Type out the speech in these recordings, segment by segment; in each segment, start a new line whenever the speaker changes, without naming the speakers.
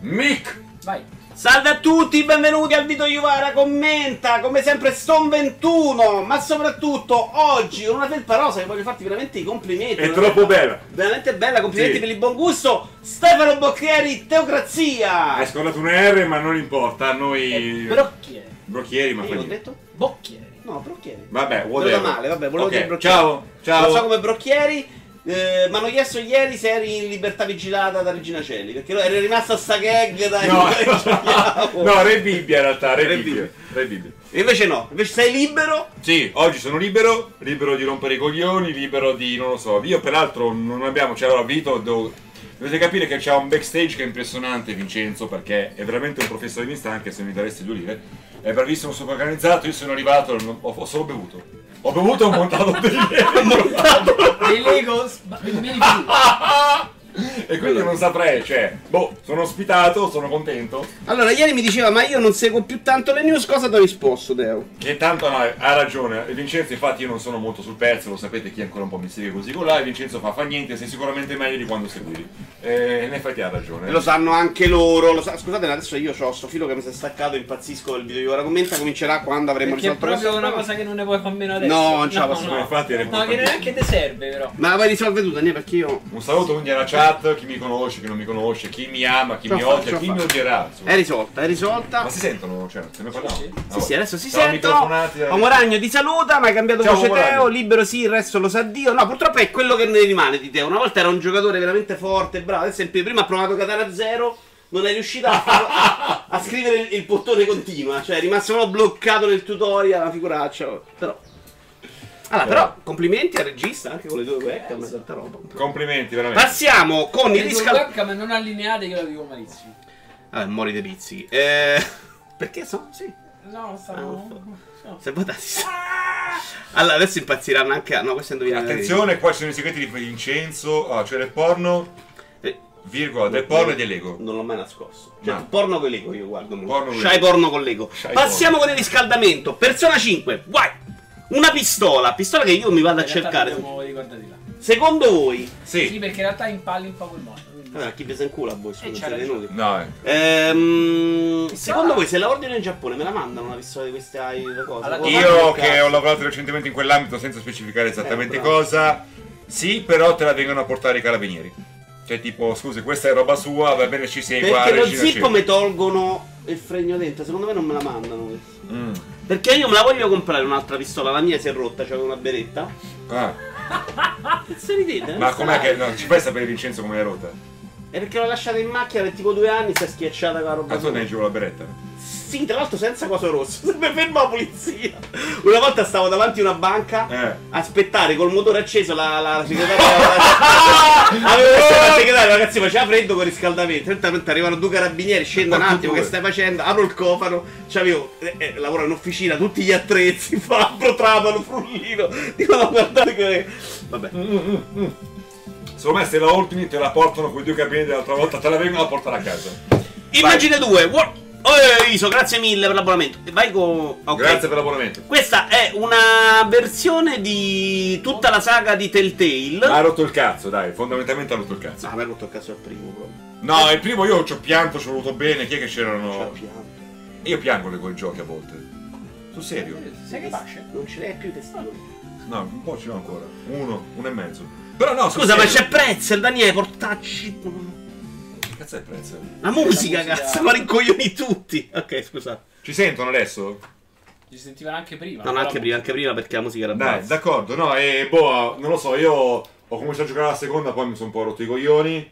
Mick!
Vai.
Salve a tutti, benvenuti al Vito Iovara commenta, come sempre Stone 21, ma soprattutto oggi con una felpa rosa che voglio farti veramente i complimenti.
È
una
troppo
felpa
bella!
Veramente bella, complimenti
Sì.
per il buon gusto. Stefano Bocchieri, Teocrazia.
Ah, Hai scordato un R, ma non importa, noi...
Eh, Brocchieri.
Brocchieri, ma
Io
fa
l'ho
niente.
detto?
Bocchieri.
No, Brocchieri.
Vabbè,
Venuta
whatever.
male, vabbè, volevo
Ok,
dire Brocchieri.
Ciao, ciao.
Lo so come Brocchieri. eh, mi hanno chiesto ieri se eri in libertà vigilata da Regina Celli, perché lo- eri rimasta a sta gag dai.
No, no, Re Bibbia in realtà, Re,
Re
Bibbia.
Bibbia.
Re Bibbia.
E invece no, invece sei libero.
Sì, oggi sono libero, libero di rompere i coglioni, libero di non lo so. Io peraltro non abbiamo, cioè allora Vito, devo- dovete capire che c'è un backstage che è impressionante Vincenzo perché è veramente un professionista anche se mi daresti due lire. È bravissimo, sono organizzato, io sono arrivato, non- ho, ho solo bevuto. Ho bevuto e ho montato degli
Dei Lego. sba- me li fai.
E quindi non saprei, cioè, boh, sono ospitato, sono contento.
Allora, ieri mi diceva, ma io non seguo più tanto le news, cosa ti ho risposto, Deo?
Che tanto no, ha ragione. Vincenzo, infatti, io non sono molto sul pezzo, lo sapete chi ancora un po' mi segue così con là. E Vincenzo fa fa niente, sei sicuramente meglio di quando seguivi. E in effetti ha ragione.
E Lo sanno anche loro, lo sa- scusate, adesso io ho sto filo che mi si è staccato, impazzisco per il video di ora commenta, comincerà quando avremo
Perché è
risolto questo
proprio una
problema.
cosa che non ne puoi far meno adesso.
No, non ce la posso
fare, infatti era
No, che
importantissimo.
neanche ti serve, però.
Ma la vai risolvere tu, Daniele, perché io...
Un saluto quindi alla chat, chi mi conosce, chi non mi conosce, chi mi ama, chi
Ce l'ho
mi
fatta, ce
odia,
l'ho
chi mi
fatta.
odierà. insomma.
È risolta, è risolta.
Ma si sentono, cioè, se ne parliamo.
Sì, sì.
Ah,
Eh, Sì, sì, adesso si
Ciao,
sentono.
microfonati, eh.
Omoragno ti saluta, ma hai cambiato
Ciao,
voce
Omoragno.
Teo, libero sì, il resto lo sa Dio. No, purtroppo è quello che ne rimane di Teo. Una volta era un giocatore veramente forte, bravo. Ad esempio, prima ha provato Katana Zero, non è riuscito a, farlo- a- a scrivere il, il bottone continua, cioè è rimasto solo bloccato nel tutorial, una figuraccia. oh. Però. Allora, però,
Certo.
complimenti al regista anche con le due webcam, e tanta roba.
Complimenti, veramente.
Passiamo con il
Le due
riscaldamento.
webcam non allineate che la vivo malissimo.
Vabbè, mori Ah, dei pizzichi. Eh, perché so? Sì.
No,
Ah,
stavo. no.
Se votassi. Allora, adesso impazziranno anche. No, questo è indovinato.
Attenzione, qua ci sono i segreti di Vincenzo, ah, cioè del porno, virgola, del porno e dell'ego.
Eh, Non l'ho mai nascosto. Cioè,
No.
porno con l'ego io guardo.
Porno con
C'hai
l'ego.
porno con l'ego.
C'hai
Passiamo con il riscaldamento. Persona 5. Guai! Una pistola. Pistola che io mi vado a
In realtà
cercare.
dobbiamo riguardati là.
Secondo voi.
Sì,
Sì.
perché in realtà impalli un po' col mondo. quindi-
Allora, chi pesa in culo a voi?
Eh,
Scusa,
c'ha
siete
ragione.
inutili.
No, eh.
Ehm, secondo voi, se la ordino in Giappone, me la mandano una pistola di queste ai- cose?
Alla-
Come fanno
Io
a
che
cercare?
ho lavorato recentemente in quell'ambito senza specificare esattamente
Eh, bravo.
cosa, sì, però te la vengono a portare i carabinieri. Cioè tipo, scusi, questa è roba sua, va bene, ci segua.
Perché lo
regina
zippo
Cielo.
mi tolgono il fregno dentro. Secondo me non me la mandano questa.
Mm.
Perché io me la voglio comprare un'altra pistola, la mia si è rotta, c'avevo una beretta.
Ah,
Cazzo ridete? eh?
ma com'è che... no, ci fai sapere Vincenzo com'è rotta?
È perché l'ho lasciata in macchina per tipo due anni, si è schiacciata con la roba.
Ah, tu
sopra.
ne hai giù la beretta.
Sì, tra l'altro senza coso rosso. Mi ferma la polizia. Una volta stavo davanti a una banca.
Eh.
a Aspettare col motore acceso la, la, la segretaria. la- Avevo messo la segretaria, ragazzi, faceva freddo con il riscaldamento. Lentamente arrivano due carabinieri, scendo un
Porco
attimo,
due.
che stai facendo? Apro il cofano, c'avevo. eh, eh, lavoro in officina, tutti gli attrezzi, fabbro, trapano, frullino. Dico no, guardate che. Vabbè.
Secondo me se la ordini te la portano quei due carabinieri dell'altra volta, te la vengono a portare a casa.
Immagine 2, War- oh, Iso, grazie mille per l'abbonamento. Vai con. ok.
Grazie per l'abbonamento.
Questa è una versione di tutta la saga di Telltale.
Ha rotto il cazzo, dai, fondamentalmente ha rotto il cazzo.
No, Ah, mi ha rotto il cazzo al primo proprio.
No, il primo io ci ho pianto, ci ho voluto bene, chi è che
C'ha
c'erano...
pianto.
Io piango le quei giochi a volte. Sul serio?
Sai che pace?
Non ce n'è più testato.
No, un po' ce l'ho ancora. Uno, uno e mezzo. Però no, sul
Scusa, ma c'è
serio-
Pretzel, Daniele, portacci.
Che cazzo è il prezzo?
La musica,
La musica.
cazzo, ma rincoglioni tutti. Ok, scusa.
Ci sentono adesso?
Ci sentivano anche prima.
No, no,
però-
anche prima, anche prima perché la musica era
Dai,
bassa.
d'accordo. No, e boh, non lo so, io ho cominciato a giocare alla seconda, poi mi sono un po' rotto i coglioni.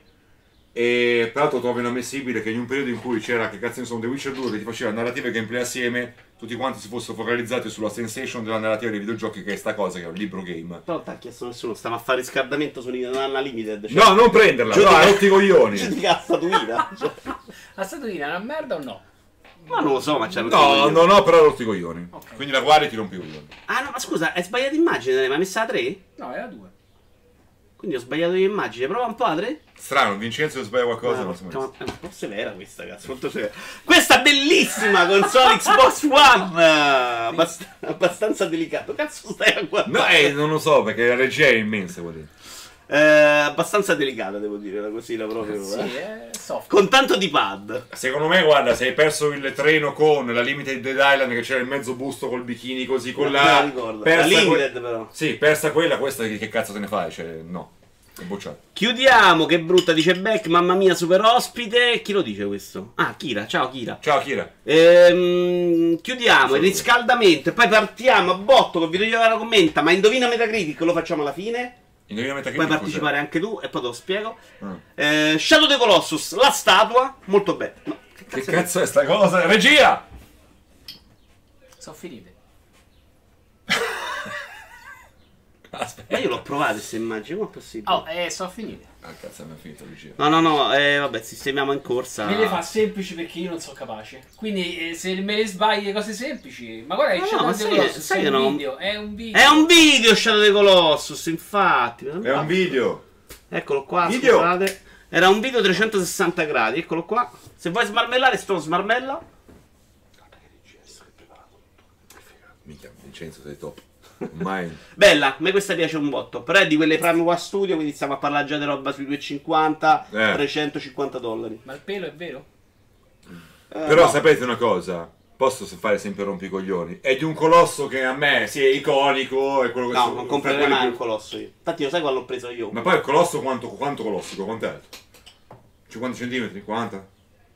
E peraltro trovo inammissibile che in un periodo in cui c'era, che cazzo ne sono, The Witcher 2 che ti faceva narrativa e gameplay assieme, tutti quanti si fossero focalizzati sulla sensation della narrativa dei videogiochi, che è sta cosa, che è un libro game.
Però non t'ha chiesto nessuno, stava a fare riscaldamento su Nintendo Limited. Cioè,
No, non prenderla, no, hai rotto i coglioni.
Giudica la statuina. Cioè,
La statuina è una merda o no?
ma non lo so, ma c'è
No, no, no, però hai rotto i coglioni.
Ok.
eh. Quindi la guardi e ti rompi i coglioni.
Ah, no, ma scusa, hai sbagliato immagine, Daniele, ma hai messa la 3?
No, era due.
Quindi ho sbagliato io immagine. Prova un po' la 3.
Strano, Vincenzo se sbaglia qualcosa,
Ah,
non
porca
so.
ma- è un po' severa questa, cazzo, molto severa. Questa bellissima console Xbox One! eh, abbast- abbastanza delicato. Cazzo stai a
No,
guardare?
eh, non lo so perché la regia è immensa vuol dire.
Eh, abbastanza delicata, devo dire, la cosina proprio.
Sì,
eh.
eh. soft.
Con tanto di pad.
Secondo me, guarda, se hai perso il treno con la Limited Dead Island che c'era il mezzo busto col bikini così con
Non me
la.
la ricordo.
persa
La Limited,
que-
però.
Sì, persa quella, questa che, che cazzo te ne fai? Cioè, no. È bocciato.
Chiudiamo, che brutta, dice Beck. Mamma mia, super ospite. Chi lo dice questo? Ah, Kira, ciao Kira.
Ciao Kira.
Ehm, chiudiamo il riscaldamento e poi partiamo a botto con videogioco alla commenta. Ma indovina Metacritic, lo facciamo alla fine.
Indovina metà che
Puoi partecipare anche tu e poi te lo spiego.
Mm.
Eh, Shadow the Colossus, la statua, molto bella. Ma che
Che
cazzo è?
cazzo è sta cosa? Regia!
Sono finite.
Aspetta.
Ma io l'ho provata questa immagine, com'è possibile?
Oh, eh, sono finite.
Ah, cazzo, abbiamo finito la regia.
No, no, no, eh, vabbè, sistemiamo in corsa.
Me le fa semplici perché io non sono capace. Quindi eh, se me le sbaglio le cose semplici, ma guarda che
Ma
c'è
no, ma
tanto
sai-
grosso,
sai
è
che
un
non-
video, è un video.
È un video Shadow the Colossus, infatti.
È un video.
Eccolo qua,
Video.
scusate. Era un video 360 gradi, eccolo qua. Se vuoi smarmellare, sto smarmella.
Minchia, Vincenzo, sei top. Ormai.
Bella, a me questa piace un botto. Però è di quelle Prime qua studio, quindi stiamo a parlare già di roba sui 250,
Eh.
350 dollari.
Ma il pelo è vero?
Eh,
Però
no.
sapete una cosa? Posso fare sempre rompicoglioni. È di un colosso che a me sì, è iconico, è quello che
No,
sono-
non
fra
comprerei
quelli
mai
più-
un colosso io. Infatti, lo sai quando l'ho preso io?
Ma poi il colosso quanto, quanto colossico? Quanto è alto? 50 cm? 40?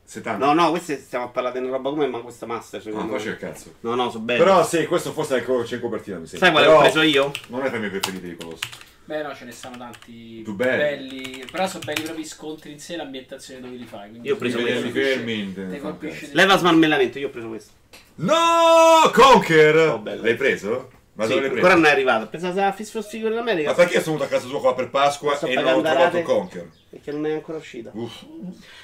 70?
No, no, queste stiamo a parlare di una roba come ma questa master,
No,
secondo
ma c'è il
me.
cazzo.
No, no, so bene.
Però sì, questo forse è quello che c'è in copertina, mi sembra.
Sai quale
Però
ho preso io?
Non è tra i miei preferiti di colosso.
Beh no, ce ne stanno tanti
Tu belli.
belli. Però sono belli proprio gli scontri in sé e l'ambientazione dove li fai. quindi-
Io ho preso
Ti
questo.
colpisce-
Fermi, te ne
Ti
fa un
colpisce
cazzo.
di-
Leva smarmellamento, io ho preso questo.
No! Conker!
Oh, bello.
l'hai preso? Ma
sì,
dove l'hai preso?
ancora non è arrivato. Pensavo a Fist for Secret in America.
Ma perché sono andato a casa tua qua per Pasqua
Sto
e non ho
pagando
trovato
rate.
Conker?
Perché non è ancora uscita.
Uff.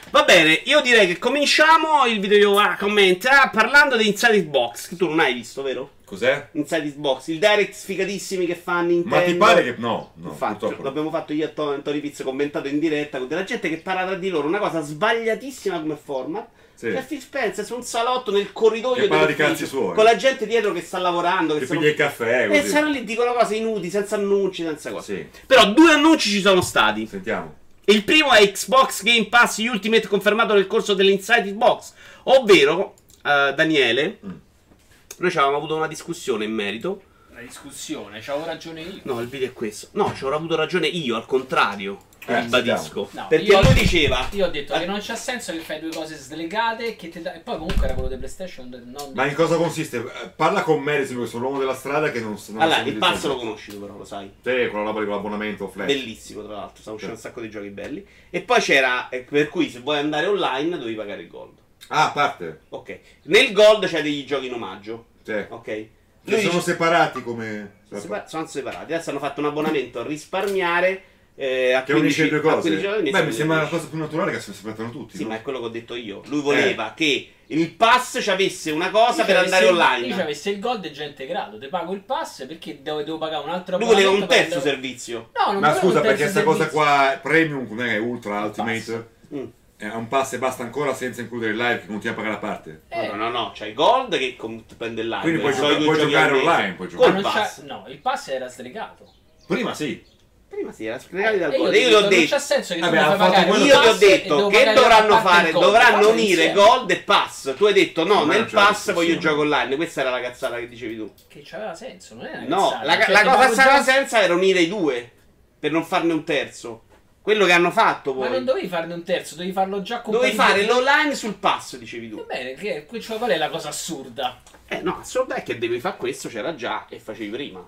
Va bene, io direi che cominciamo il video a commenta parlando di Inside This Box, che tu non hai visto, vero?
Cos'è?
Inside This Box, il direct sfigatissimi che fanno Nintendo.
Ma ti pare che... No, no,
Eh, Infatti,
purtroppo no.
l'abbiamo fatto io e To- Antonio Pizzo commentato in diretta con della gente che parla tra di loro una cosa sbagliatissima come format.
Sì.
Che Phil Spencer su un salotto nel corridoio
Che parla di
dell'ufficio,
cazzi suoi.
con la gente dietro che sta lavorando, che
Ti
stanno-
piglia il caffè,
e
così.
stanno lì dicono cose inutili, senza annunci, senza cose.
Sì,
Però due annunci ci sono stati.
sentiamo.
Il primo è Xbox Game Pass Ultimate confermato nel corso dell'Inside Box, ovvero eh, Daniele,
Mm.
noi ci avevamo avuto una discussione in merito.
La discussione, c'avevo ragione io.
No, il video è questo. No, ci avrò avuto ragione io, al contrario.
Eh,
ribadisco.
sentiamo. No,
perché
io-
lui diceva
Io ho detto
Ma-
che non c'ha senso che fai due cose slegate che ti dà- E poi comunque era quello di PlayStation. Non...
Ma in cosa consiste? Eh, Parla con me, perché sono l'uomo della strada che non sono...
Allora, il passo lo conosci tu però, lo sai.
Te, quella roba di quell'abbonamento flash.
Bellissimo, tra l'altro, sta uscendo un sacco di giochi belli. E poi c'era, eh, per cui se vuoi andare online devi pagare il gold.
Ah, a parte.
Ok. Nel gold c'è degli giochi in omaggio.
Cioè,
Ok.
cioè,
Lui
sono
dice-
separati come...
Separ- sono separati. Adesso hanno fatto un abbonamento a risparmiare eh, a
Che unisce le
15
due
a
cose.
15 euro al mese.
Beh, mi sembra la cosa più naturale che si aspettano tutti.
Sì,
no?
ma è quello che ho detto io. Lui
Eh.
voleva che il pass ci avesse una cosa per andare
Io
online.
avessi il gold è già integrato, te pago il pass perché devo, devo pagare un altro
Lui voleva un
abbonamento per
terzo
andare-
servizio.
No, non
Ma
volevo
scusa,
un terzo
perché sta cosa
servizio.
qua è Premium, non è Ultra,
Un
Ultimate,
Mm.
è un pass e basta ancora senza includere il live che continua a pagare a parte.
Eh,
No, no, no, c'hai Gold che com- prende il live.
Quindi puoi
so
gioca-
i due
puoi
giochi
giocare
al mese.
online, puoi
ma
giocare.
Col
non c'ha...
pass.
No, il pass era slegato.
Prima sì.
Prima si era spiegato dal
E
Gold. E Io gli
Eh, dico,
ho
Non c'ha
detto,
senso che
Vabbè,
tu mi
ha
fai
fatto
pagare
quello-
il
io gli ho
pass e
detto
Eh, devo
che
pagare
dovranno
la parte
fare,
del gold.
dovranno
Fatelo
unire
insieme.
Gold e Pass. Tu hai detto no,
Ma
nel
non c'è la
Pass voglio
discussione.
il gioco online. Questa era la cazzata che dicevi tu.
Che c'aveva senso, non era una
No,
Eh, cazzata.
la,
Cioè,
la
ti
cosa
pago
stava
già-
senza era unire i due per non farne un terzo. Quello che hanno fatto
Ma non
poi.
dovevi farne un terzo, dovevi farlo già con
Dovevi fare l'online sul pass, dicevi tu.
Ebbene, Eh che, que- cioè, qual è la cosa assurda?
Eh no, solo è che devi fare questo, c'era già e facevi prima.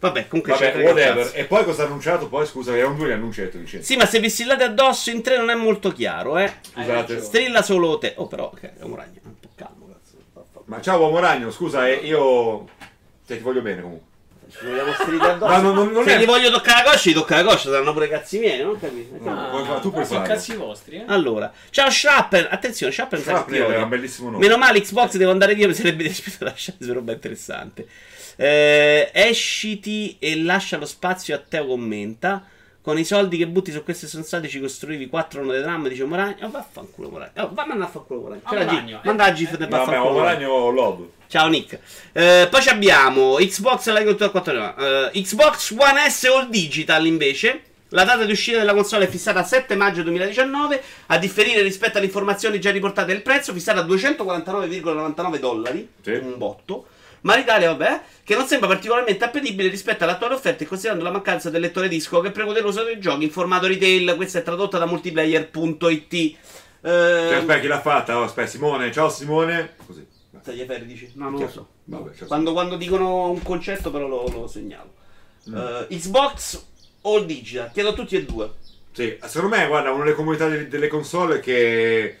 Vabbè, comunque c'è
Vabbè, whatever. E poi cosa ha annunciato? Poi scusa, erano due gli annunci hai detto Vincenzo.
Sì, ma se vi sillate addosso in tre non è molto chiaro, eh.
Hai
Scusate.
ragione.
Strilla solo te. Oh, però, ok, è un ragno, un po' calmo, cazzo.
Ma ciao uomo ragno, scusa, eh, io cioè, ti voglio bene comunque.
Ci vogliamo strillare addosso.
Ma non, non- non
se
è
ti voglio toccare la coscia, ti tocca la coscia, saranno pure cazzi miei, non ho capito.
No. puoi fa- tu
ma
puoi
Ah, sono
farlo.
cazzi vostri, eh?
Allora, ciao Schrapper, attenzione, Schrapper mi sa che
Schrapper
ti odia.
era Ah, un bellissimo nome.
Meno male Xbox devo andare via, mi sarebbe dispiaciuto lasciare, questa roba interessante. Eh, esciti e lascia lo spazio a Teo commenta. Con i soldi che butti su queste stronzate ci costruivi quattro note dramma, dice Moragno. Oh, vaffanculo Moragno. Oh, vammi a fanculo Moragno. C'è
Ah,
la
Moragno,
gif.
eh.
Manda la gif del
No, vabbè, oh,
vaffanculo
uomo
Moragno.
ragno love.
Ciao Nick. Eh, poi ci abbiamo Xbox Live Control 4 eh, Xbox One S All Digital invece. La data di uscita della console è fissata a 7 maggio 2019, a differire rispetto alle informazioni già riportate del prezzo, fissata a 249,99 dollari,
Sì.
un botto. Ma l'Italia, vabbè, che non sembra particolarmente appetibile rispetto all'attuale offerta e considerando la mancanza del lettore disco che prevede l'uso dei giochi in formato retail, questa è tradotta da multiplayer.it. Eh,
Cioè, aspetta, chi l'ha fatta? Oh, aspetta, Simone. Ciao Simone. Così. va.
Taglia ferri dici? No, non lo so.
Vabbè, cioè, ciao.
Quando, quando dicono un concetto però lo, lo segnalo.
Mm.
Eh, Xbox o il Digital? Chiedo a tutti e due.
Sì, secondo me, guarda, una delle comunità delle, delle console che.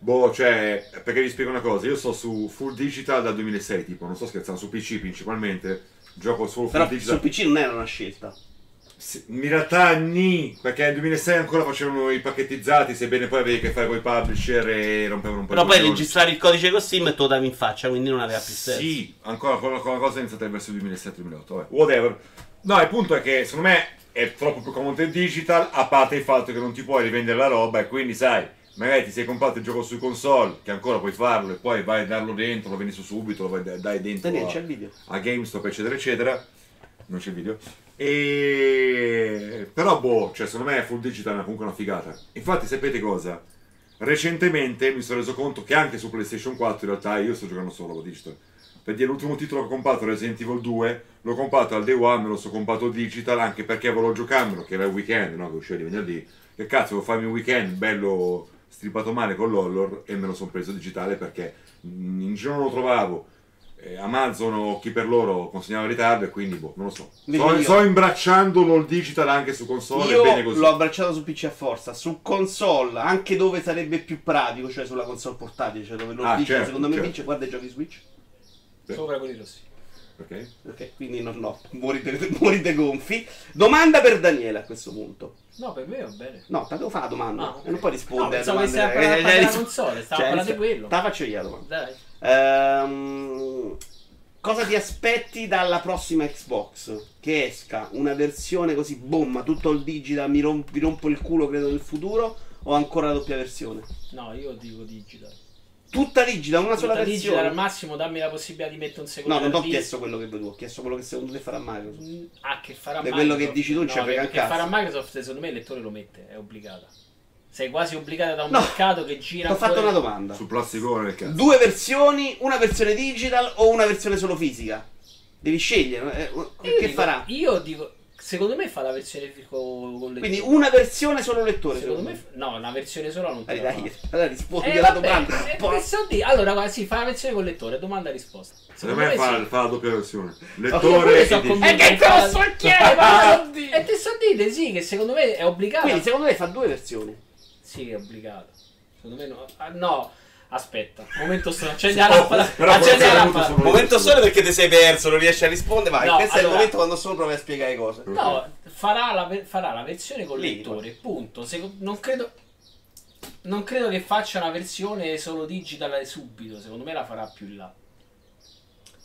Boh, cioè, perché vi spiego una cosa, io sto su full digital dal 2006, tipo, non sto scherzando, su PC principalmente, gioco solo full
Però
digital.
sul PC non era una scelta.
Sì, In realtà ni, perché nel 2006 ancora facevano i pacchettizzati, sebbene poi avevi a che fare con i publisher e rompevano un po'
Però
i
poi
coglioni.
registravi il codice con Steam e te lo davi in faccia, quindi non aveva più senso.
Sì, ancora quella quella cosa è iniziata verso il 2007-2008, vabbè, eh. whatever. No, il punto è che secondo me è troppo più comodo il digital, a parte il fatto che non ti puoi rivendere la roba e quindi sai, magari ti sei comprato il gioco su console, che ancora puoi farlo e poi vai a darlo dentro, lo vendi su subito, lo vai- dai dentro
Daniele,
a-
c'è il video.
a GameStop, eccetera, eccetera. Non c'è il video. E... Però, boh, cioè, secondo me Full Digital è comunque una figata. Infatti, sapete cosa? Recentemente mi sono reso conto che anche su PlayStation 4 in realtà io sto giocando solo con Digital. Per dire, l'ultimo titolo che ho comprato, Resident Evil 2, l'ho comprato al day one, me lo sono comprato digital anche perché volevo giocarmelo, che era il weekend, no? Che usciva di venerdì. Che cazzo, volevo farmi un weekend bello strippato male con l'horror e me lo sono preso digitale perché mm, in giro non lo trovavo. Eh, Amazon o chi per loro consegnava in ritardo e quindi boh, non lo so.
Invece
Sto,
io-
sto imbracciandolo il digital anche su console, e bene
Io
così.
l'ho abbracciato su PC a forza, su console, anche dove sarebbe più pratico, cioè sulla console portatile, cioè dove lo
Ah,
digital
certo,
secondo me
certo.
vince, guarda i giochi Switch.
Sopra quelli rossi.
Ok?
Ok, quindi no, no, morite, morite gonfi. Domanda per Daniele a questo punto.
No, per me va bene.
No, te devo fare la domanda
Ah, ok.
e non puoi rispondere.
No,
alla
pensavo che stai
domanda.
a parlare-
Eh,
parlare
eh,
non so, le stavo parlando di quello.
Te la faccio io la domanda.
Dai.
Ehm, cosa ti aspetti dalla prossima Xbox? Che esca una versione così bomba, tutto il digital, mi rom- vi rompo il culo credo nel futuro o ancora la doppia versione?
No, io dico digital.
Tutta digital, una sola
Tutta digital al
versione.
massimo dammi la possibilità di mettere un secondo.
No, non ti ho
disco.
chiesto quello che vuoi tu, ho chiesto quello che secondo te farà Microsoft.
Mm, Ah, che farà
Di
Microsoft.
quello che dici tu,
No,
cioè, frega
che,
un
che
cazzo.
farà Microsoft, secondo me il lettore lo mette, è obbligata. Sei quasi obbligata da un
No,
mercato che gira
Ti ho fatto una
ancora-
domanda.
Sul plasticone del cazzo.
Due versioni, una versione digital o una versione solo fisica? Devi scegliere, eh,
Io
che
dico-
farà?
Io dico, secondo me fa la versione fi- co- con le
Quindi una versione solo lettore,
secondo me fa- no, una versione sola non te
Dai,
la fa.
dai, allora rispondi
Eh,
alla
vabbè,
domanda.
eh,
Po-
che so di- Allora, guarda, sì, fa la versione con lettore, domanda e risposta.
Secondo me fa,
sì.
fa la doppia versione.
Io pure
Lettore
sto
e digital.
convinto
Eh,
fa-
che
Eh,
grosso occhiello, ma-
E te so dite, sì, che secondo me è obbligato.
Quindi secondo me fa due versioni.
Sì, è obbligato. Secondo me no. Ah, no. Aspetta, momento solo. Accendi la lampada.
Oh, però
Accendi la
forse era
lampada.
molto Momento solo
perché ti sei perso, non riesci a rispondere.
vai. No, Questo è il allora- momento
quando sono provi a spiegare cose.
No, farà la, ve- farà la versione con
Lì,
lettore, punto. Seco- non credo. Non credo che faccia una versione solo digital subito, secondo me la farà più in là.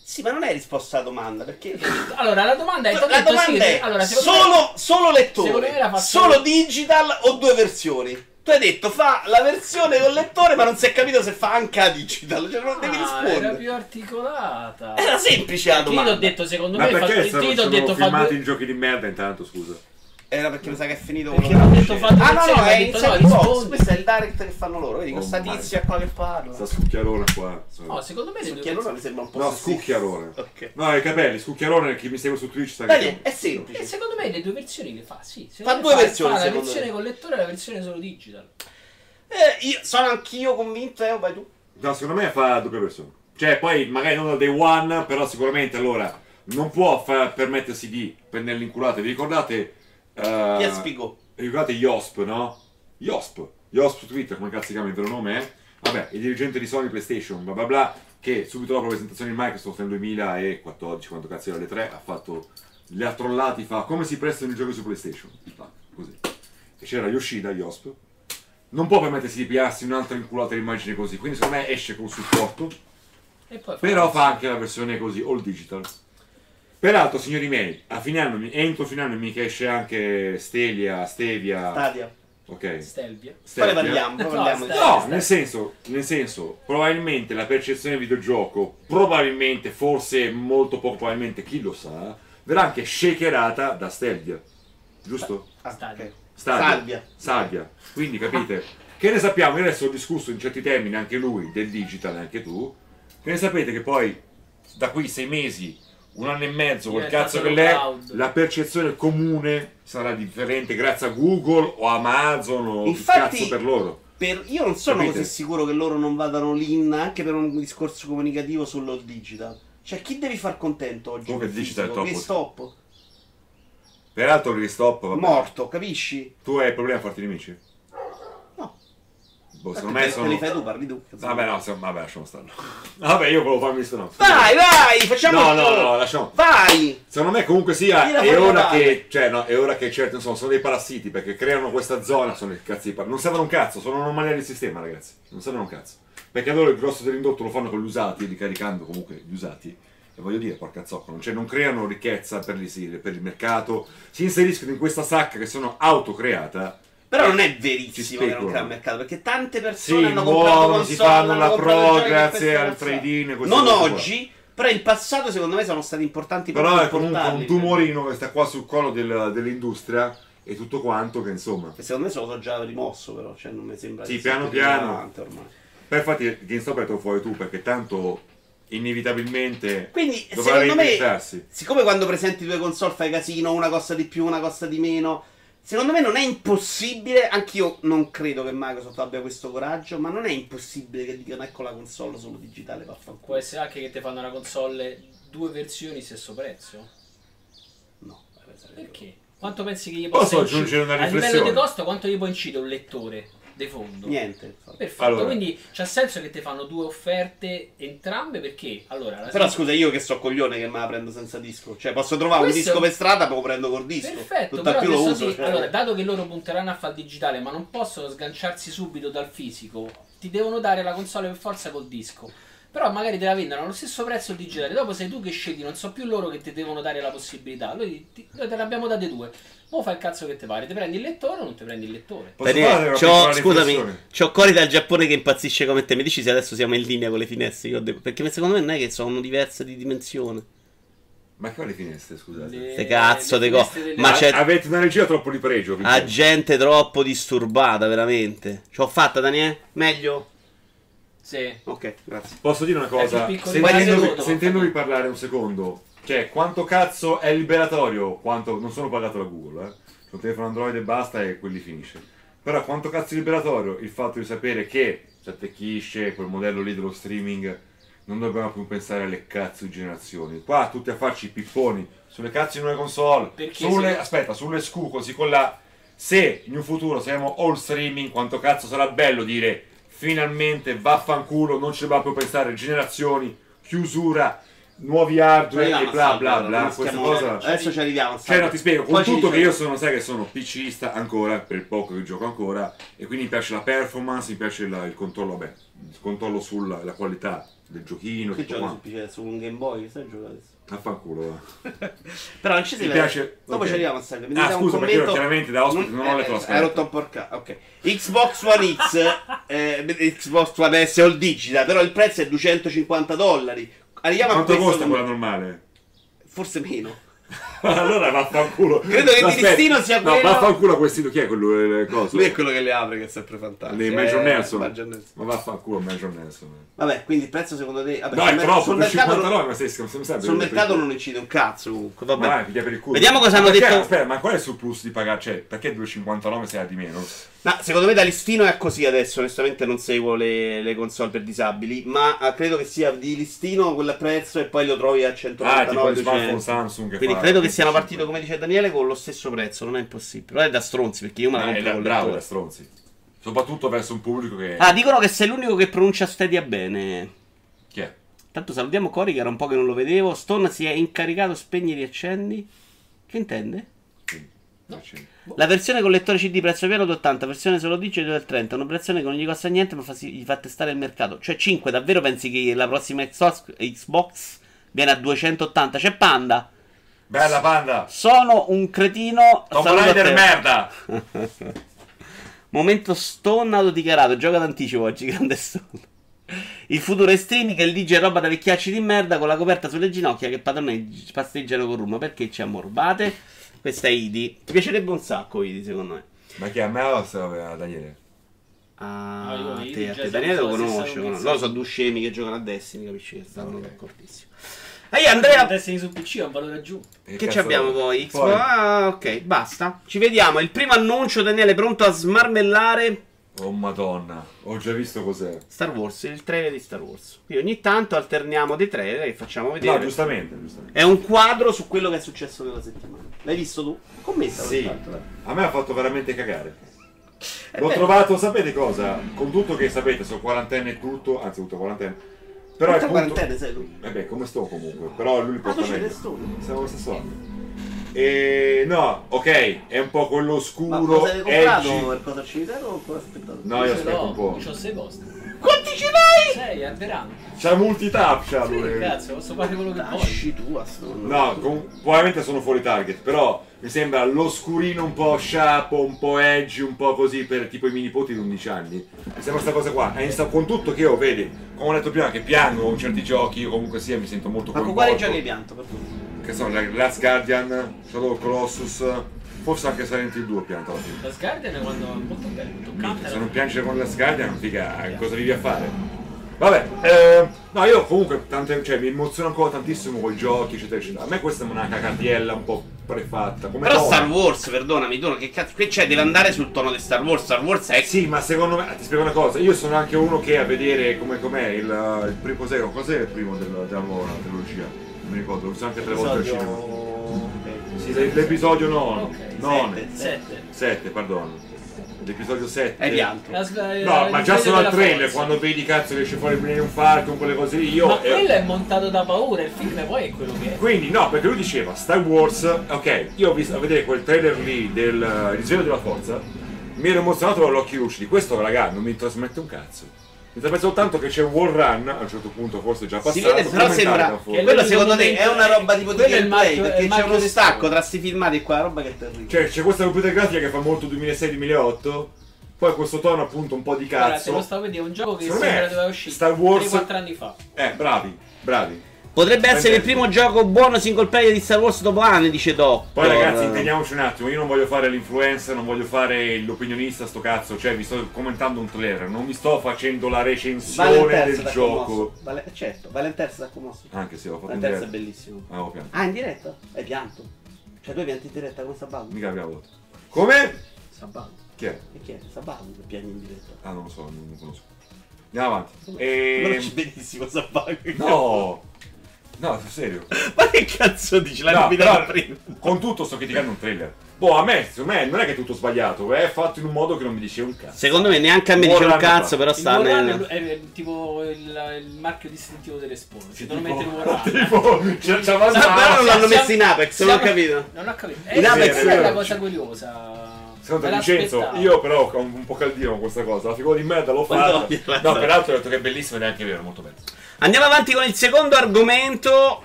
Sì, ma non hai risposto alla domanda perché.
Allora, la domanda è... t'ho
La
detto sì,
domanda è:
allora, secondo me-
solo, solo
secondo me la
lettore,
fa
solo
solo-
digital o due versioni? Tu hai detto fa la versione con lettore, ma non si è capito se fa anche la digital. Cioè, non devi
Ah, Era
rispondere.
più articolata.
Era semplice la
Io ti ho
domanda.
detto, secondo
Ma
me, fa,
perché
ti
sono,
ho
sono
detto fa
filmati
due-
i giochi di merda intanto, scusa?
Era Eh, perché mi sa che è finito
Perché
quello
l'ho
che
detto
era.
fatto
Ah, no,
insieme,
no, è
ho detto, no,
inside box.
rispondi.
Questo è il direct che fanno loro. Vedi,
Oh,
questa
my.
tizia qua che parla.
Sta scucchialona qua. insomma.
No, secondo me le due
Succhiarone mi sembra un po'
No,
sessista.
scucchiarone.
Ok.
No, i capelli, scucchialone, chi mi segue su Twitch sa
Daniele,
che...
è semplice.
Eh, secondo me le due versioni le fa, sì. Secondo
Fa
me
due versioni,
Fa la
secondo
versione
me.
con lettore e la versione solo digital.
Eh, io sono anch'io convinto, eh, vai tu.
No, secondo me fa doppia versione. Cioè, poi magari non da day one, però sicuramente allora non può fa- permettersi di prenderli l'inculata. Vi ricordate... eh,
Ti spiego.
Ricordate Yosp, no? Yosp, Yosp su Twitter, come cazzo si chiama il vero nome? Eh? Vabbè, il dirigente di Sony PlayStation, bla bla bla, che subito dopo la presentazione di Microsoft nel 2014, quando cazzo era alle 3, ha fatto, li ha trollati, fa come si prestano i giochi su PlayStation, Tac, così. E c'era Yoshida, Yosp, non può permettersi di pigliarsi un'altra inculata immagine così, quindi secondo me esce con supporto,
E poi
però fa anche la versione così, all digital. Peraltro, signori miei, a fine anno, mi- entro fine anno mica esce anche Stelia, Stevia...
Stadia.
Ok.
Stelvia.
Poi ne
Serbia?
parliamo, poi
No,
parliamo di
stai-
No, nel senso, nel senso, probabilmente la percezione del videogioco, probabilmente, forse molto poco probabilmente, chi lo sa, verrà anche shakerata da Stadia. Giusto?
Stadio.
ok.
Stadia.
Salvia.
Salvia. Quindi capite? Che ne sappiamo? Io adesso ho discusso in certi termini anche lui del digital, anche tu. Che ne sapete che poi da qui sei mesi, un anno e mezzo, col
Diventa
cazzo che
solo
l'è,
cloud.
la percezione comune sarà differente grazie a Google o Amazon o il
Infatti-
cazzo per loro.
Per- io non sono
Capite?
così sicuro che loro non vadano lì in- anche per un discorso comunicativo sullo digital. Cioè, chi devi far contento oggi?
Comunque
Del
il digital è
fisico?
top.
Ristop,
Peraltro Ristop, vabbè.
morto, capisci?
Tu hai problemi a farti nemici?
No.
Boh, secondo
Tanto
me
te-
sono...
te li fai tu, parli tu. cazzo.
Vabbè, no, se- vabbè, lasciamo stare. Vabbè, io volevo farmi questo no.
Vai, vai, facciamo
No, no, no, lasciamo.
Vai!
Secondo me comunque sia,
Tira
è
fuori la
ora,
palla.
che, cioè, no, è ora che certo insomma, sono dei parassiti perché creano questa zona, sono i cazzi di par- Non servono un cazzo, sono un'anomalia del sistema ragazzi, non servono un cazzo. Perché allora il grosso dell'indotto lo fanno con gli usati, ricaricando comunque gli usati. E voglio dire, porca zocca, non, cioè, non creano ricchezza per, gli si- per il mercato, si inseriscono in questa sacca che sono autocreata.
Però non è
Ci
verissimo che
speculano.
non crea il mercato, perché tante
Si
persone hanno comprato
muovono,
console,
si fanno
hanno
la
comprato
pro
giochi
grazie
per
al
queste cose.
trade-in. e queste
Non
cose qua.
oggi, però in passato secondo me sono stati importanti
Però
per
è comunque un
portarli. cioè.
tumorino che sta qua sul collo del- dell'industria e tutto quanto che insomma...
Che Secondo me se lo so già rimosso però, cioè non mi sembra
Sì,
che
piano
sia più
piano.
rilevante ormai.
Beh, infatti GameStop è fuori tu perché tanto inevitabilmente
Quindi
dovrà
secondo me,
reinventarsi.
siccome quando presenti due console fai casino, una costa di più, una costa di meno, secondo me non è impossibile, anch'io non credo che Microsoft abbia questo coraggio, ma non è impossibile che dicano ecco la console solo digitale,
Può
vaffanculo.
essere anche che ti fanno una console due versioni stesso prezzo?
No, vabbè, sarebbe-
Perché? Quanto pensi che gli
Posso
possa
aggiungere
incidere?
una
A livello
riflessione?
di costo, quanto gli può incidere un lettore di fondo?
Niente. infatti.
Perfetto,
Allora.
quindi c'ha senso che ti fanno due offerte entrambe perché allora la
Però
Sony-
scusa, io che so coglione che me la prendo senza disco. Cioè, posso trovare
Questo-
un disco per strada, poi lo prendo col disco.
Perfetto,
Tutt'al
però
più lo
adesso
uso.
sì,
cioè.
allora, dato che loro punteranno a fare digitale, ma non possono sganciarsi subito dal fisico, ti devono dare la console per forza col disco. Però magari te la vendono allo stesso prezzo il digitale. Dopo sei tu che scegli, non so più loro che ti devono dare la possibilità. Noi, ti- noi te ne abbiamo date due. O fai il cazzo che ti pare, ti prendi il lettore o non ti prendi il lettore.
Posso
Daniele,
fare una
c'ho-
piccola
scusami,
riflessione?
c'ho Cori dal Giappone che impazzisce come te. Mi dici se adesso siamo in linea con le finestre? che ho de- perché secondo me non è che sono diverse di dimensione.
Ma che le finestre, scusate?
Le-
Ste cazzo
le
de co-
finestre delle-
ma c'è- Ah,
A- Avete una regia troppo di pregio. vi
Ha
dico.
gente troppo disturbata, veramente. Ci ho fatta, Daniele? Meglio?
Sì.
Ok, grazie.
Posso dire una cosa?
È più piccolo di una
Sentendovi,
seconda,
sentendovi
ma-
parlare un secondo, cioè quanto cazzo è liberatorio? Quanto, non sono pagato da Google, eh? C'è un telefono Android e basta e quelli finisce. Però quanto cazzo è liberatorio il fatto di sapere che si attecchisce quel modello lì dello streaming, non dobbiamo più pensare alle cazzo di generazioni. Qua tutti a farci i pipponi sulle cazzo di nuove console,
Perché
sulle,
se-
aspetta, sulle SKU così con la... Se in un futuro saremo all streaming, quanto cazzo sarà bello dire finalmente vaffanculo, non ci dobbiamo più pensare, generazioni, chiusura, nuovi hardware e bla bla bla, questa cosa...
Adesso ci arriviamo.
Cioè,
salve.
no, ti spiego, con
Poi ci
tutto che
diciamo.
io sono, sai che sono PCista ancora, per poco che gioco ancora, e quindi mi piace la performance, mi piace la- il controllo, beh, il controllo sulla la qualità del giochino,
Che
tutto
giochi su
quanto.
PC? Su un Game Boy? Che stai giocando adesso?
Affanculo, va.
Però non ci si
Mi
vede.
piace-
Dopo
ok.
ci arriviamo a salve. Mi
Ah,
dai un
scusa, perché io
commento.
chiaramente da ospite non ho letto la
eh,
scaletta.
Hai rotto un porca. Ok. Xbox One X, eh, Xbox One S all digital, però il prezzo è 250 dollari. Arriviamo a
Quanto
questo
costa
com-
quella normale?
Forse meno.
allora vaffanculo.
Credo che
Aspetta.
Tiristino sia
No,
quello-
vaffanculo a questino, chi è quello? eh, coso?
Lui è quello che le apre che è sempre fantastico.
Dei Major
Eh,
Nelson.
Major Nelson.
Ma vaffanculo Major Nelson.
Vabbè, quindi il prezzo secondo te... Vabbè,
No,
sul
è
mer-
troppo,
sul
per
mercato,
59,
non-
ma sei sempre
sul mercato non incide un cazzo comunque. Vabbè.
Vai, piglia per il culo.
Vediamo cosa
Ma
hanno
perché-
detto-
Aspetta, ma qual è il surplus di pagare? Cioè, perché 2,59 se ha di meno?
No, secondo me da listino è così adesso, onestamente non seguo le, le console per disabili, ma eh, credo che sia di listino quel prezzo e poi lo trovi a
Ah,
199
tipo il
200.
smartphone Samsung. che
Quindi
fa
credo che siano
25.
partito, come dice Daniele, con lo stesso prezzo. Non è impossibile. Però è da stronzi, perché io me la
Eh,
compro
da-
con
bravo, da
lettore.
stronzi. Soprattutto verso un pubblico che.
Ah, dicono che sei l'unico che pronuncia Stadia bene.
Chi è?
Tanto salutiamo Cori, che era un po' che non lo vedevo. Stone si è incaricato, spegni e riaccendi. Che intende?
No.
La versione con lettore CD prezzo pieno del 80, versione solo digital del 30, un'operazione che non gli costa niente ma fa- si- gli fa testare il mercato. Cioè 5, davvero pensi che la prossima Xbox, Xbox viene a 280? C'è Panda!
Bella panda!
Sono un cretino.
Tomb
saluto a te.
Raider merda!
Momento Stone autodichiarato, gioca d'anticipo oggi, grande Stone. Il futuro è streaming e il DJ è roba da vecchiacci di merda con la coperta sulle ginocchia che padrone pasteggiano con rum. Perché ci ammorbate?
Questa è Idi. Ti piacerebbe un sacco Idi, secondo me.
Ma chi è? A me o a a Daniele?
Ah,
Ah, io-
te,
io già
te, te,
so-
Daniele lo
so se
conosce.
sono Ah,
conosce.
pezzi.
Loro sono due scemi che giocano a destini, capisci? Che stanno
Ok.
d'accordissimo. Ah, io, Andrea,
Destiny su PC ha un valore aggiunto.
Che ci
cazzo-
abbiamo poi? Xbox? Ah, ok, basta. Ci vediamo. Il primo annuncio, Daniele, pronto a smarmellare
Oh madonna, ho già visto cos'è.
Star Wars, il trailer di Star Wars. Quindi ogni tanto alterniamo dei trailer e facciamo vedere.
No, giustamente, giustamente.
È un quadro su quello che è successo nella settimana. L'hai visto tu? Commenta
Sì, a me ha fatto veramente cagare.
Eh,
L'ho
Eh, beh.
trovato, sapete cosa? Con tutto che sapete, sono quarantenne e tutto, anzi tutto quarantenne. Però
Però
è
è
tutto...
quarantena, sai tu.
Vabbè, come sto comunque, però lui
Ma
porta
Ah,
tu ci
meglio.
resti tu?
Siamo lo stesso anno. E no, ok, è un po' quello
Ma
scuro.
cosa avevi comprato
edgy.
per cosa al cimitero o ancora aspettato?
No, io aspetto
no,
un po'.
C'ho sei posti.
Quanti ce l'hai?
Sei, Alderano.
C'ha multitap, c'ha
Sì,
lui.
cazzo, posso fare quello che voglio.
Lasci tu a sto
No, com- probabilmente sono fuori target, però mi sembra l'oscurino un po' sciapo, un po' edgy, un po' così per tipo i miei nipoti di 11 anni. Mi sembra questa cosa qua. E sta- con tutto che io, vedi, come ho detto prima, che piango con certi giochi, o comunque sia, mi sento molto
Ma con
coinvolto.
quale giochi hai pianto? per favore?
Che sono, la- Last Guardian, Shadow of Colossus, forse anche Silent Hill 2 ho pianto alla fine.
La Sgarden è quando è molto bello, toccante.
Minchia, Se non piangere con la Guardian, figa, cosa vivi a fare? Vabbè, eh, no, io comunque tante- cioè, mi emoziono ancora tantissimo con i giochi, eccetera, eccetera. A me questa è una cacatiella un po' prefatta. Come
Però
tono.
Star Wars, perdonami, tu che cazzo. Qui c'è, deve andare sul tono di Star Wars. Star Wars è.
Eh, Sì, ma secondo me, ti spiego una cosa, io sono anche uno che a vedere come com'è il, il primo, cos'è, cos'è il primo del- della nuova trilogia? Non mi ricordo, lo so anche tre volte al cinema.
Ok.
Sì, l'e- l'episodio 9,
Ok, Sette.
7, perdono. L'episodio 7.
È pianto.
eh, La Sgarden-
No,
il
ma già
figlio
solo al
della
trailer,
forza.
quando vedi cazzo che esce fuori il Millennium Falcon, quelle cose lì, io...
Ma
eh,
quello è montato da paura, il film poi è quello che è.
Quindi no, perché lui diceva Star Wars, ok, io ho visto a vedere quel trailer lì del eh, risveglio della forza, mi ero emozionato con gli occhi lucidi, questo raga non mi trasmette un cazzo. Mi trasmette soltanto che c'è un War Run, a un certo punto forse è già passato.
Si vede, però
commentato,
sembra.
forse.
Quello secondo te è
momento-
una roba tipo di
quello è il
gameplay
marchio- è il
perché c'è
marchio
uno
del
stacco
gioco.
tra sti filmati e qua, roba che è terribile.
Cioè c'è questa computer grafica che fa molto 2006-2008, poi questo tono appunto un po' di
Guarda, te
cazzo.
lo stavo vedendo, è un gioco che
Secondo me
sembra doveva uscire
Star Wars-
3-4 anni fa.
Eh, bravi, bravi.
Potrebbe essere il
Fantastico.
primo gioco buono single player di Star Wars dopo anni, dice Doc.
Poi
eh,
ragazzi, intendiamoci un attimo, io non voglio fare l'influencer, non voglio fare l'opinionista, sto cazzo, cioè vi sto commentando un trailer, non mi sto facendo la
Vale il
recensione
terzo
del
da
gioco. Ah,
commosso. Vale, certo, vale il terzo da commosso.
Anche se ho fatto
Vale
in
il terzo è
diretta.
bellissimo.
Ah, ho pianto.
Ah, in diretta? Hai pianto. Cioè tu hai pianto in diretta con Sabato?
Mica abbiamo votato. Come?
Sabato.
Chi è?
E chi è? Sabato che piange in diretta.
Ah, non lo so, non lo conosco. Andiamo avanti.
Eh.
Lo conosci
E...
benissimo Sabato.
No! No, sul serio.
Ma che cazzo dici? L'hai
No,
nominato
però,
prima.
con tutto sto criticando un trailer. Boh, a me, secondo me non è che è tutto sbagliato, è fatto in un modo che non mi dice un cazzo.
Secondo me neanche a me
Buon
dice un
anno
cazzo,
fa.
però
Il
sta
Warrun è,
nel.
è- è tipo il, il marchio distintivo delle spawn. Ci devono
Tipo-
mettere Warrun.
Tipo, c'è c'è la
Sa- però Ah, non
siamo-
l'hanno messo in Apex, non ho capito.
Non ho capito.
In
Eh,
Apex-
questa è
Vero.
la cosa curiosa.
Secondo
Me
te, Vincenzo,
l'aspettavo.
io però ho un po' caldino con questa cosa, la figura di merda l'ho fatta.
Madonna, la-
No, peraltro ho detto che è bellissimo ed è anche vero, molto bello.
Andiamo avanti con il secondo argomento.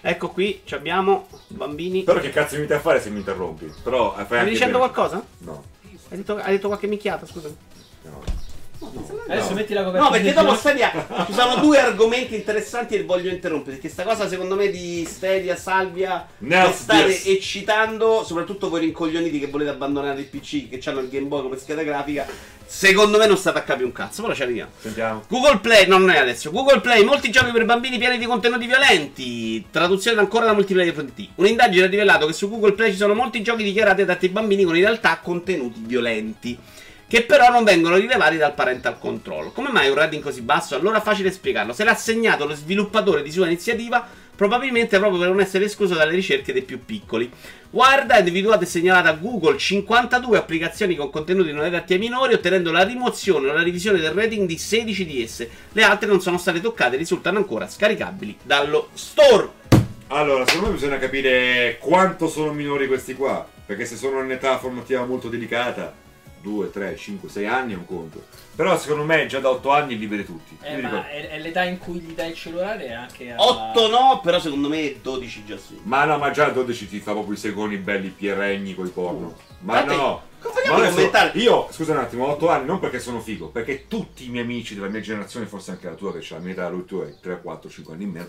Ecco qui, ci abbiamo bambini.
Però che cazzo mi metti a fare se mi interrompi? Però eh, fai
Stavi
anche
dicendo
bene.
qualcosa?
No.
Hai detto, hai detto qualche minchiata, scusami.
no.
Adesso
No.
metti la copertina.
No, perché
di-
dopo Stadia ci sono due argomenti interessanti e voglio interrompere. Perché sta cosa, secondo me, di Stadia, Salvia,
Nerf
per stare
this.
eccitando, soprattutto voi rincoglioniti che volete abbandonare il PC, che hanno il Game Boy come scheda grafica, secondo me non state a capire un cazzo, però ci arriviamo.
Sentiamo.
Google Play, no, non è adesso. Google Play, molti giochi per bambini pieni di contenuti violenti. Traduzione ancora da multiplayer.it. Un'indagine ha rivelato che su Google Play ci sono molti giochi dichiarati adatti ai bambini con in realtà contenuti violenti. Che però non vengono rilevati dal parental control. Come mai un rating così basso? Allora facile spiegarlo. Se l'ha segnato lo sviluppatore di sua iniziativa, probabilmente proprio per non essere escluso dalle ricerche dei più piccoli. Wired ha individuato e segnalato a Google 52 applicazioni con contenuti non adatti ai minori, ottenendo la rimozione o la revisione del rating di 16 di esse. Le altre non sono state toccate e risultano ancora scaricabili dallo store.
Allora, secondo me bisogna capire quanto sono minori questi qua. Perché se sono in età formativa molto delicata, 2, 3, 5, 6 anni è un conto. Però secondo me già da 8 anni liberi tutti.
Eh,
Mi
ma
ricordo.
è, è l'età in cui gli dai il cellulare e anche
Ah.
a...
8 no, però secondo me 12 già sì.
Ma no, ma già a 12 ti fa proprio i segoni belli pierregni coi porno. Ma
Infatti,
no.
come
Ma
Uh. vogliamo
adesso,
commentare?
io, scusa un attimo, ho 8 anni non perché sono figo, perché tutti i miei amici della mia generazione, forse anche la tua che c'è la mia età, lui tu hai 3, 4, 5 anni in meno,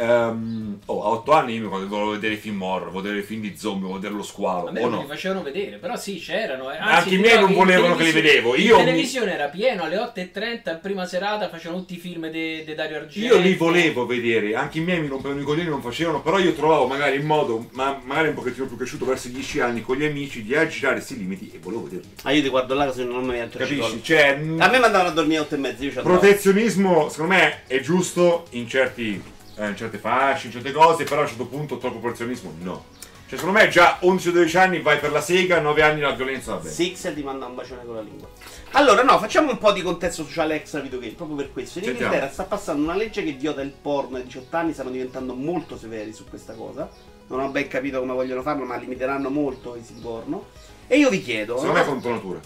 ehm, oh, a 8 anni io quando volevo vedere i film horror, volevo vedere i film di zombie, volevo vedere lo squalo,
A me
o
non
no?
li facevano vedere, però sì, c'erano. eh. Anzi,
Anche i
ti
miei
trovi
non
in
volevano che li
televisione-
vedevo, io mi-
in televisione era pieno alle 8.30, in prima serata facevano tutti i film di Dario Argento.
Io li volevo vedere, anche i miei mi rompevano i coglioni, non facevano, però io trovavo magari il modo, ma magari un pochettino più cresciuto verso i 10 anni con gli amici, di aggirare questi limiti e volevo vederli.
Ah, io ti guardo là così non mi rientro.
Capisci? Cioè,
Ah,
mh,
A me mandavano a dormire a 8 e mezza, io c'ho
protezionismo, secondo me, è giusto in, certi, eh, in certe fasce, in certe cose, però a un certo punto troppo protezionismo no. Cioè, secondo me già 11 o 12 anni vai per la sega, 9 anni la violenza, vabbè.
Six e ti manda un bacione con la lingua. Allora, no, facciamo un po' di contesto sociale extra videogame, proprio per questo. In
Sentiamo.
Inghilterra sta passando una legge che vieta il porno ai 18 anni, stanno diventando molto severi su questa cosa. Non ho ben capito come vogliono farlo, ma limiteranno molto i siti porno. E io vi chiedo,
Secondo me è
no?
contro natura.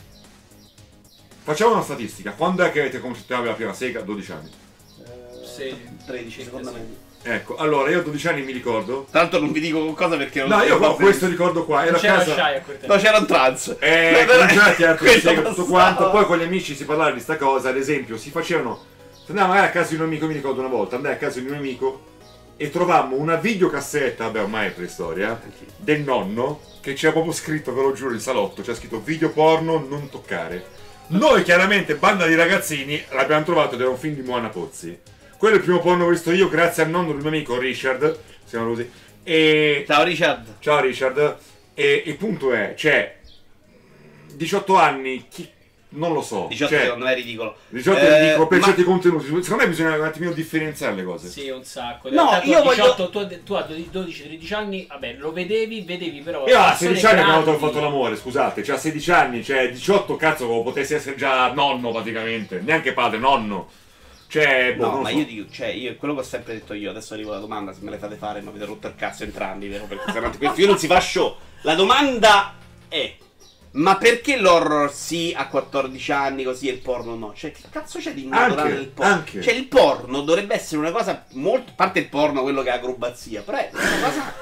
Facciamo una statistica, quando è che avete completato la prima sega? 12 anni.
Eh,
Sì.
13 secondo
Sì.
me.
Ecco, allora io a 12 anni mi ricordo
Tra l'altro non vi dico con cosa perché non
No, io ho
ho
questo ricordo qua, era
Non
a
c'era
casa.
Shai a quel tempo.
No, c'era un trans.
Eh,
No, no,
cominciati a
quello
tutto tutto
passava.
quanto. Poi con gli amici si parlava di sta cosa, ad esempio, si facevano. se Andavamo magari a casa di un amico, mi ricordo una volta, andai a casa di un amico e trovammo una videocassetta, beh ormai è preistoria, del nonno che c'era proprio scritto, ve lo giuro, in salotto, c'era scritto video porno non toccare. Noi chiaramente, banda di ragazzini, l'abbiamo trovato ed era un film di Moana Pozzi. Quello è il primo porno che ho visto io, grazie al nonno del mio amico Richard, si chiama così. E
Ciao Richard.
Ciao Richard, e il punto è, cioè, 18 anni, chi... non lo so.
18
cioè,
secondo me è ridicolo.
18
Eh,
dico, per
ma-
certi contenuti, secondo me bisogna un attimino differenziare le cose.
Sì, un sacco. In
No,
realtà tu
io
a
voglio-
18, tu, tu a 12-13 anni, vabbè, lo vedevi, vedevi però...
Io a
persone
16 anni abbiamo
grandi.
fatto l'amore, scusate, cioè a 16 anni, cioè 18 cazzo potessi essere già nonno praticamente, neanche padre, nonno. Cioè, boh,
No,
non lo
ma
so.
io dico, cioè, io quello che ho sempre detto io, adesso arrivo alla domanda, se me le fate fare, mi avete rotto il cazzo entrambi, vero? Perché veramente questo io non si fa show. La domanda è: ma perché l'horror sì a 14 anni così e il porno no? Cioè, che cazzo c'è di naturale
Anche,
del porno?
anche.
Cioè, il porno dovrebbe essere una cosa molto. A parte il porno, quello che è acrobazia, però è una cosa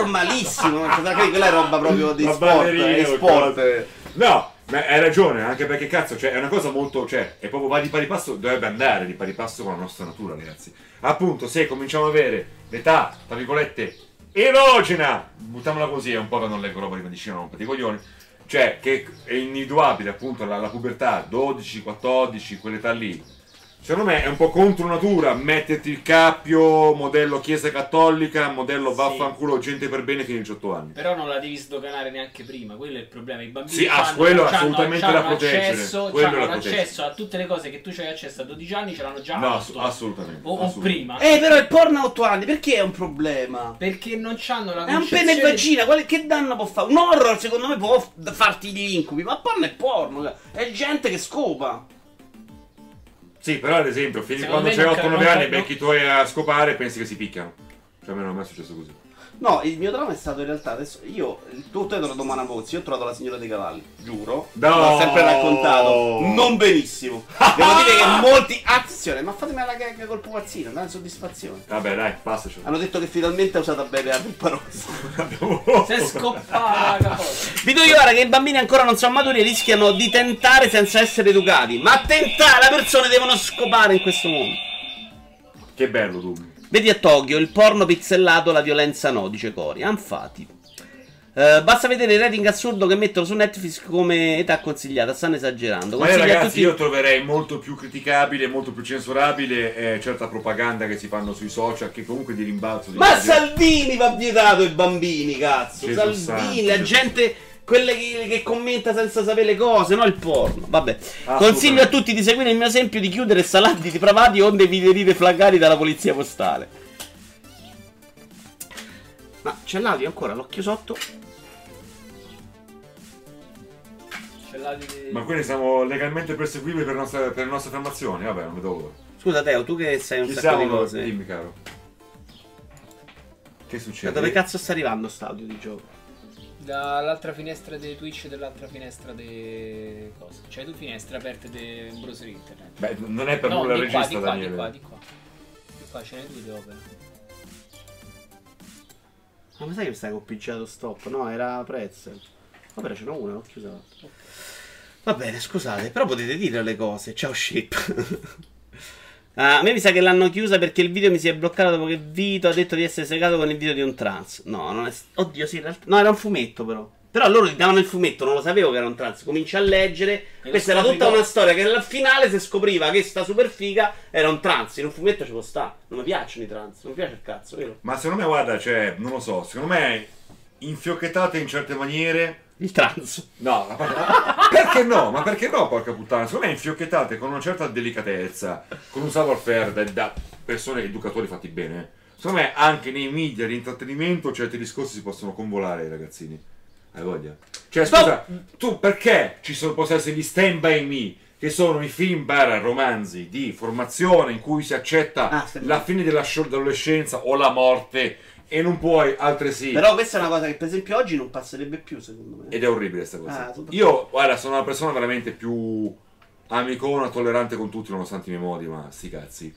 normalissima. cioè, sai, quella è roba proprio di
La
sport.
ballerina,
È sport.
cose. No, ma hai ragione, anche perché cazzo, cioè, è una cosa molto, cioè, è proprio va di pari passo, dovrebbe andare di pari passo con la nostra natura, ragazzi. Appunto, se cominciamo ad avere l'età, tra virgolette, erogena, buttiamola così, è un po' che non leggo roba di medicina, non per i coglioni, cioè, che è individuabile appunto la, la pubertà, 12, 14, quell'età lì. Secondo me è un po' contro natura metterti il cappio, modello chiesa cattolica, modello
Sì.
vaffanculo, gente per bene fino ai 18 anni.
Però non la devi sdoganare neanche prima, quello è il problema. I bambini
Sì, ah,
fanno-
quello
c'hanno-
assolutamente
c'hanno
da proteggere,
Accesso,
quello
c'hanno
da proteggere.
accesso a tutte le cose che tu c'hai accesso a 12 anni, ce l'hanno già
No,
a
ass-
8.
assolutamente.
o, o
assolutamente.
prima.
Eh, però il porno a 8 anni, perché è un problema?
Perché non c'hanno la
È un pene in
concezione-
vagina, quale- che danno può fare? Un horror secondo me può f- farti gli incubi, ma porno è porno, cioè, è gente che scopa.
Sì, però ad esempio, fino a quando
Secondo me
c'hai
non
8-9
ca-
anni e
non ca-
becchi i tuoi a scopare pensi che si picchiano. Cioè, a me non è mai successo così.
No, il mio dramma è stato in realtà adesso. Io, il tutto è tornato Mana Pozzi, io ho trovato la signora dei cavalli, giuro.
No!
L'ho sempre raccontato. Non benissimo. Devo dire che molti. Attenzione, ma fatemi la gag col pupazzino, dai soddisfazione.
Vabbè, dai, passacelo.
Hanno detto che finalmente ha usato bene la pupparozza.
Se scoppava la capoccia.
Vi dico io ora che i bambini ancora non sono maturi e rischiano di tentare senza essere educati. Ma tentare, le persone devono scopare in questo mondo.
Che bello, Doom.
Vedi a Tokyo, il porno pixellato, la violenza no, dice Cori. Anfati. Eh, basta vedere il rating assurdo che mettono su Netflix come età consigliata, stanno esagerando.
Ma io,
Consiglia a
ragazzi,
tutti-
io troverei molto più criticabile, molto più censurabile eh, certa propaganda che si fanno sui social, che comunque di rimbalzo... Di
Ma Salvini va vietato ai bambini, cazzo.
Gesù
Salvini,
santo,
la
Gesù
gente. Quelle che, che commenta senza sapere le cose, no? Il porno.
Vabbè.
Ah,
Consiglio a
assolutamente.
tutti di seguire il mio esempio di chiudere salati depravati onde vi venite flaggati dalla polizia postale. Ma c'è l'audio ancora, l'occhio sotto.
Ce l'ha di-
Ma quindi siamo legalmente perseguibili per, nostra- per le nostre affermazioni? Vabbè, non vedo l'ora.
Scusa Teo, tu che sai un
Chi
sacco
siamo
di
noi?
cose.
Dimmi, caro. Che
Da
succede?
dove cazzo sta arrivando st'audio di gioco?
Dall'altra finestra di Twitch e dall'altra finestra di... cosa? Cioè due finestre aperte del browser internet.
Beh, non è per
no,
nulla il
di qua,
regista,
di qua,
Daniele.
di qua, di qua. Di qua ce ne due di opere.
Ma mi sai che mi stai coppicciato stop? No, era Prezzel. Vabbè, ce n'ho una, l'ho chiusa. Va bene, scusate, però potete dire le cose. Ciao ship. Ah, a me mi sa che l'hanno chiusa perché il video mi si è bloccato dopo che Vito ha detto di essere segato con il video di un trans. No, non è. Oddio, sì, in realtà- No, era un fumetto, però. Però loro gli davano il fumetto, non lo sapevo che era un trans. Comincia a leggere.
E lo
Questa era
scopri
tutta
dopo.
una storia che alla finale si scopriva che sta superfiga era un trans. In un fumetto ci può sta. Non mi piacciono i trans, non mi piace il cazzo, vero?
Ma secondo me, guarda, cioè, non lo so, secondo me infiocchettate in certe maniere.
Il trans.
No, ma per- perché no? Ma perché no, porca puttana? Secondo me infiocchettate con una certa delicatezza, con un savoir-faire da, da persone educatori fatti bene. eh. Secondo me anche nei media di intrattenimento certi discorsi si possono convolare ai ragazzini. Hai voglia? Cioè, scusa, tu perché ci sono, possono essere gli Stand By Me, che sono i film barra romanzi di formazione in cui si accetta
Ah, Stand By
la fine della scior- dell'adolescenza o la morte e non puoi altresì...
Però questa è una cosa che per esempio oggi non passerebbe più, secondo me.
Ed è orribile questa cosa.
Ah, sono d'accordo.
Io, guarda, sono una persona veramente più amicona, tollerante con tutti, nonostante i miei modi, ma sti cazzi.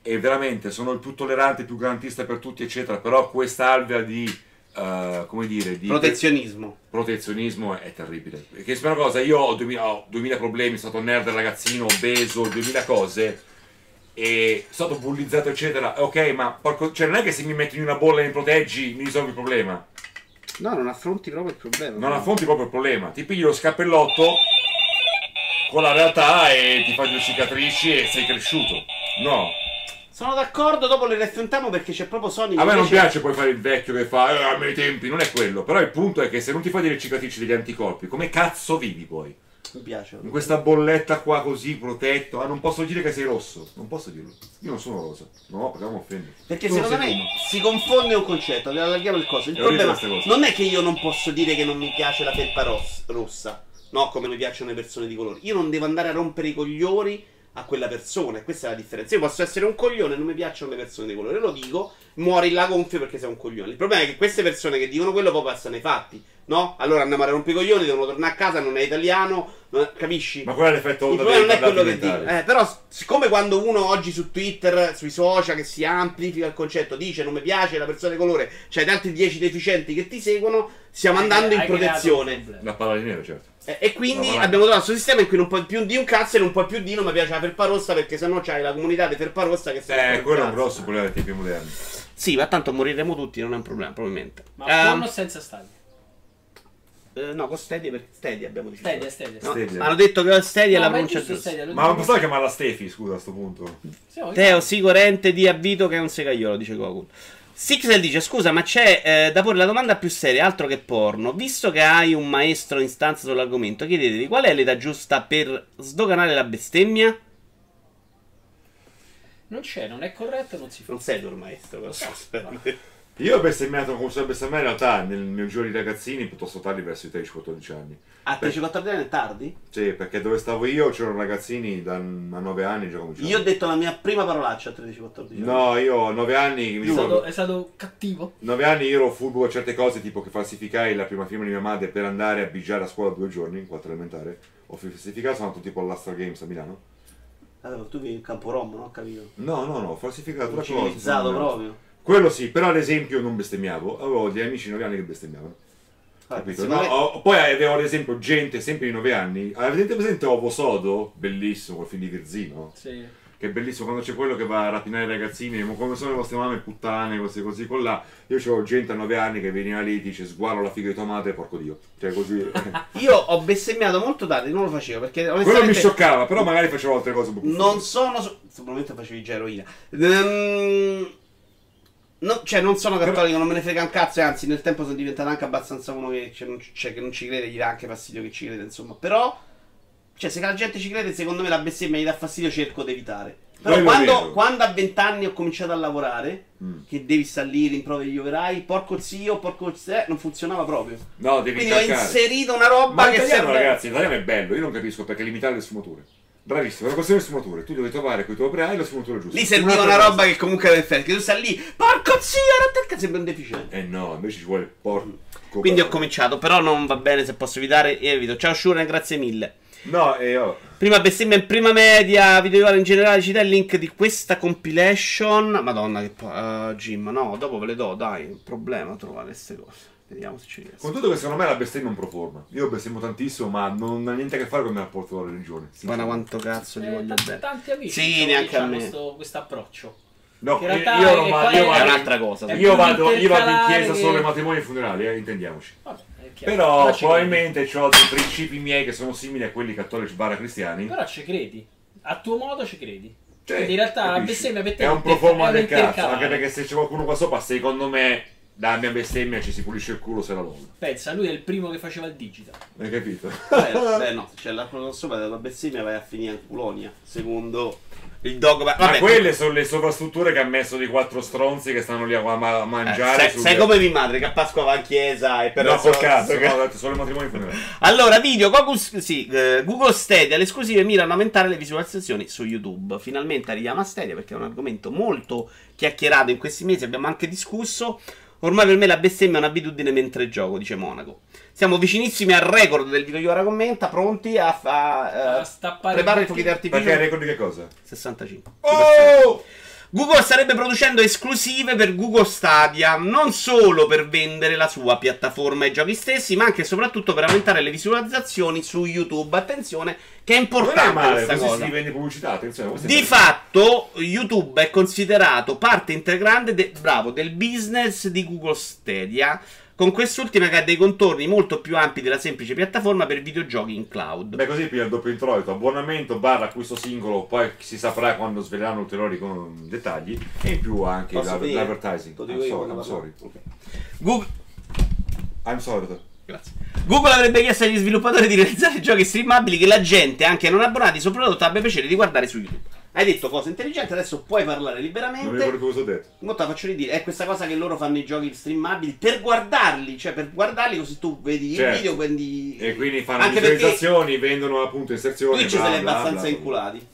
E veramente sono il più tollerante, il più garantista per tutti, eccetera. Però questa alvea di, eh, come dire, di
Protezionismo.
protezionismo è terribile. Perché se una cosa, io ho 2000, ho 2000 problemi, sono stato nerd ragazzino, obeso, 2000 cose. E sono stato bullizzato, eccetera. Ok, ma porco- cioè, non è che se mi metti in una bolla e mi proteggi, mi risolvi il problema.
No, non affronti proprio il problema.
Non affronti proprio il problema. Ti pigli lo scappellotto con la realtà e ti fai due cicatrici e sei cresciuto. No.
Sono d'accordo, dopo le raffrontiamo perché c'è proprio Sonic.
A me non
invece-
piace poi fare il vecchio che fa eh, a miei tempi, non è quello. Però il punto è che se non ti fai delle cicatrici degli anticorpi, come cazzo vivi poi?
Mi piace.
In questa bolletta qua così protetto. Ah, non posso dire che sei rosso. Non posso dirlo. Io non sono rosa. No, perché mi offendo.
Perché
Tu non
secondo me
sei uno.
si confonde un concetto, le allarghiamo il coso. Il
È orribile
problema
questa cosa.
non è che io non posso dire che non mi piace la felpa ros- rossa, no, come mi piacciono le persone di colore. Io non devo andare a rompere i coglioni a quella persona, e questa è la differenza. Io posso essere un coglione e non mi piacciono le persone di colore, lo dico, muori là gonfio perché sei un coglione. Il problema è che queste persone che dicono quello poi passano ai fatti, no? Allora andiamo a rompere i coglioni, devono tornare a casa, non è italiano, non- capisci?
Ma quello è l'effetto
Il
onda
problema non è
dei
quello che dico.
parlamentari.
Eh, però, s- siccome quando uno oggi su Twitter, sui social, che si amplifica il concetto, dice non mi piace la persona di colore, cioè c'hai tanti 10 deficienti che ti seguono, stiamo andando in
Hai creato un
protezione.
problema.
La palla di neve, certo.
Eh, e quindi
Ma va.
abbiamo trovato questo sistema in cui non puoi più di un cazzo e non puoi più di non mi piace la felpa rossa perché sennò c'hai la comunità di felpa rossa che se ne
Eh,
fa
quello è un
cazzo.
grosso problema dei tempi moderni.
Sì, ma tanto moriremo tutti, non è un problema, probabilmente.
Ma
Ehm,
con o senza stadio?
Eh, no, con Stadia perché Stadia abbiamo deciso.
Stadia, stadia.
No,
stadia.
Stadia.
hanno detto che Stadia è la
No, ma
pronuncia
giusto,
giusta.
stadia, lo
Ma non
dico.
possiamo chiamarla Stefi, scusa, a sto punto.
Sì, no,
Teo Sicorente di avvito che è un segaiolo, dice Gokul. Sixel dice: Scusa, ma c'è eh, da porre la domanda più seria, altro che porno. Visto che hai un maestro in stanza sull'argomento, chiedetevi qual è l'età giusta per sdoganare la bestemmia?
Non c'è, non è corretto, non si fa.
Non sei tu il maestro, però.
Io ho bestemmiato come sono bestemmiato in realtà nel mio giro di ragazzini piuttosto tardi verso i 13-14 anni.
A 13-14 anni è tardi?
Sì, perché dove stavo io c'erano ragazzini da a 9 anni già cominciavano.
Io ho detto la mia prima parolaccia a 13-14 anni.
No, io a 9 anni mi
È stato,
ricordo.
è stato cattivo?
9 anni io ero furbo a certe cose, tipo che falsificai la prima firma di mia madre per andare a bigiare a scuola due giorni, in quarta elementare. Ho falsificato, sono andato tipo all'Astra Games a Milano.
Allora, tu vivi in campo rom, non ho capito.
No, no, no, ho falsificato la cosa.
Civilizzato
sono andato.
proprio.
Quello sì, però ad esempio non bestemmiavo, avevo degli amici di 9 anni che bestemmiavano.
Vabbè,
Capito?
secondo
No,
me-
ho- poi avevo ad esempio gente sempre di 9 anni. Avete presente Ovo Sodo? Bellissimo, quel film di Virzino.
Sì.
Che è bellissimo quando c'è quello che va a rapinare i ragazzini. Ma come sono le vostre mamme puttane, queste così con là. Io c'avevo gente a 9 anni che veniva lì e dice sguardo la figa di tua madre, porco dio. Cioè così.
Io ho bestemmiato molto tardi, non lo facevo perché
quello mi
onestamente
scioccava, però magari facevo altre cose un po' più
non
stupide.
sono. so- Probabilmente facevi già eroina. Ehm, no, cioè, non sono cattolico, non me ne frega un cazzo. E anzi, nel tempo sono diventato anche abbastanza uno che, cioè, non, cioè, che non ci crede, gli dà anche fastidio che ci crede, insomma. Però, cioè, se la gente ci crede, secondo me la bestemmia gli dà fastidio, cerco di evitare. Però
Quello
quando,
vero.
quando a 20 anni ho cominciato a lavorare,
Mm.
che devi stare lì, rimproveri gli operai, porco zio, porco zio, non funzionava proprio.
No, devi
Quindi ho
intaccare.
inserito una roba
Ma
che
l'italiano,
serve...
ragazzi, l'italiano è bello, io non capisco perché limitare le sfumature. Bravissimo, è una questione di sfumature. Tu devi trovare con i tuoi operai la sfumatura giusta.
Lì serviva
Un'altra
una
cosa.
roba che comunque era effetto. Che tu stai lì, porco zio, rotto il cazzo, sembra un deficiente.
Eh no, invece ci vuole porco.
Quindi ho
bravo.
cominciato, però non va bene se posso evitare e evito. Ciao Shuren, grazie mille.
No, e io.
Prima bestemmia in prima media, video di ora in generale, ci dai il link di questa compilation. Madonna che pa- eh, Jim, no, dopo ve le do, dai, è un problema trovare queste cose. Vediamo se ci riesco.
Con tutto che secondo me la bestemmia non proforma. Io bestemmo tantissimo, ma non ha niente a che fare con il mio rapporto con la religione. Sì.
Guarda quanto cazzo gli
Eh,
voglio
tanti-
bene.
tanti amici
Sì,
diciamo,
neanche
che
a
hanno
me.
sto- questo approccio
No,
In
io,
realtà
io non
è-
vado,
è-
io
è
vado,
un'altra cosa.
Io vado, io vado in
intercalare
chiesa
che-
solo ai matrimoni e ai funerali, eh, intendiamoci.
Vabbè, è chiaro.
Però
ci credi.
probabilmente ho dei principi miei che sono simili a quelli cattolici barra cristiani.
però ci credi a tuo modo ci credi
Cioè,
Quindi in realtà la
capisci?
bestemmia per te
è
è
un
un
proforma del
intercalare.
cazzo. Anche perché se c'è qualcuno qua sopra, secondo me, la mia bestemmia ci si pulisce il culo se la logna.
pensa lui è il primo che faceva il digital
Hai capito?
Eh,
Beh, beh, no, c'è la cosa sopra della bestemmia vai a finire a Culonia, secondo il dogma.
Ma quelle sono le sovrastrutture che ha messo dei quattro stronzi che stanno lì a, ma- a
Eh,
mangiare.
sai,
sulle-
sai come mia madre che a Pasqua va in chiesa e per
No, col cazzo,
so-
no, ho detto solo i matrimoni e i funerali.
Allora, video Cocus, sì, eh, Google Stadia, le esclusive mirano a aumentare le visualizzazioni su YouTube. Finalmente arriviamo a Stadia perché è un argomento molto chiacchierato in questi mesi, abbiamo anche discusso. Ormai per me la bestemmia è un'abitudine mentre gioco, dice Monaco. Siamo vicinissimi al record del video Iora commenta, pronti a, a, eh,
A stappare
preparare i
tutti.
fuochi d'artificio
Perché è record di che cosa?
65.
Oh!
Google starebbe producendo esclusive per Google Stadia, non solo per vendere la sua piattaforma ai giochi stessi, ma anche e soprattutto per aumentare le visualizzazioni su YouTube. Attenzione, che è
Non è
importante
male,
questa
così si
cosa.
diventa pubblicità, attenzione. questo è
Di
interessante.
fatto, YouTube è considerato parte integrante de- bravo, del business di Google Stadia, con quest'ultima che ha dei contorni molto più ampi della semplice piattaforma per videogiochi in cloud.
Beh, così piglia il doppio introito, abbonamento barra acquisto singolo, poi si saprà quando sveleranno ulteriori con- dettagli, e in più anche
Posso
la-
finire?
l'advertising.
Lo
I'm
dico io
sorry,
quando
I'm sorry.
parlo. Ok.
Google
I'm sorry.
Grazie. Google avrebbe chiesto agli sviluppatori di realizzare giochi streamabili che la gente, anche non abbonati sul prodotto, abbia piacere di guardare su YouTube.
Hai detto cose intelligenti, adesso puoi parlare
Non mi ricordo
liberamente.
più cosa ho detto.
Mo te la faccio ridire, è questa cosa che loro fanno i giochi streamabili per guardarli, cioè per guardarli così tu vedi
Certo.
il video, quindi...
E quindi fanno
Anche perché
visualizzazioni, vendono appunto inserzioni.
Twitch se
bla,
l'è
bla,
abbastanza
bla, bla.
inculati.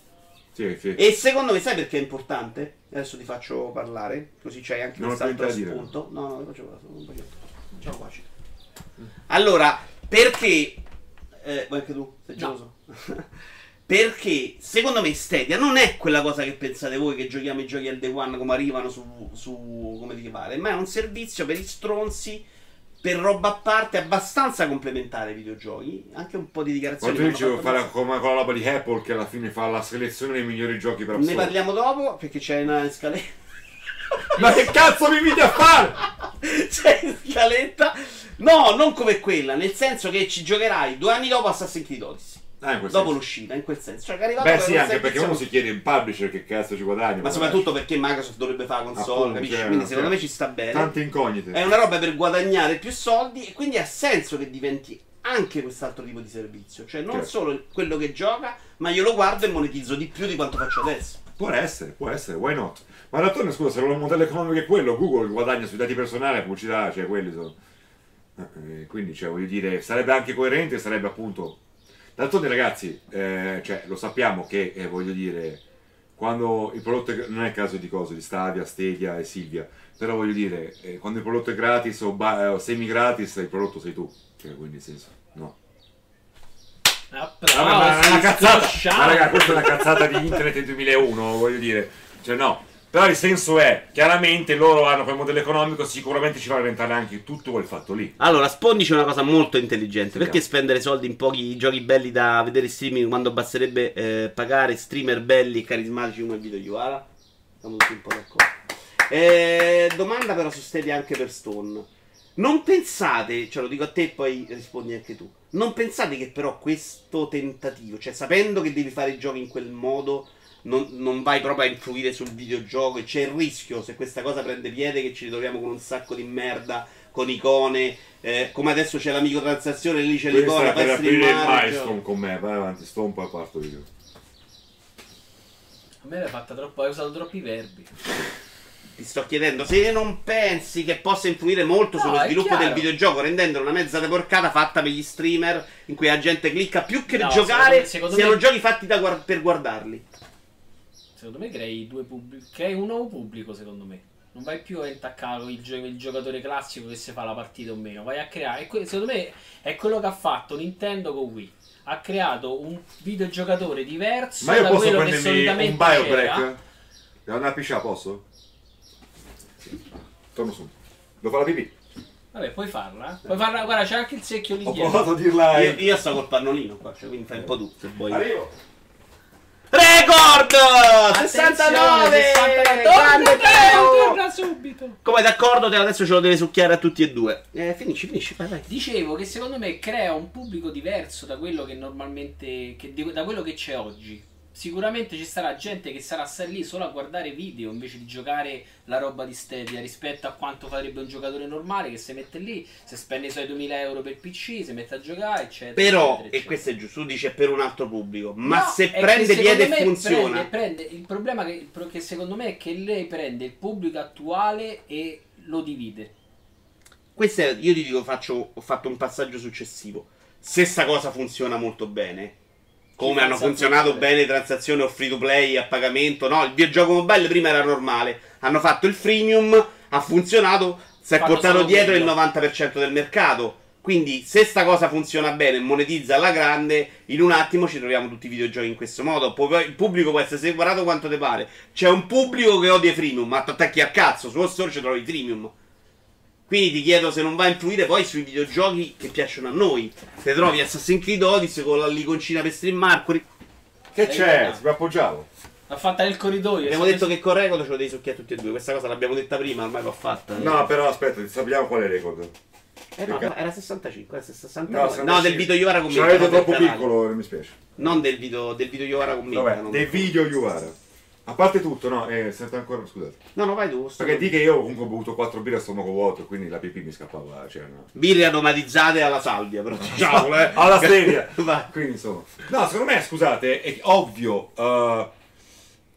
Sì, sì.
E secondo me sai perché è importante? Adesso ti faccio parlare, così c'hai anche
Non ho
quest'altro
più niente da dire.
spunto. No, no, ti faccio parlare, sono un pagliotto.
Diciamo
Ciao Paci. Allora, perché... Eh, vuoi anche tu? Sei geloso? perché secondo me Stadia non è quella cosa che pensate voi che giochiamo i giochi al day one come arrivano su... su come ti pare, ma è un servizio per i stronzi... Per roba a parte abbastanza complementare ai videogiochi, anche un po' di dichiarazioni.
Quando tu dici
che hanno
devo
fatto
fare
adesso.
come quella roba di Apple che alla fine fa la selezione dei migliori giochi per App
Ne
Store.
parliamo dopo perché c'è una scaletta.
Ma che cazzo mi inviti a fare?
c'è una scaletta. No, non come quella, nel senso che ci giocherai due anni dopo Assassin's Creed Odyssey.
Ah, in quel
Dopo
senso.
l'uscita, in quel senso. Cioè, che è arrivato
Beh
da
sì,
quel
anche perché
servizio-
uno si chiede in publisher che cazzo ci guadagna.
Ma soprattutto perché Microsoft dovrebbe fare la console,
Appunto,
capisci?
cioè,
Quindi secondo
cioè,
me ci sta bene.
Tante incognite.
È una roba per guadagnare più soldi e quindi ha senso che diventi anche quest'altro tipo di servizio. Cioè non
Certo.
solo quello che gioca, ma io lo guardo e monetizzo di più di quanto faccio adesso.
Può essere, può essere, why not? Ma d'altronde scusa, se il modello economico è quello, Google guadagna sui dati personali, la pubblicità, cioè quelli sono. Eh, eh, Quindi, cioè, voglio dire, sarebbe anche coerente, sarebbe appunto. D'altronde, ragazzi, eh, cioè, lo sappiamo che, eh, voglio dire, quando il prodotto è- non è il caso di cose, di Stadia, Stedia e Silvia, però voglio dire, eh, quando il prodotto è gratis o, ba- eh, o semi gratis, il prodotto sei tu. Cioè, quindi, nel senso, no. Ah, ma, ma- ma è una cazzata. Ma raga, questa è una cazzata di internet del 2001, voglio dire. Cioè no. Però il senso è, chiaramente loro hanno quel modello economico, sicuramente ci va a diventare anche tutto quel fatto lì.
Allora, Spondi c'è una cosa molto intelligente. Perché
Vediamo.
spendere soldi in pochi giochi belli da vedere in streaming quando basterebbe eh, pagare streamer belli e carismatici come Vito Iuara?
Siamo tutti un po' d'accordo. Eh, domanda però su Stadia anche per Stone. Non pensate, cioè lo dico a te e poi rispondi anche tu. Non pensate che però questo tentativo, cioè sapendo che devi fare i giochi in quel modo, non, non vai proprio a influire sul videogioco e c'è il rischio se questa cosa prende piede che ci ritroviamo con un sacco di merda, con icone, eh, come adesso c'è la microtransazione, lì c'è
Questa
l'icona,
è per
fai
aprire il
streamare,
milestone con me, vai avanti, sto poi parto io.
a me l'hai fatta troppo hai usato troppi verbi
Ti sto chiedendo se non pensi che possa influire molto
No,
sullo
è
sviluppo
chiaro.
del videogioco rendendolo una mezza porcata fatta per gli streamer in cui la gente clicca più che per
No,
giocare
secondo me- secondo
siano
me-
giochi fatti da guar- per guardarli.
Secondo me crei, due pubblic- crei un nuovo pubblico, secondo me. Non vai più a intaccare il, gio- il giocatore classico che si fa la partita o meno, vai a creare. e que- secondo me è quello che ha fatto Nintendo con Wii. Ha creato un videogiocatore diverso
Ma io
da
posso
quello che
prendermi
solitamente
un
c'era.
biobreak? Devo andare a pisciare, posso? Torno su. Devo fare la pipì.
Vabbè, puoi farla. Puoi farla, guarda, c'è anche il secchio lì
Ho
dietro.
provato a dirla.
Io,
eh.
io sto col pannolino qua, cioè, quindi fai un po' tu se vuoi.
Arrivo.
Record!
Attenzione,
69!
69.
Grande
Torna, torna,
Teo!
torna subito.
Come d'accordo, Teo adesso ce lo deve succhiare a tutti e due. Eh, finisci, finisci, vai, vai.
Dicevo che secondo me crea un pubblico diverso da quello che normalmente. che- da quello che c'è oggi. Sicuramente ci sarà gente che sarà stare lì solo a guardare video invece di giocare la roba di Stadia rispetto a quanto farebbe un giocatore normale che si mette lì, se spende i suoi 2000 euro per PC, si mette a giocare, eccetera.
Però,
eccetera,
e
eccetera.
questo è giusto, tu dici è per un altro pubblico, ma
No,
se
è che
prende
secondo
piede
me
e
prende-
funziona.
prende- il problema che, che secondo me è che lei prende il pubblico attuale e lo divide.
Questo è, io ti dico, faccio, ho fatto un passaggio successivo. Se sta cosa funziona molto bene, come
Chi
hanno
pensa
funzionato
che-
bene le transazioni o free to play a pagamento, no, il videogioco mobile prima era normale, hanno fatto il freemium, ha funzionato, si è
Fanno
portato
solo
dietro
quello.
il 90% del mercato. Quindi se sta cosa funziona bene e monetizza alla grande, in un attimo ci troviamo tutti i videogiochi in questo modo. Poi- poi il pubblico può essere separato quanto te pare. C'è un pubblico che odia i freemium, ma ti attacchi a cazzo, su Store ci trovi i freemium. Quindi ti chiedo se non va a influire poi sui videogiochi che piacciono a noi. Se trovi Assassin's Creed Odyssey con la l'iconcina per streamare, quelli-
Che
Dai,
c'è?
guarda.
Si può appoggiavo.
L'ha fatta nel corridoio.
abbiamo
si è
detto che con Record ce lo devi succhiare tutti e due. Questa cosa l'abbiamo detta prima, ormai l'ho fatta.
No, però aspetta, sappiamo qual è il record.
Eh no, no, era 65, era 69.
No,
No,
65.
del video Iovara con
Ce l'avete
Milano,
troppo
del canale.
piccolo, mi spiace.
Non del video, del video Iovara con Milano.
Vabbè, dei video Yuara. A parte tutto, no, eh, sento ancora, scusate.
No, no, vai tu. sto-
Perché di che io comunque ho bevuto 4 birre a stomaco vuoto, quindi la pipì mi scappava, cioè no.
Birre aromatizzate alla salvia, però diciamolo, eh.
alla stevia.
Vai.
Quindi insomma. No, secondo me, scusate, è ovvio. eh,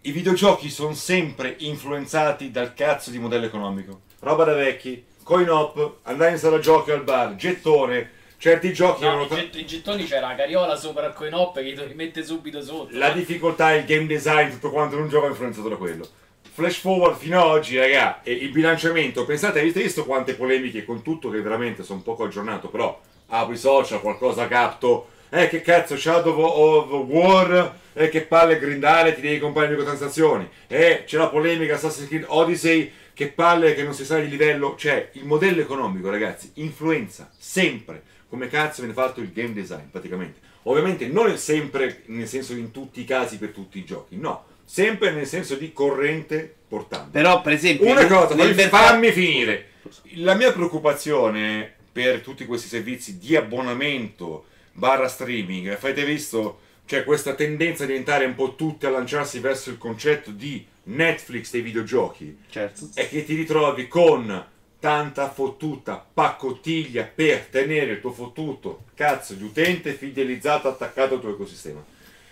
I videogiochi sono sempre influenzati dal cazzo di modello economico. Roba da vecchi, coin op, andare in sala giochi al bar, gettone. Certi giochi
No,
erano
i, get- i gettoni c'era la cariola sopra il coin op che lo rimette subito sotto. eh.
la difficoltà, il game design, tutto quanto in un gioco è influenzato da quello. Flash forward fino ad oggi, raga, e il bilanciamento, pensate, avete visto quante polemiche con tutto che veramente sono poco aggiornato, però apro i social, qualcosa capto, eh che cazzo, Shadow of War, eh che palle grindare, ti devi comprare le transazioni, eh c'è la polemica Assassin's Creed Odyssey, che palle che non si sa di livello, cioè il modello economico, ragazzi, influenza sempre come cazzo viene fatto il game design, praticamente. Ovviamente non è sempre nel senso in tutti i casi per tutti i giochi, no, sempre nel senso di corrente portante.
Però, per esempio,
Una
nel-
cosa,
nel
fammi,
mercato-
fammi finire. La mia preoccupazione per tutti questi servizi di abbonamento barra streaming, avete visto? C'è questa tendenza a diventare un po' tutti a lanciarsi verso il concetto di Netflix dei videogiochi
Certo.
è che ti ritrovi con tanta fottuta pacottiglia per tenere il tuo fottuto cazzo di utente fidelizzato, attaccato al tuo ecosistema.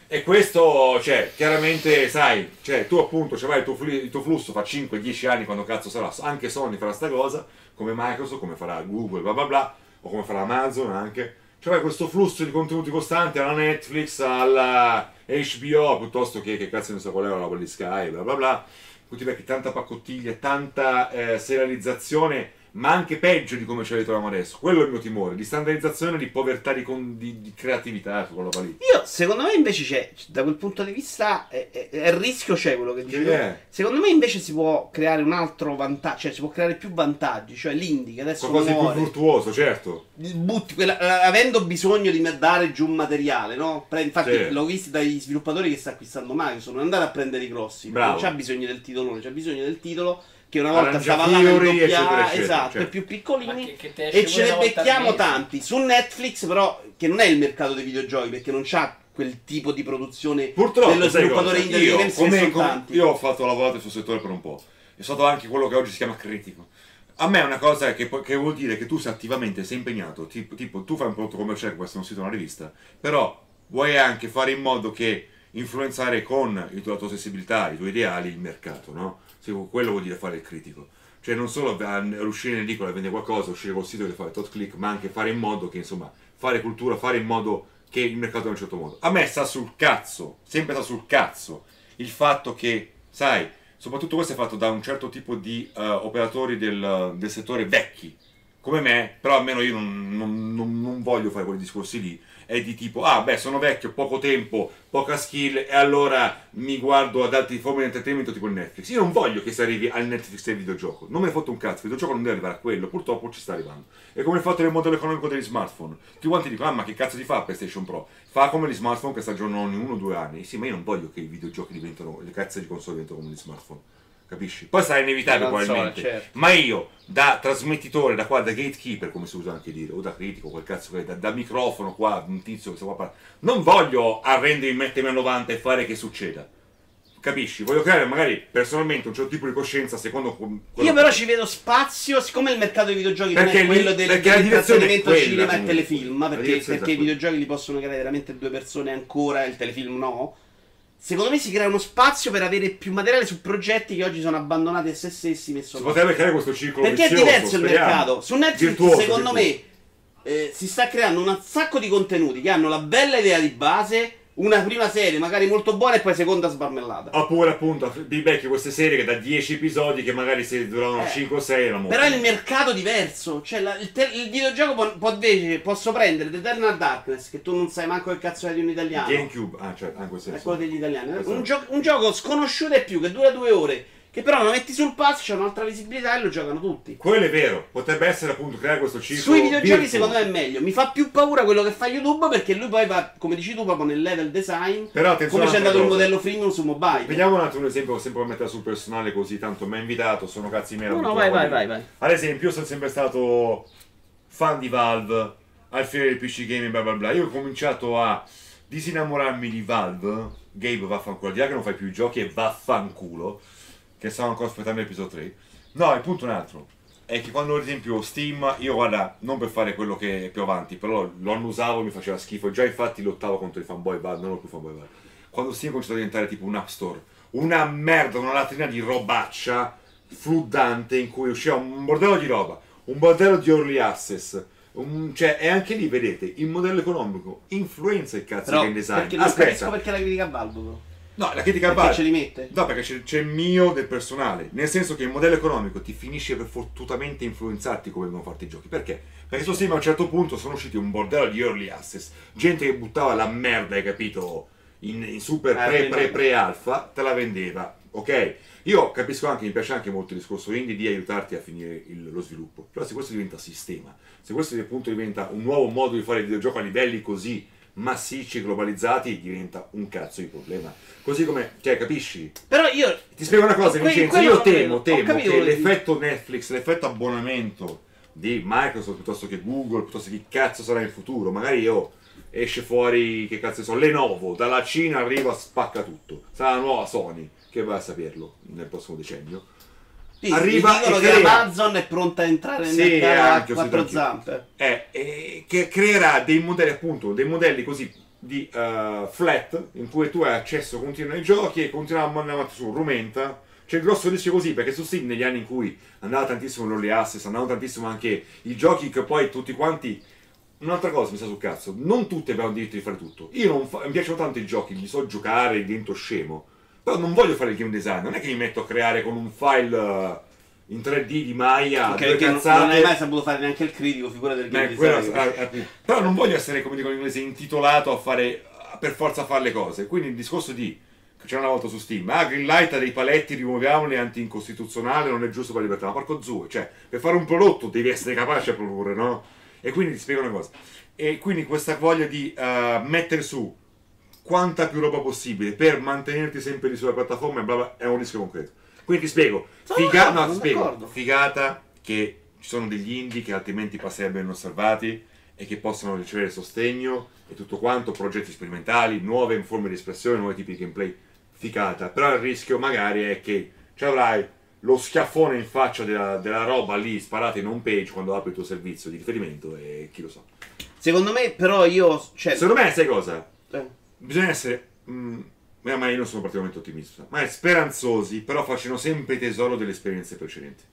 E questo, cioè, chiaramente, sai, cioè, tu appunto, cioè, vai, il, tuo flu- il tuo flusso fa 5-10 anni quando cazzo sarà, anche Sony farà sta cosa, come Microsoft, come farà Google, bla bla bla, o come farà Amazon anche. Cioè, vai, questo flusso di contenuti costante alla Netflix, alla HBO, piuttosto che, che cazzo ne so qual è, la roba di Sky, bla bla bla. Tutti perché tanta pacottiglia, tanta eh, serializzazione, ma anche peggio di come ce la ritroviamo adesso. Quello è il mio timore, di standardizzazione, di povertà, di, con- di- di creatività, eh, quella roba lì.
Io, secondo me invece c'è, da quel punto di vista, è, è- è il rischio c'è quello che dici.
Sì,
tu.
eh.
Secondo me invece si può creare un altro vantaggio, cioè si può creare più vantaggi, cioè l'indie che adesso
Qualcosa di più
muore,
virtuoso, certo.
butti quella- eh, avendo bisogno di dare giù un materiale, no? Pre- infatti
Sì.
l'ho visto dagli sviluppatori che sta acquistando Mario, sono andati a prendere i grossi, perché
Bravo.
non c'ha bisogno del titolone, c'ha bisogno del titolo che una volta
Arrangia
stava là nel
fiori,
doppia A,
eccetera, eccetera,
esatto,
certo.
e più
Ma
piccolini
che- che te esce
e ce
pure
ne
una volta al
becchiamo
mese.
tanti su Netflix però che non è il mercato dei videogiochi perché non c'ha quel tipo di produzione
Purtroppo,
dello
sai
sviluppatore
cosa?
indie
Io,
che ne
come-
sono
come-
tanti.
io ho fatto lavorare sul settore per un po'. È stato anche quello che oggi si chiama critico. A me è una cosa che, po- che vuol dire che tu sei attivamente, sei impegnato, tipo, tipo tu fai un prodotto commerciale, questo è un sito, una rivista, però vuoi anche fare in modo che influenzare con il tuo- la tua sensibilità, i tuoi ideali, il mercato, no? Se quello vuol dire fare il critico. Cioè non solo a- uscire in edicola e vendere qualcosa, uscire col sito e fare tot click, ma anche fare in modo che, insomma, fare cultura, fare in modo che il mercato è in un certo modo. A me sta sul cazzo, sempre sta sul cazzo, il fatto che, sai, soprattutto questo è fatto da un certo tipo di eh, operatori del, del settore vecchi, come me, però almeno io non, non- non- non voglio fare quei discorsi lì, è è di tipo, ah beh sono vecchio, poco tempo, poca skill e allora mi guardo ad altre forme di intrattenimento tipo il Netflix. Io non voglio che si arrivi al Netflix del videogioco, non me ne fotto un cazzo, il videogioco non deve arrivare a quello, purtroppo ci sta arrivando. È come il fatto del modello economico degli smartphone. Tutti quanti dicono, ah ma che cazzo ti fa PlayStation Pro? Fa come gli smartphone che stagione ogni uno o due anni. Sì, ma io non voglio che i videogiochi diventano, le cazzo di console diventano come gli smartphone. Capisci? Poi sarà inevitabile
Console,
probabilmente.
certo.
Ma io, da trasmettitore, da qua, da gatekeeper, come si usa anche dire, o da critico, quel cazzo che è, da, da microfono qua, un tizio che sta qua a parlare, non voglio arrendermi, mettermi a 90 e fare che succeda. Capisci? Voglio creare magari personalmente un certo tipo di coscienza secondo com- quello
Io però
che-
ci vedo spazio, siccome il mercato dei videogiochi
Perché
non è
lì-
quello del,
perché la direzione è
dell'intrattenimento
quella,
cinema e
comunque.
telefilm,
La
perché,
direzione è
perché i
quella.
videogiochi li possono creare veramente due persone ancora, il telefilm no. Secondo me si crea uno spazio per avere più materiale su progetti che oggi sono abbandonati a se stessi. Messo
Si
là.
potrebbe creare questo ciclo
Certo, Perché è
vizioso,
diverso il
speriamo.
mercato. Su Netflix,
Virtuoso,
secondo
virtuoso.
me, eh, si sta creando un sacco di contenuti che hanno la bella idea di base, una prima serie magari molto buona e poi seconda sbarmellata.
Oppure appunto ti becchi queste serie che da 10 episodi che magari se duravano
Eh,
5 o 6 erano
Però è il mercato diverso. Cioè, la- il, te- il videogioco può, può invece posso prendere The Eternal Darkness, che tu non sai manco che cazzo è di un italiano.
GameCube, ah, cioè, anche questo
È quello degli italiani.
Esatto.
Un, gio- un gioco sconosciuto e più, che dura due ore. Che però lo metti sul pass, c'è un'altra visibilità e lo giocano tutti.
Quello è vero, potrebbe essere appunto creare questo ciclo
Sui videogiochi
virtuoso.
secondo me è meglio. Mi fa più paura quello che fa YouTube perché lui poi va, come dici tu, proprio nel level design.
Però attenzione
Come c'è
a un'altra
andato il
cosa.
modello freemium su mobile.
Vediamo un altro esempio, sempre per mettere sul personale così, tanto mi ha invitato, sono cazzi miei.
No, no,
appunto,
vai, vai,
voglio-
vai, vai.
Ad esempio, sono sempre stato fan di Valve, al fiere del PC Gaming, bla bla bla. Io ho cominciato a disinnamorarmi di Valve. Gabe vaffanculo, al di là che non fai più i giochi e vaffanculo, che stavo ancora aspettando l'episodio 3. No, il punto è un altro. È che quando ad esempio Steam, io guarda, non per fare quello che è più avanti, però lo annusavo e mi faceva schifo. Già infatti lottavo contro i fanboy Valve, non ho più fanboy Valve. Quando Steam è cominciato a diventare tipo un app store, una merda, una latrina di robaccia fluddante in cui usciva un bordello di roba, un bordello di early access. un- cioè, e anche lì vedete il modello economico influenza il cazzo
Però,
del design. Ah,
perché non capisco
Aspetta,
perché la critica a Valve. però.
no, la critica a
Perché
Valve.
ce li mette?
No, perché c'è, c'è il mio del personale, nel senso che il modello economico ti finisce per fottutamente influenzarti come vengono fatti i giochi. Perché? Perché su Steam a un certo punto sono usciti un bordello di early access, gente che buttava la merda, hai capito? In, in super
Ah,
pre
quindi-
pre pre alfa, te la vendeva, ok? Io capisco anche, mi piace anche molto il discorso indie di aiutarti a finire il- lo sviluppo, però se questo diventa sistema, se questo appunto diventa un nuovo modo di fare il videogioco a livelli così massicci, globalizzati, diventa un cazzo di problema. Così come, cioè, capisci?
Però io
Ti spiego una cosa,
Que-
Vincenzo.
quello
Io
non
temo,
vedo. Ho
temo
capito
che
quello che
l'effetto Netflix, l'effetto abbonamento di Microsoft piuttosto che Google, piuttosto che chi cazzo sarà in futuro, magari io esce fuori, che cazzo so, Lenovo, dalla Cina arriva, spacca tutto. Sarà la nuova Sony, che va a saperlo nel prossimo decennio.
Sì,
Arriva
mi dicono
e
che
crea.
Amazon è pronta a entrare nel
Sì, eh, anche,
mercato
ho
a
sentito
quattro
anch'io.
zampe.
Eh, eh, che creerà dei modelli, appunto, dei modelli così di eh, flat in cui tu hai accesso continuo ai giochi e continuiamo a mandare avanti su Rumenta. C'è il grosso rischio così, perché su Steam negli anni in cui andava tantissimo l'Early Access, andavano tantissimo anche i giochi che poi tutti quanti... Un'altra cosa mi sta sul cazzo, non tutti abbiamo il diritto di fare tutto. Io non fa- mi piacciono tanto i giochi, li so giocare, li divento scemo. Però non voglio fare il game design, non è che mi metto a creare con un file eh, in 3D di Maya,
Ok,
Ah, due
perché non,
cazzate.
non hai mai saputo fare neanche il critico, figura del game
Eh, quello-
design.
ah, ah, però non voglio essere, come dicono in inglese, intitolato a fare a per forza a fare le cose. Quindi il discorso di che c'era una volta su Steam, ah, Green Light ha dei paletti, rimuoviamoli, è anti-incostituzionale, non è giusto per la libertà. Ma porco zue, cioè, per fare un prodotto devi essere capace a produrre, no? E quindi ti spiego una cosa. E quindi questa voglia di eh, mettere su quanta più roba possibile per mantenerti sempre lì sulla piattaforma e bla bla, è un rischio concreto. Quindi ti spiego,
Sono
Figa- no,
d'accordo,
ti
sono
spiego.
d'accordo.
figata che ci sono degli indie che altrimenti passerebbero inosservati e che possono ricevere sostegno e tutto quanto, progetti sperimentali, nuove forme di espressione, nuovi tipi di gameplay, figata. Però il rischio magari è che ci avrai lo schiaffone in faccia della, della roba lì sparata in home page quando apri il tuo servizio di riferimento e chi lo sa.
Secondo me, però, io. Cioè,
Secondo me sai cosa?
eh,
bisogna essere. mm, ma ma io non sono particolarmente ottimista. Ma è speranzosi, però facciano sempre tesoro delle esperienze precedenti.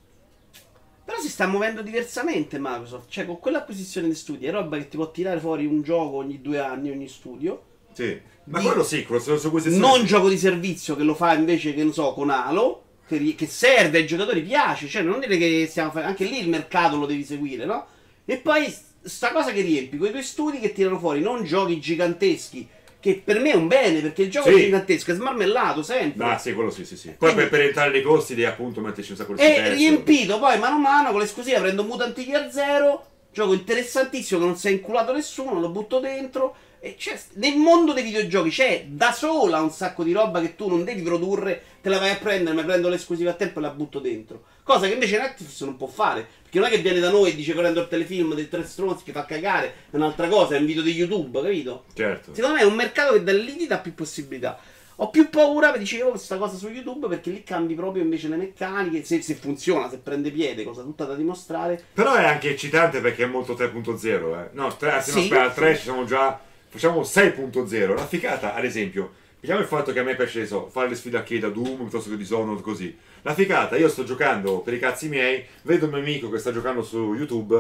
Però si sta muovendo diversamente Microsoft. Cioè, con quell'acquisizione di studi è roba che ti può tirare fuori un gioco ogni due anni, ogni studio.
Sì. Ma
Di-
quello sì, quello su su queste
Non
storie-
gioco di servizio che lo fa invece, che non so, con Halo. Che, ri- che serve ai giocatori, piace. Cioè, non dire che stiamo facendo. Anche lì il mercato lo devi seguire, no? E poi sta cosa che riempi, quei due studi che tirano fuori non giochi giganteschi, che per me è un bene, perché il gioco
Sì.
è gigantesco, è smarmellato sempre.
Ah, sì, quello sì, sì, sì. Poi per, per entrare nei costi devi appunto metterci un sacco di
E
stipendio.
riempito poi mano a mano con l'esclusiva prendo Mutant Year Zero, gioco interessantissimo che non si è inculato nessuno, lo butto dentro. E c'è, nel mondo dei videogiochi c'è da sola un sacco di roba che tu non devi produrre, te la vai a prendere, ma prendo l'esclusiva a tempo e la butto dentro. Cosa che invece Netflix non può fare, perché non è che viene da noi e dice prendo il telefilm dei tre stronzi che fa cagare, è un'altra cosa, è un video di YouTube, capito?
Certo.
Secondo me è un mercato che da lì ti dà più possibilità. Ho più paura, vi dicevo, questa cosa su YouTube perché lì cambi proprio invece le meccaniche, se, se funziona, se prende piede, cosa tutta da dimostrare.
Però è anche eccitante perché è molto 3.0, eh. No, tre- anzi, no,
Sì.
aspetta, al 3 ci siamo già. Facciamo 6.0. Una ficata, ad esempio. Vediamo il fatto che a me piace che so, fare le sfide a Keda Doom piuttosto che di Sono così. La ficata, io sto giocando per i cazzi miei, vedo il mio amico che sta giocando su YouTube.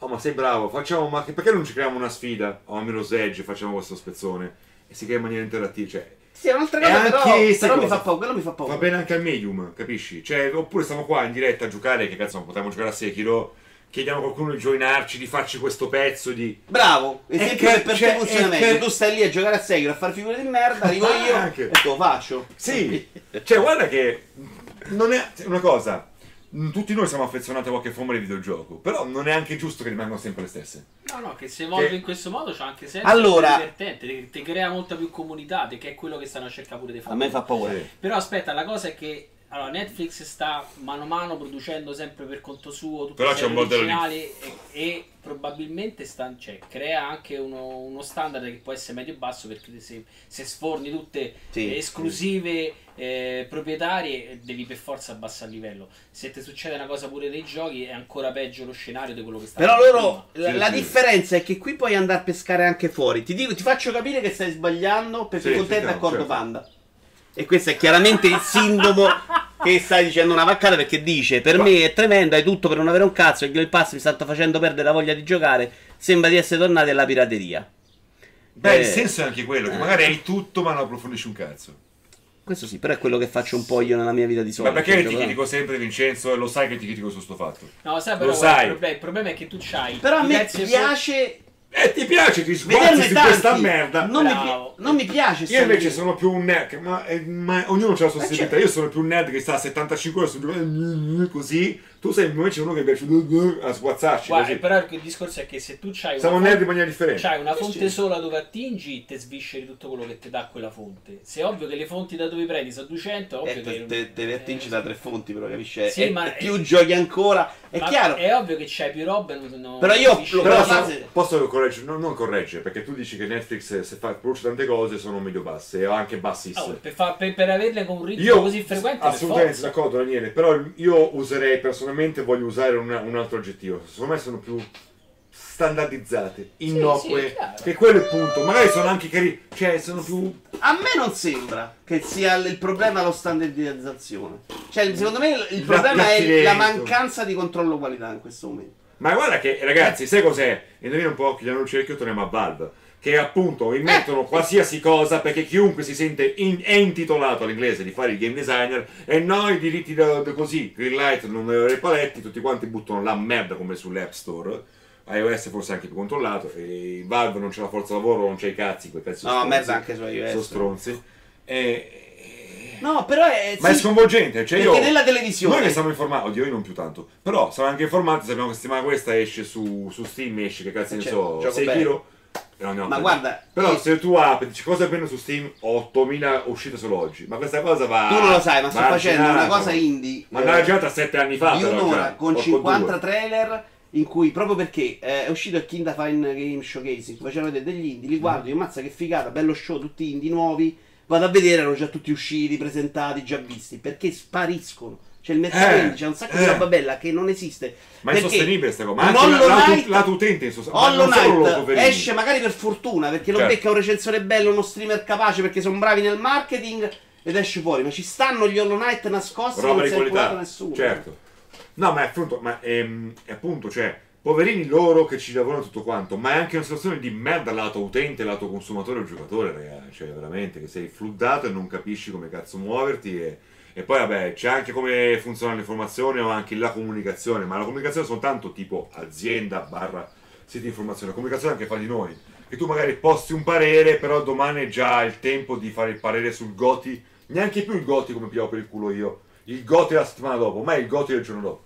Oh, ma sei bravo, facciamo, ma che- perché non ci creiamo una sfida? Oh, almeno Sedge, facciamo questo spezzone. E si crea in maniera interattiva, cioè,
Sì, è un'altra
E
cosa,
anche
però,
questa
però mi
cosa.
fa paura, quello mi fa paura.
Va bene anche al medium, capisci? Cioè, oppure stiamo qua in diretta a giocare, che cazzo, potremmo giocare a Sekiro, chiediamo a qualcuno di joinarci, di farci questo pezzo, di...
Bravo, esempio
che-
che per
cioè,
te funziona
è
meglio.
che-
Tu stai lì a giocare a Sekiro, a far figure di merda, arrivo io
Anche.
e te lo faccio.
Sì, cioè, guarda che non è cioè, una cosa... Tutti noi siamo affezionati a qualche forma di videogioco, però non è anche giusto che rimangano sempre le stesse.
No, no, che se evolve
Che-
in questo modo c'ha anche senso.
Allora-
è divertente, ti, ti crea molta più comunità, te- che è quello che stanno a cercare pure di fare.
A me fa paura.
Sì.
Però aspetta, la cosa è che allora, Netflix sta mano a mano producendo sempre per conto suo tutte
Però
le
c'è
serie
un modello di-
originali e, e probabilmente sta- cioè, crea anche uno, uno standard che può essere medio basso perché se, se sforni tutte
Sì.
eh, esclusive eh, proprietarie eh, devi per forza abbassare il livello. Se ti succede una cosa pure nei giochi è ancora peggio lo scenario di quello che sta
Però
prima.
loro la,
Sì,
la
sì.
differenza è che qui puoi andare a pescare anche fuori. Ti, dico, ti faccio capire che stai sbagliando perché
Sì,
con te è
sì, no,
d'accordo
certo.
Panda. E questo è chiaramente il sindomo che stai dicendo una vaccata perché dice per
Ma-
me è tremenda, è tutto per non avere un cazzo, il Game Pass mi sta facendo perdere la voglia di giocare, sembra di essere tornati alla pirateria.
Beh,
Eh,
il senso è anche quello, che
eh.
magari hai tutto ma non approfondisci un cazzo.
Questo sì, però è quello che faccio un po' io nella mia vita di solito. cioè,
Ma perché ti
Gioco-
critico sempre Vincenzo e lo sai che ti critico su sto fatto?
No, sai,
Lo
però guarda,
sai.
Il, problema, il problema è che tu c'hai
Però a me
diverse
piace
E Eh, ti piace, ti sbatti
vederne
su
tanti.
questa merda.
Non, mi,
Bravo.
pi- non mi piace.
Io
stare
invece
lì.
sono più un nerd, che- ma, eh, ma ognuno ha la sua
Ma
sensibilità.
certo.
Io sono più un nerd che sta a 75 ore sul gioco eh, così. Tu sei invece uno che piace a sguazzarci.
Guarda, cioè,
così.
però il discorso è che se tu c'hai
Siamo
una,
nerd in
fonte,
maniera differente.
c'hai una
Sì,
fonte
sì.
sola dove attingi, te svisceri tutto quello che ti dà quella fonte. Se è ovvio che le fonti da dove prendi sono 200, è ovvio
Eh,
che
te, te, te ne attingi da tre fonti, però capisci? E-
Eh, Sì,
e,
ma-
più giochi ancora. È
Ma
chiaro.
È ovvio che c'hai più roba e non, Ah, non
Però io
capisci
lo-
Però
niente.
la
sono-
base-
posso correggere, no, non correggere, perché tu dici che Netflix eh, se fa, produce tante cose sono medio basse, o anche
Oh,
bassissime.
per, fa- per- per averle con un ritmo
Io
così frequente per
assolutamente
forza.
d'accordo Daniele, però il- io userei personalmente voglio usare una- un altro aggettivo. Secondo me sono più standardizzate,
sì,
innocue,
è chiaro.
che quello è il punto. Magari sono anche carine, cioè sono più
A me non sembra che sia il il problema lo standardizzazione.
Mm.
Cioè, secondo me il, il
Il
problema è la
raffinamento.
mancanza di controllo qualità in questo momento.
Ma guarda che, ragazzi, sai cos'è? Indovina un po', chiudiamo il cerchio e torniamo a Valve. Che appunto immettono
Eh.
qualsiasi cosa perché chiunque si sente in- è intitolato all'inglese di fare il game designer e no, i diritti da, da così, Greenlight, non avere paletti, tutti quanti buttano la merda come sull'App Store. iOS forse è anche più controllato, e Valve non c'è la forza lavoro, non c'è i cazzi, quei pezzi
No, merda anche su iOS.
Sono stronzi. E-
No, però è.
ma è
sì,
sconvolgente, cioè
Perché
io-
nella televisione-
Noi che siamo informati, oddio io non più tanto, però siamo anche informati, sappiamo che settimana questa esce su, su Steam, esce che cazzo
Eh,
ne
certo,
so,
gioco
6
bello.
kg. No, no,
Ma
per-
guarda, eh.
Però
io-
se tu apri, dici cosa prendo su Steam, 8000 uscite solo oggi, ma questa cosa va...
tu non lo sai, ma sto
va
facendo una
arginata.
cosa indie.
Ma andava
eh,
già da 7 anni fa,
di
però,
un'ora
già,
con
porco
50
due.
trailer in cui proprio perché eh, è uscito il Kinda Fine Game Showcase in cui facevano vedere degli indie li
Mm.
guardo io mazza che figata bello show tutti indie nuovi vado a vedere erano già tutti usciti presentati già visti perché spariscono c'è il mercato
Eh,
indie, c'è un sacco di
eh.
roba bella che non esiste
Ma è
Perché
insostenibile sta cosa, ma
un
anche la,
Hollow
la,
Knight-
tu- la tua utente è insostenibile, ma
Hollow
non solo loro,
Knight
poverini.
esce magari per fortuna perché lo
Certo.
becca un recensore bello, uno streamer capace perché sono bravi nel marketing ed esce fuori. Ma ci stanno gli Hollow Knight nascosti che
roba
non
di
si è
qualità.
curato nessuno.
Certo. No, ma è appunto, ma ehm, è appunto, cioè, poverini loro che ci lavorano tutto quanto, ma è anche una situazione di merda lato utente, lato consumatore o giocatore, ragazzi. Cioè, veramente, che sei fluddato e non capisci come cazzo muoverti e... E poi vabbè, c'è anche come funziona l'informazione o anche la comunicazione, ma la comunicazione è soltanto tipo azienda barra siti di informazione, comunicazione anche fa di noi. Che tu magari posti un parere, però domani è già il tempo di fare il parere sul Goti, neanche più il Goti come pigliavo per il culo io, il Goti la settimana dopo, ma è il Goti del giorno dopo.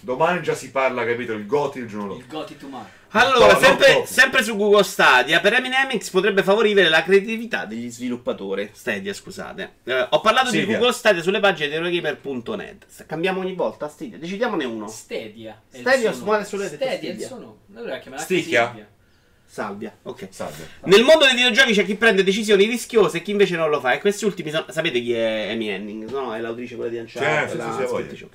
Domani già si parla, capito? Il Goti del giorno dopo.
Il Goti Tomorrow.
No,
Allora,
no,
sempre,
proprio.
sempre su Google Stadia, per Eminem X potrebbe favorire la creatività degli sviluppatori. Stadia, scusate. Eh, ho parlato di
Stadia.
Google Stadia sulle pagine di Eurogamer.net. S- Cambiamo ogni volta, Stadia, decidiamone uno.
Stadia. è il
Stadia,
suo
muore
nome.
sulle tette,
Stadia è il
Stadia.
suo nome. Allora chiamerà
Sticchia?
Stadia.
Salvia, ok.
Salve.
Nel mondo dei videogiochi c'è chi prende decisioni rischiose e chi invece non lo fa. E questi ultimi sono. Sapete chi è Amy Henning? No, è l'autrice quella di Uncharted.
Sì, sì,
la-
sì, sì, ha voglia.
aspetta, ok.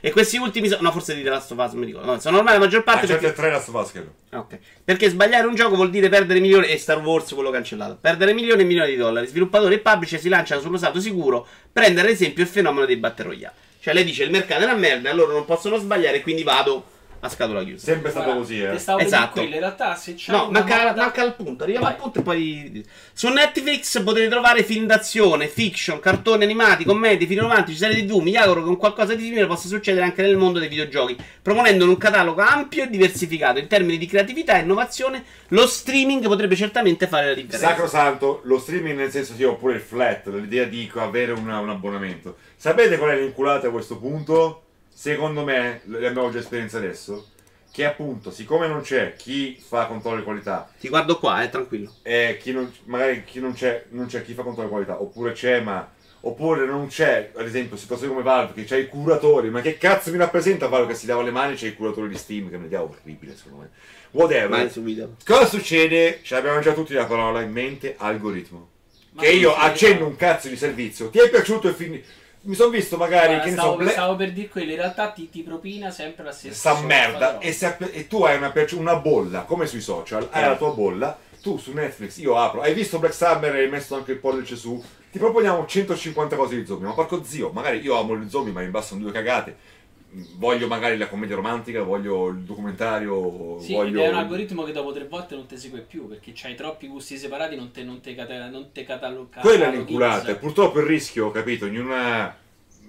E questi ultimi sono. No, forse di The Last of Us, non mi ricordo. No, sono ormai la maggior parte.
Accetta
perché-
il tre Last of Us, credo.
Ok. Perché sbagliare un gioco vuol dire perdere milioni e Star Wars quello cancellato. Perdere milioni e milioni di dollari. Sviluppatori e publisher si lanciano sull'usato sicuro. Prendere ad esempio il fenomeno dei battle royale. Cioè lei dice il mercato è una merda, allora non possono sbagliare, quindi vado a scatola chiusa.
Sempre stato
Guarda,
così, eh.
Te stavo per dire
Esatto.
quello, in realtà se c'è
No,
una
manca,
moda-
manca il punto. Arriviamo
Cioè, Vai.
al punto e poi. Su Netflix potete trovare film d'azione, fiction, cartoni animati, commedie, film romantici, serie di Mi auguro che un qualcosa di simile possa succedere anche nel mondo dei videogiochi, proponendo un catalogo ampio e diversificato. In termini di creatività e innovazione, lo streaming potrebbe certamente fare la differenza.
Sacrosanto, lo streaming nel senso sì, oppure il flat, l'idea di avere una- un abbonamento. Sapete qual è l'inculata a questo punto? Secondo me, ne abbiamo già esperienza adesso, che appunto, siccome non c'è chi fa controllo di qualità,
Ti guardo qua, eh, tranquillo.
e chi non, magari chi non c'è, non c'è chi fa controllo di qualità, oppure c'è ma... Oppure non c'è, ad esempio, situazioni come Valve, che c'è i curatori, ma che cazzo mi rappresenta Valve che si lava le mani, c'è il curatore di Steam, che è un'idea orribile secondo me. Whatever.
Vai su video.
Cosa succede? Ce l'abbiamo già tutti la parola in mente, algoritmo.
Ma
che io
non si
accendo
vede.
un cazzo di servizio. Ti è piaciuto e fini. Mi sono visto magari
Guarda,
che ne so,
stavo,
Bla-
stavo per dire quello, in realtà ti, ti propina sempre la stessa
sta
cosa,
merda
però.
e, se app- e tu hai una, perci- una bolla, come sui social, hai
Eh.
la tua bolla, tu su Netflix, io apro, hai visto Black Summer e hai messo anche il pollice su, ti proponiamo 150 cose di zombie, ma porco zio, magari io amo gli zombie ma mi bastano due cagate. Voglio magari la commedia romantica, voglio il documentario,
Sì,
voglio...
ed è un algoritmo che dopo tre volte non ti segue più perché c'hai troppi gusti separati, non te, non te, cata- non te cioè, cataloga.
Quella è l'inculata, e purtroppo il rischio, capito, in una-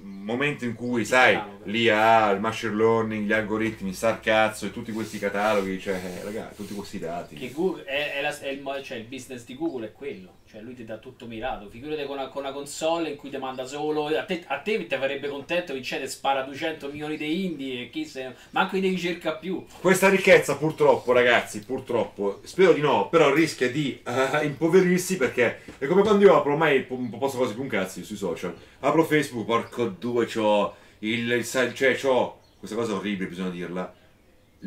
un mm, momento in cui, sai, l'IA, il machine learning, gli algoritmi, star cazzo e tutti questi cataloghi, cioè, eh, raga, tutti questi dati.
Che Google è, è la- è il, mo- cioè, il business di Google è quello, cioè lui ti dà tutto mirato. Figurati con una, con una console in cui ti manda solo a te, a te ti farebbe contento che c'è, te spara 200 milioni di indie e chi se manco ne ricerca più.
Questa ricchezza purtroppo, ragazzi, purtroppo, spero di no, però rischia di eh, impoverirsi perché è come quando io apro, ormai po- non posso quasi più un cazzo sui social. Apro Facebook, porco due, c'ho il, il sa- cioè c'ho questa cosa orribile, bisogna dirla.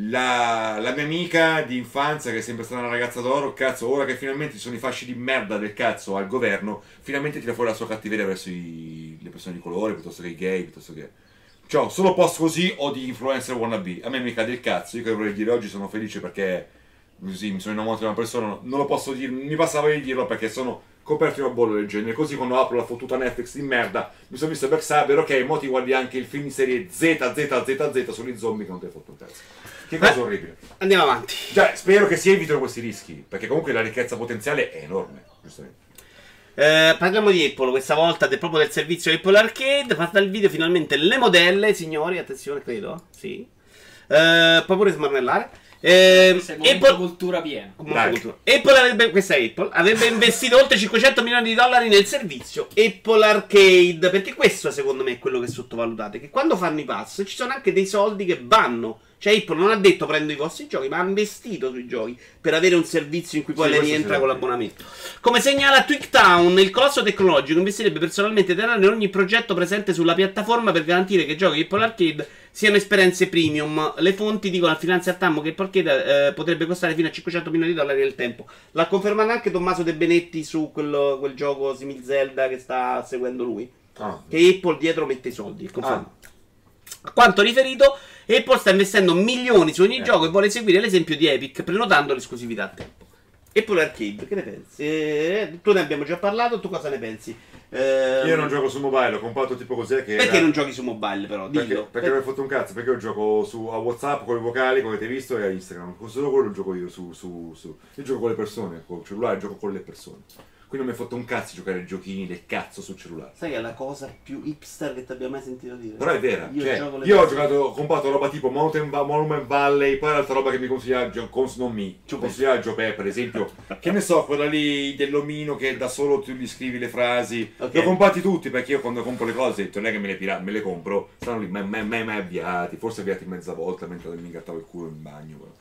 La, la mia amica di infanzia che è sempre stata una ragazza d'oro, cazzo, ora che finalmente ci sono i fasci di merda del cazzo al governo, finalmente tira fuori la sua cattiveria verso i- le persone di colore, piuttosto che i gay, piuttosto che... Cioè, solo post così o di influencer wannabe. A me mi cade il cazzo. Io che vorrei dire oggi sono felice perché così mi sono innamorato di una persona. Non lo posso dire, mi passava di dirlo perché sono coperto di una bolla del genere. Così quando apro la fottuta Netflix di merda, mi sono visto Black Cyber, ok, mo ti guardi anche il film in serie ZZZZ sugli zombie che non ti hai fatto un cazzo. Che cosa
Beh.
orribile.
Andiamo avanti.
Cioè, spero che si evitino questi rischi, perché comunque la ricchezza potenziale è enorme, giustamente.
Eh, parliamo di Apple questa volta de- proprio del servizio Apple Arcade. Fatta il video finalmente le modelle, signori. Attenzione, credo. Sì. Eh, puoi pure smarmellare. Eh,
Questo è il momento
Apple,
cultura piena.
Molto
Dai.
cultura. Apple avrebbe, questa è Apple, avrebbe investito oltre 500 milioni di dollari nel servizio Apple Arcade. Perché questo, secondo me, è quello che sottovalutate. Che quando fanno i pass ci sono anche dei soldi che vanno. Cioè, Apple non ha detto prendo i vostri giochi, ma ha investito sui giochi per avere un servizio in cui poi
Sì,
le
questo
rientra
sì.
con l'abbonamento. Come segnala Twigtown, il colosso tecnologico investirebbe personalmente denaro in ogni progetto presente sulla piattaforma per garantire che giochi Apple Arcade siano esperienze premium. Le fonti dicono al finanziatamo Tammo che Apple Arcade eh, potrebbe costare fino a 500 milioni di dollari nel tempo. L'ha confermato anche Tommaso De Benetti su quello- quel gioco simil Zelda che sta seguendo lui.
Ah,
Che Apple dietro mette i soldi, il conferma. Ah. A quanto riferito, Apple sta investendo milioni su ogni
Ecco.
gioco e vuole seguire l'esempio di Epic, prenotando l'esclusività a tempo. Apple Arcade, che ne pensi? Eh, tu ne abbiamo già parlato, tu cosa ne pensi? Ehm,
Io non gioco su mobile, ho comprato tipo cos'è che...
Perché
era-
non giochi su mobile però? Dillo.
Perché, perché
Per-
non hai fatto un cazzo? Perché io gioco su a WhatsApp con i vocali, come avete visto, e a Instagram. Con Solo quello gioco io su, su, su. Io gioco con le persone, con il cellulare gioco con le persone. Quindi non mi ha fatto un cazzo giocare ai giochini del cazzo sul cellulare.
Sai che è la cosa più hipster che ti abbia mai sentito dire?
Però è vera,
Io,
cioè,
gioco le
io ho
cose-
giocato, comprato roba tipo Mountain, Va- Monument Valley, poi l'altra roba che mi consigliava, Gio- cons- non mi,
Giopè.
consigliava Giopè per esempio, che ne so, quella lì dell'omino che da solo tu gli scrivi le frasi,
Ok.
li ho comprati tutti perché io quando compro le cose, non è che me le, pira- me le compro, stanno lì mai, mai, mai, mai avviati, forse avviati mezza volta mentre mi ingattavo il culo in bagno. però.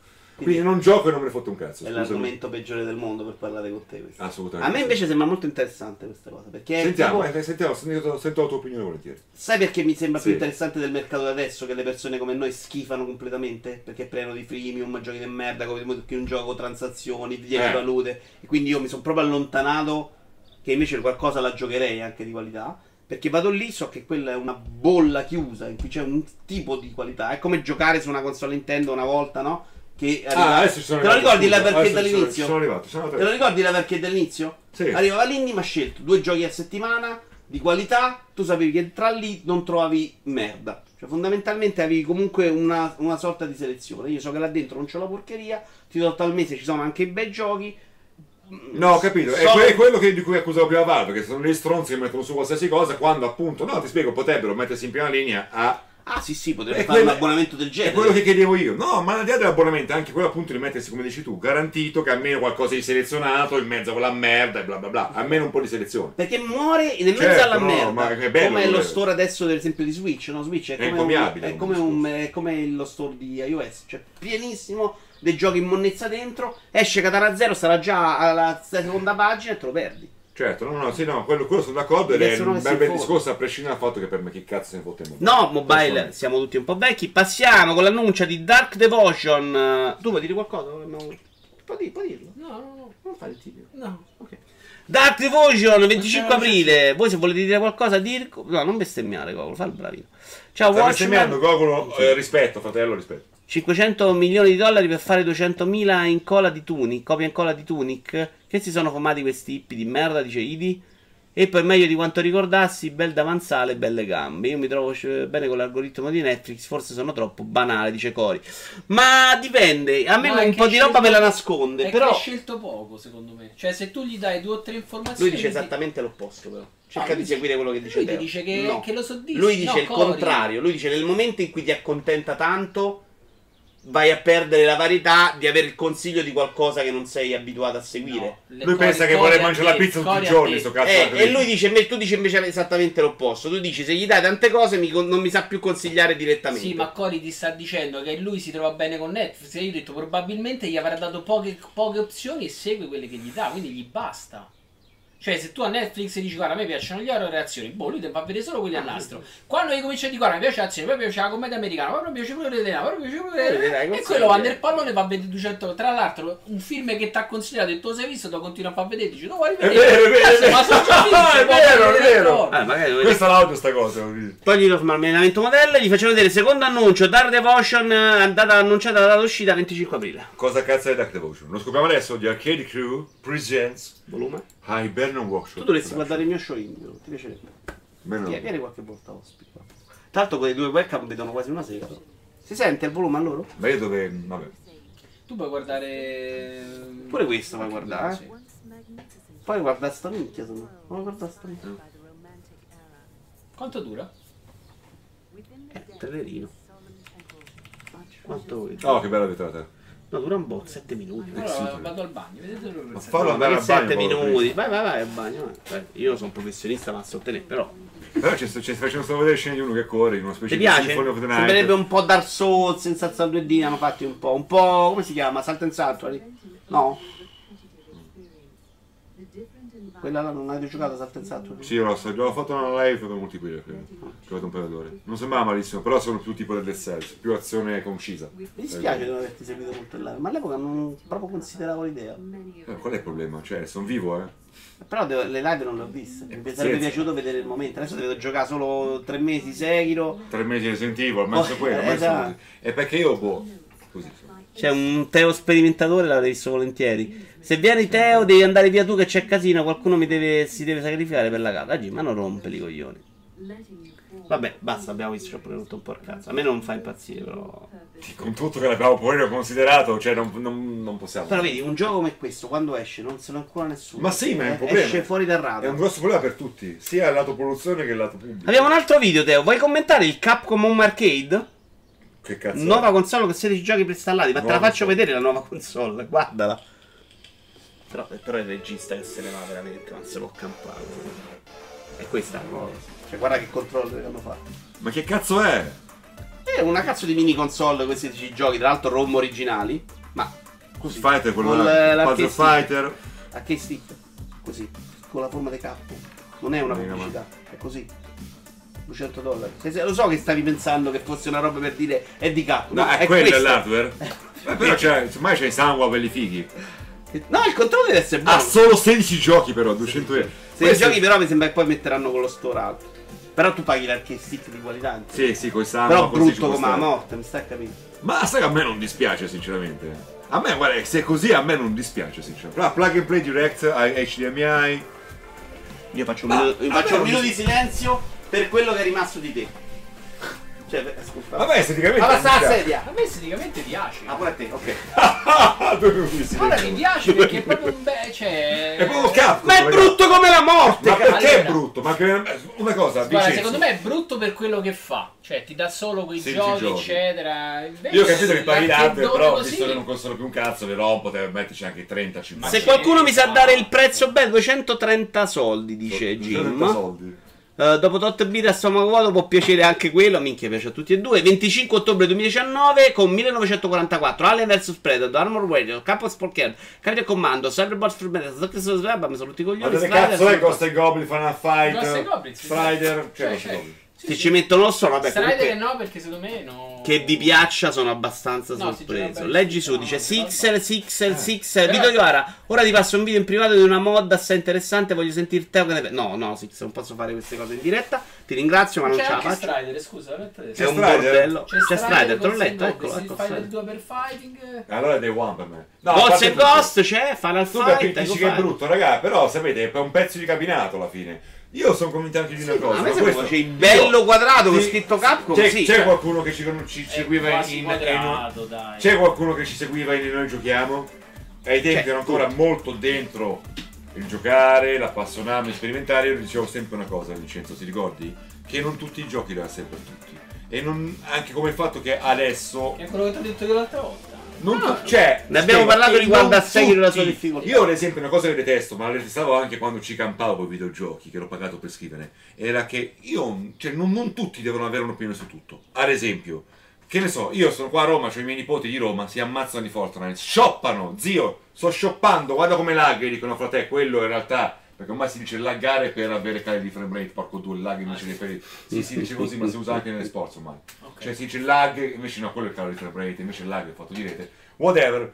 Quindi, non gioco e non me ne fotto un cazzo,
È
scusami.
l'argomento peggiore del mondo per parlare con te. questo.
Assolutamente.
A me invece sembra molto interessante questa cosa. Perché è
Sentiamo,
tipo-
eh, sentiamo, sento, sento la tua opinione volentieri.
sai perché mi sembra più
Sì.
interessante del mercato di adesso che le persone come noi schifano completamente? Perché è pieno di freemium, giochi di merda, come tutti un gioco, transazioni, dietro
Eh.
valute. E quindi io mi sono proprio allontanato che invece qualcosa la giocherei anche di qualità. Perché vado lì, so che quella è una bolla chiusa in cui c'è un tipo di qualità. È come giocare su una console Nintendo una volta, Ah, no? Che arriva-
Ah, adesso ci sono
Te lo
arrivato,
ricordi la
scusa,
perché
adesso ci sono-
dall'inizio?
ci Sono arrivato, sono
Te
arrivato.
lo ricordi la perché dell'inizio?
Sì.
Arrivava lì, mi ha scelto due giochi a settimana di qualità, tu sapevi che tra lì non trovavi merda. Cioè, fondamentalmente avevi comunque una, una sorta di selezione. Io so che là dentro non c'ho la porcheria, ti do al mese ci sono anche i bei giochi.
No, ho capito, è,
So-
que- è quello che- di cui accusavo prima Valve, che sono gli stronzi che mettono su qualsiasi cosa quando appunto, no, ti spiego, potrebbero mettersi in prima linea a...
Ah, sì, sì, potrebbe
È
fare
quello-
un abbonamento del genere.
È quello che chiedevo io, no, ma al di là dell'abbonamento, anche quello appunto di mettersi, come dici tu, garantito che almeno qualcosa di selezionato in mezzo a quella merda e bla bla bla, almeno un po' di selezione.
Perché muore nel mezzo
Certo,
alla
no,
merda.
ma che bello
come è lo
quello.
store adesso, ad esempio, di Switch. No? Switch
È
è come, un,
incomiabile
è
come
come, un- è come lo store di iOS. Cioè, pienissimo dei giochi in monnezza dentro. Esce Katara Zero, sarà già alla seconda pagina e te lo perdi.
Certo, no, no, sì, no, quello, quello sono d'accordo ed
Perché
è
se no
un
si
bel bel
informa.
discorso a prescindere dal fatto che per me che cazzo se ne fotte il mobile.
No,
Personalmente.
mobile, siamo tutti un po' vecchi. Passiamo con l'annuncia di Dark Devotion. Tu vuoi dire qualcosa? No. Puoi di- puoi dirlo.
No, no, no.
Non fare il tibio.
no.
Dark Devotion 25
Facciamo-
aprile. Voi se volete dire qualcosa, dirlo. No, non bestemmiare, cavolo, fa il bravino.
Stai
Ciao, Watchmen.
bestemmiando, Gogolo, eh, rispetto, fratello, rispetto.
500 milioni di dollari per fare 200.000 in cola di Tunic, copia in cola di Tunic, che si sono formati questi hippi di merda, dice Idi. E poi meglio di quanto ricordassi, bel davanzale, belle gambe. Io mi trovo eh, bene con l'algoritmo di Netflix, forse sono troppo banale, dice Cori. Ma dipende, a me
No, è
un
che
po' di
hai
roba me
scelto-
la
è
nasconde,
che
però
hai scelto poco, secondo me. Cioè, se tu gli dai due o tre informazioni.
lui dice
ti-
esattamente l'opposto però.
No,
Cerca
Ah, lui
di seguire quello che dice
Lui ti
Teo.
dice che,
No.
che lo soddisfa.
Lui dice
No,
il
Cori.
contrario, lui dice nel momento in cui ti accontenta tanto vai a perdere la varietà di avere il consiglio di qualcosa che non sei abituato a seguire.
No, le
Lui
Cori-
pensa che
Cori
vuole
ha
mangiare la
detto-
pizza tutti
Cori
i
ha
giorni,
detto-
sto cazzo.
Eh, e lui dice, invece- tu dici invece esattamente l'opposto. Tu dici se gli dai tante cose mi con- non mi sa più consigliare direttamente.
Sì, ma Cori ti sta dicendo che lui si trova bene con Netflix. E io ho detto probabilmente gli avrà dato poche, poche opzioni e segue quelle che gli dà, quindi gli basta. Cioè, se tu a Netflix dici guarda, a me piacciono gli horror e le azioni, boh, lui ti fa vedere solo quelli
Ah,
a nastro. Quando gli comincia a dire guarda, mi piace l'azione, poi mi piace la commedia americana, poi mi piace pure l'italiana, poi mi piace
Eh, vedrai,
pure... E
consigli.
quello va nel pallone e fa a vedere 200. Tra l'altro, un film che ti ha consigliato e tu lo sei visto, te lo continua a far vedere, dici, no, vuoi
È
vedere?
vero, è vero, è vero.
Ma sono già visto,
È vero,
ma
è
guarda,
vero.
guarda.
Eh, magari dovete-
Questo è l'audio sta cosa, voglio dire.
Togli lo smarmellamento modella, gli faccio vedere secondo annuncio, Dark Devotion, eh, andata annunciata dalla uscita 25 aprile.
Cosa cazzo è Dark Devotion? Lo scopriamo adesso di Arcade Crew Presents
Volume.
Hibernian Workshop.
Tu dovresti guardare il mio show indiano, ti piacerebbe.
Meno.
Vieni, vieni qualche volta ospite. qua. Tra l'altro con le due webcam vedono quasi una sera. Si sente il volume a loro?
Ma io dove. Vabbè.
Tu puoi guardare...
Pure questo puoi guardare, eh.
Sì.
Poi guarda sta minchia, se no. Ma guarda sta minchia.
Quanto dura?
Eh, telerino. Quanto vuoi?
Oh, che bella vetrata.
No, dura un po', 7 minuti.
Allora
sì, però.
vado al bagno, vedete dove
Ma
pensate?
fallo andare a bagno.
7
povero
minuti. Vai, vai, vai al bagno. vai. Vai. Io sono un professionista, ma so te ne, però.
Cristo. Però ci sto ci sto facendo solo vedere scene di uno che corre in una specie
Ti
di
piace?
Symphony of the
Sembrerebbe
Night.
un po' Dark Souls, senza 2D, hanno fatti un po'. Un po'. come si chiama? Salt and Sanctuary? No? Quella là non avete giocato a Salt and Sanctuary?
Sì, Rossa, l'ho fatto una live per multiplayer, credo. Ho giocato un paio d'ore. Non sembrava malissimo, però sono più tipo delle cells, più azione concisa.
Mi dispiace non averti seguito molto in live, ma all'epoca non proprio consideravo l'idea.
Eh, qual è il problema? Cioè, sono vivo, eh.
Però devo- le live non le ho viste. Mi
pazienza.
sarebbe piaciuto vedere il momento. Adesso devo giocare solo tre mesi, Sekiro.
Tre mesi che sentivo, ormai
Oh,
sono quello,
eh,
ormai sono
esatto.
così. E perché io, boh. Così sono.
C'è un Teo sperimentatore, l'avrei visto volentieri. Se vieni Teo, devi andare via tu che c'è casino, qualcuno mi deve, si deve sacrificare per la casa. Oggi, ma non rompere i coglioni. Vabbè, basta, abbiamo visto, ci ho pure rotto un po' il cazzo. A me non fa impazzire, però.
Con tutto che l'abbiamo pure considerato, cioè non, non- non possiamo.
Però vedi, un gioco come questo, quando esce, non se ne ancora nessuno.
Ma sì, ma è un
Eh,
problema.
Esce fuori dal
È
radar.
un grosso problema per tutti, sia il lato produzione che il lato pubblico.
Abbiamo un altro video, Teo. Vuoi commentare il Capcom Home Arcade?
Che cazzo? è?
Nuova console con 16 giochi preinstallati. Ma te la
Nuova
faccio
console.
vedere la nuova console, guardala. Però, però è il regista che se ne va veramente, ma se l'ho campato. E questa è la nuova. Cioè, guarda che controller che hanno fatto.
Ma che cazzo è?
È una cazzo di mini console con 16 giochi, tra l'altro ROM originali. Ma così.
Fighter quello
Con,
là,
eh, l'arcade
Puzzle
stick.
Fighter.
A che stick? Così, con la forma di capo. Non è una
Mega
pubblicità, è così. 200 dollari. Se- se- lo so che stavi pensando che fosse una roba per dire è di capo.
No,
no,
è, quello
questa.
è l'hardware. Eh, però c'è, ormai c'è i sangue quelli fighi.
No, il controllo deve essere
Ha
buono.
solo 16 giochi però, 200 euro.
Se
Questo-
giochi però mi sembra che poi metteranno con lo store alto. Però tu paghi l'arcade stick di qualità. insomma.
Sì, sì, con sangue.
Però brutto come la morte, mi stai capendo?
Ma sai che a me non dispiace, sinceramente. A me, guarda, se è così a me non dispiace, sinceramente. Però plug and play direct, eh, HDMI.
Io faccio
un minuto- io faccio un minuto di
silenzio per quello che è rimasto di te. Cioè, scusa.
Vabbè, esteticamente.
Ma
non
sta la
dispiace.
sedia!
A me esteticamente piace.
Ah, pure a te, ok.
Due minuti di
Guarda
silenzio.
che piace perché è proprio un bel. Cioè.
È proprio capo.
Ma è brutto come la morte!
Ma
cazzo.
perché è
Allora.
brutto? Ma che- una cosa,
Guarda,
Vincenzo.
secondo me è brutto per quello che fa. Cioè, ti dà solo quei
16
giochi,
giochi.
eccetera. Invece,
Io ho capito che paghi l'hardware,
l'archettone
però
così-
visto che non costano più un cazzo, però potevi metterci anche 30, 50.
Se qualcuno mi sa dare il prezzo, beh, 230 soldi, dice Jim.
30 soldi.
Eh, dopo tot birra a stomaco vuoto può piacere anche quello, minchia piace a tutti e due. 25 ottobre 2019 con 1944, Alien vs Predator, Armor Warrior, Capo Sporker, Cardio Commando, Cyberbots Free Metal, Zocker Soul Slab, mi sono tutti i
Ma
coglioni.
che
Strider,
cazzo è
Super-
Ghost and Goblin, Final Fight,
Ghost and Goblins, sì.
Strider,
Cioè,
cioè,
cioè,
Ghost and
sì,
Se
sì.
ci mettono lo so, vabbè,
Strider
comunque...
no, perché secondo me no.
Che vi piaccia sono abbastanza
No,
sorpreso.
sinceramente,
Leggi
no,
su, dice
no,
Sixer, Sixer, Sixer.
Però-
Vito Iovara, ora ti passo un video in privato di una mod assai interessante. Voglio sentire te. che ne pe- No, no, Sixer, non posso fare queste cose in diretta. Ti ringrazio, ma non
C'è
ce la
anche
faccio.
Strider, scusa, l'ho letto adesso.
È un
Strider?
bordello. C'è Strider, te l'ho
Ghost
letto.
and
Eccolo,
Goblins,
ecco.
Final
Strider.
2 per Fighting.
Goblin. Allora è dei One per me. No, a
Ghost
parte
and
tutto,
Ghost c'è, Final
Tu capi-
Fight. Ecco
dici che è
Fight.
brutto, raga, però sapete, è un pezzo di cabinato alla fine. Io sono convinto anche di una
Sì, ma
cosa.
a me
ma
sembra
questo-
c'è il bello
Io-
quadrato con
Sì.
scritto Capcom.
C'è,
sì,
c'è
cioè,
qualcuno che ci, con- ci
È
seguiva
eh, quasi
in, in,
quadrato, dai.
C'è qualcuno che ci seguiva in Noi Giochiamo? Ai tempi
Cioè,
ero ancora molto dentro il giocare, l'appassionarmi, sperimentare. Io dicevo sempre una cosa, Vincenzo, ti ricordi? Che non tutti i giochi li ha sempre tutti. E non, anche come il fatto che adesso.
È quello che ti ho detto io l'altra volta.
Non
Ah,
tu- cioè,
Ne abbiamo
spiego,
parlato
e
riguardo
non
a Sekiro e la sua
tutti.
difficoltà.
Io, ad esempio, una cosa che detesto, ma la detestavo anche quando ci campavo con i videogiochi, che l'ho pagato per scrivere, era che io, cioè, non, non tutti devono avere un'opinione su tutto. Ad esempio, che ne so, io sono qua a Roma, ho i miei nipoti di Roma, si ammazzano di Fortnite, shoppano, zio, sto shoppando, guarda come laghi, dicono fra te, quello in realtà... Perché ormai si dice laggare per avere cali di frame rate, porco due lag invece che per... Sì, si dice così, ma si usa anche nelle sports ormai.
ok.
Cioè si dice lag, invece no, quello è il calo di frame rate, invece il lag è fatto di rete. Whatever.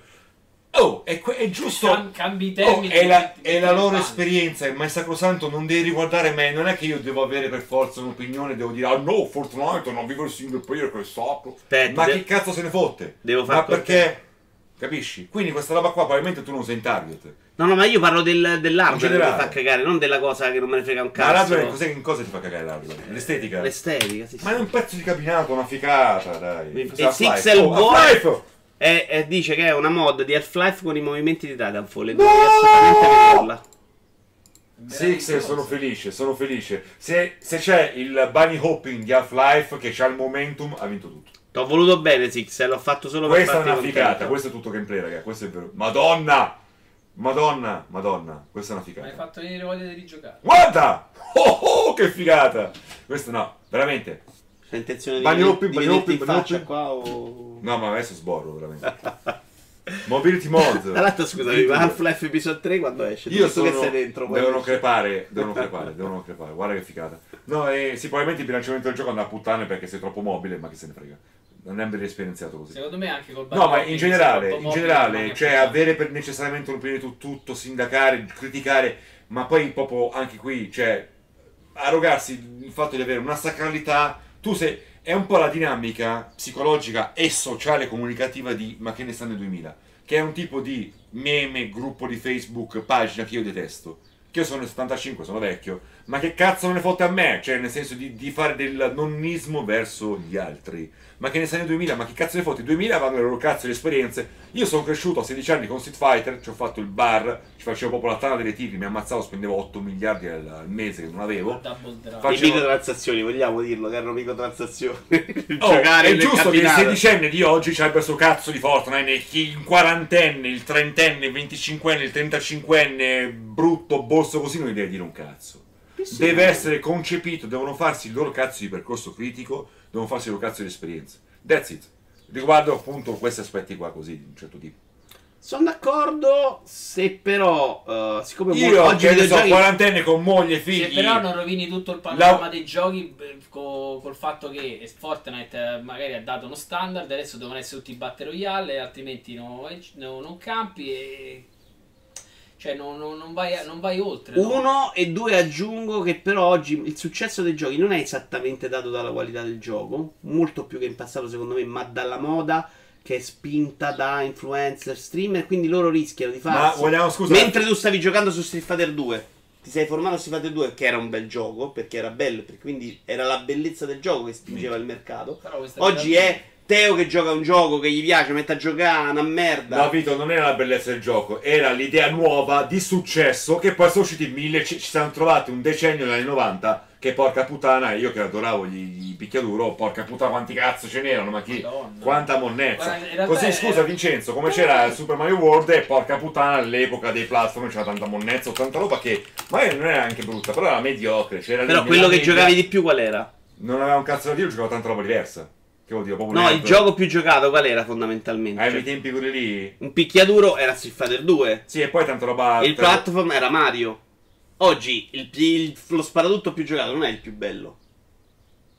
Oh, è, que- è giusto.
Cam- cambi i termini,
Oh, è la,
ti- ti-
è la
ti-
loro
ti-
esperienza, ma è sacrosanto, non devi riguardare me. Non è che io devo avere per forza un'opinione, devo dire, ah no, Fortnite, non vivo il single player che sacro.
Aspetta,
ma
de-
che cazzo se ne fotte?
devo far
ma
con
perché? Capisci? Quindi questa roba qua probabilmente tu non sei in target.
No, no, ma io parlo del, dell'hardware che mi
generale.
fa cagare, non della cosa che non me ne frega un
Ma
cazzo. Eh,
l'hardware cos'è- in cosa ti fa cagare l'hardware? L'estetica?
L'estetica, sì. sì.
Ma è un pezzo di cabinato, una ficata, dai.
E
Cos'è,
Six
Half-Life?
Hell
Oh,
Boy-
Half-Life!
E, e dice che è una mod di Half-Life con i movimenti di Titanfall. E
No!
devi assolutamente vederla.
Sixer sono felice, sono felice. Se, se c'è il bunny hopping di Half-Life che c'ha il momentum, ha vinto tutto.
Ti ho voluto bene, Six, e l'ho fatto solo per
Questa è
farti
una
contento.
figata, questo è tutto gameplay, raga, questo è vero. Madonna! Madonna, madonna, questa è una
Mi hai
figata.
fatto venire voglia di rigiocare.
Guarda! Oh, oh che figata! Questo no, veramente.
C'è intenzione di,
Bagni open,
di
bagni open,
metterti in
bagni
faccia
open.
qua o...
No, ma adesso sborro, veramente. Mobility mod.
Tra l'altro, scusami, ma Half-Life Episode 3 quando esce?
Io
Tu
sono...
Cioè, che sei dentro. poi
devono
esci.
crepare, devono crepare, devono crepare. Guarda che figata. No, e sì, probabilmente il bilanciamento del gioco è una puttana perché sei troppo mobile, ma che se ne frega. Non è ben esperienziato così.
Secondo me anche col
No, ma
Batman
in generale,
che
in
si è
generale,
fatto
cioè
mobile,
avere per necessariamente un'opinione su tutto, sindacare, criticare, ma poi proprio anche qui, cioè, arrogarsi il fatto di avere una sacralità, tu sei, è un po' la dinamica psicologica e sociale comunicativa di ma che ne stanno i 2000, che è un tipo di meme, gruppo di Facebook, pagina che io detesto, che io sono del 75, sono vecchio, ma che cazzo non ne fotte a me? Cioè, nel senso di, di fare del nonnismo verso gli altri. Ma che ne sai 2000? Ma che cazzo ne fotte? 2000 vanno le loro cazzo di esperienze. Io sono cresciuto a 16 anni con Street Fighter, ci ho fatto il bar, ci facevo proprio la tana delle tigri, mi ammazzavo, spendevo 8 miliardi al, al mese che non avevo.
Double Dragon.
Fa- Facevo-
microtransazioni, vogliamo dirlo, che erano microtransazioni.
Oh, è
nel
giusto che il
capitale.
sedicenne di oggi c'abbia sto cazzo di Fortnite e chi il quarantenne, il trentenne, il venticinquenne, il trentacinquenne brutto borso così non gli deve dire un cazzo. Deve essere concepito, devono farsi il loro cazzo di percorso critico, devono farsi il loro cazzo di esperienze. That's it. Riguardo appunto questi aspetti qua così di un certo tipo.
Sono d'accordo, se però, eh, siccome
Io
oggi
che ne so,
videogiochi-
quarantenne con moglie e
Se
figli.
però non rovini tutto il panorama
La-
dei giochi beh, co- col fatto che Fortnite eh, magari ha dato uno standard, adesso devono essere tutti battle royale, altrimenti no- eh, no- non campi e... Cioè non, non- non vai, non vai oltre. no?
Uno e due aggiungo che però oggi il successo dei giochi non è esattamente dato dalla qualità del gioco, molto più che in passato secondo me, ma dalla moda che è spinta da influencer, streamer, quindi loro rischiano di
Ma
farsi.
vogliamo scusa.
Mentre tu stavi giocando su Street Fighter 2, ti sei formato su Street Fighter 2 che era un bel gioco, perché era bello, perché quindi era la bellezza del gioco che spingeva il mercato.
Però questa
Oggi
realtà-
è Teo che gioca un gioco che gli piace, mette a giocare una merda.
No, Vito, non era la bellezza del gioco, era l'idea nuova di successo che poi sono usciti mille, ci, ci siamo trovati un decennio negli anni 90 che porca puttana, io che adoravo gli, gli picchiaduro, porca puttana quanti cazzo ce n'erano, ma chi...
Madonna.
Quanta monnezza.
Guarda, in realtà
Così
è-
scusa Vincenzo, come c'era Super Mario World e porca puttana all'epoca dei platform c'era tanta monnezza, tanta roba che magari non era anche brutta, però era mediocre. C'era
Però
lì,
quello
nella
che
media,
giocavi di più qual era?
Non aveva un cazzo da dire, giocavo tanta roba diversa. Che vuol dire? Proprio
No, il
nerd.
gioco più giocato qual era fondamentalmente?
Ai
Cioè,
miei tempi quelli lì.
un picchiaduro era Street Fighter 2.
Sì, e poi tanta roba...
il platform era Mario. Oggi il pi- il- lo sparatutto più giocato non è il più bello.
Mm.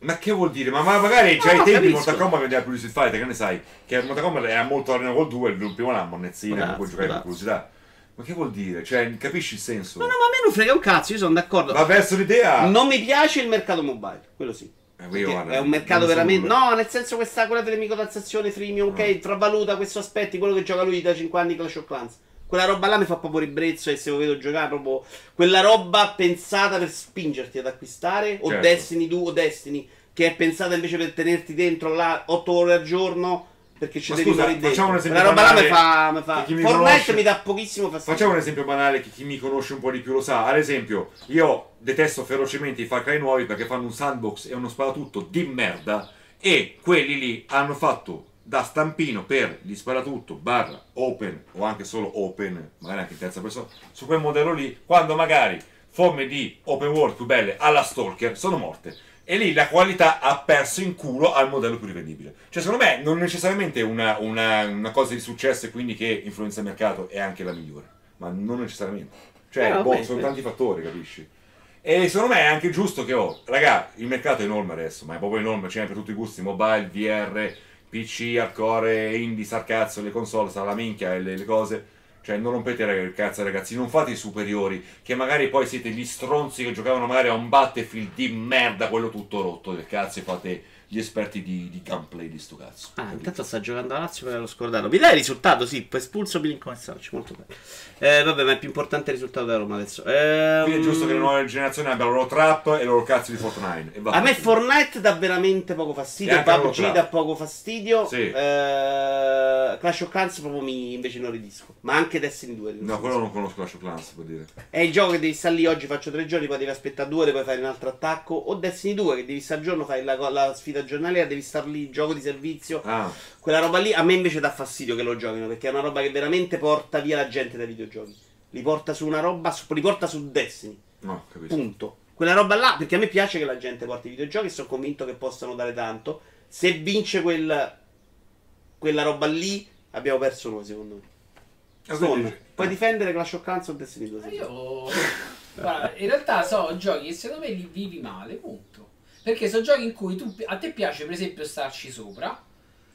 Ma che vuol dire? Ma, ma magari
No,
già
no,
ai tempi
capisco.
Mortal Kombat vendeva più di Street Fighter, che ne sai? Che Mortal Kombat era molto arena col 2, il primo era una monnezzina,
Grazie,
con cui giocavi per
grazie.
curiosità. Ma che vuol dire? Cioè, capisci il senso?
No, no, ma a me non frega un cazzo, io sono d'accordo.
Va verso l'idea...
Non mi piace il mercato mobile, quello sì.
Eh, io,
Perché
guarda,
è un mercato
non so
veramente.
nulla. Ah.
No, nel senso questa quella delle microtransazioni freemium, ok,
No.
travaluta questo aspetto, quello che gioca lui da 5 anni Clash of Clans. Quella roba là mi fa proprio ribrezzo e se lo vedo giocare proprio quella roba pensata per spingerti ad acquistare o
Certo.
Destiny 2 o Destiny che è pensata invece per tenerti dentro là 8 ore al giorno perché ci
Ma
devi
scusa,
fare dentro.
facciamo un esempio
Quella roba là mi fa,
banale
mi fa-
per chi mi
Fortnite
conosce.
mi dà pochissimo fastidio.
Facciamo un esempio banale che chi mi conosce un po' di più lo sa. Ad esempio, io detesto ferocemente i Far Cry nuovi perché fanno un sandbox e uno sparatutto di merda. E quelli lì hanno fatto da stampino per gli sparatutto barra open o anche solo open, magari anche in terza persona, su quel modello lì, quando magari forme di open world più belle alla stalker sono morte. E lì la qualità ha perso in culo al modello più rivendibile. Cioè, secondo me, non necessariamente una, una- una cosa di successo e quindi che influenza il mercato è anche la migliore. Ma non necessariamente. Cioè,
Eh,
boh,
vabbè,
sono
sì.
tanti fattori, capisci? E secondo me è anche giusto che, oh, raga, il mercato è enorme adesso, ma è proprio enorme, c'è per tutti i gusti, mobile, VR, PC, hardcore, indie, sarcazzo, le console, sta la minchia e le, le cose. Cioè, non rompete raga, il cazzo, ragazzi, non fate i superiori, che magari poi siete gli stronzi che giocavano magari a un Battlefield di merda, quello tutto rotto del cazzo, e fate gli esperti di, di gameplay di sto cazzo.
Ah,
capito?
intanto sta giocando a Lazio per l'ho scordato. Mi dai il risultato? Sì, poi espulso Milinkovic Savic, molto bene. Eh, vabbè, ma è più importante il risultato della Roma adesso. Ehm,
Quindi è giusto che le nuove generazioni abbiano la loro trap e il loro cazzo di Fortnite. E
A me
Fortnite
Fortnite dà veramente poco
E
fastidio,
anche la
PUBG
Roma.
dà poco fastidio,
Sì.
eh, Clash of Clans proprio mi, invece non ridisco, ma anche Destiny 2.
No, quello non conosco Clash of Clans, per dire.
È il gioco che devi stare lì, oggi faccio tre giorni, poi devi aspettare due ore, poi fare un altro attacco, o Destiny 2 che devi stare al giorno, fai la, la sfida giornaliera, devi star lì, gioco di servizio,
Ah.
Quella roba lì a me invece dà fastidio che lo giochino perché è una roba che veramente porta via la gente dai videogiochi. Li porta su una roba, su- li porta su Destiny.
No, capisco.
Punto. Quella roba là, perché a me piace che la gente porti i videogiochi e sono convinto che possano dare tanto. Se vince quel, quella roba lì, abbiamo perso noi, secondo me.
Ah,
Stone,
quindi-
puoi difendere Clash of Clans o Destiny 2?
Ma
se vuoi.
Io. Guarda, in realtà so giochi che secondo me li vivi male, punto. Perché sono giochi in cui tu, a te piace, per esempio, starci sopra.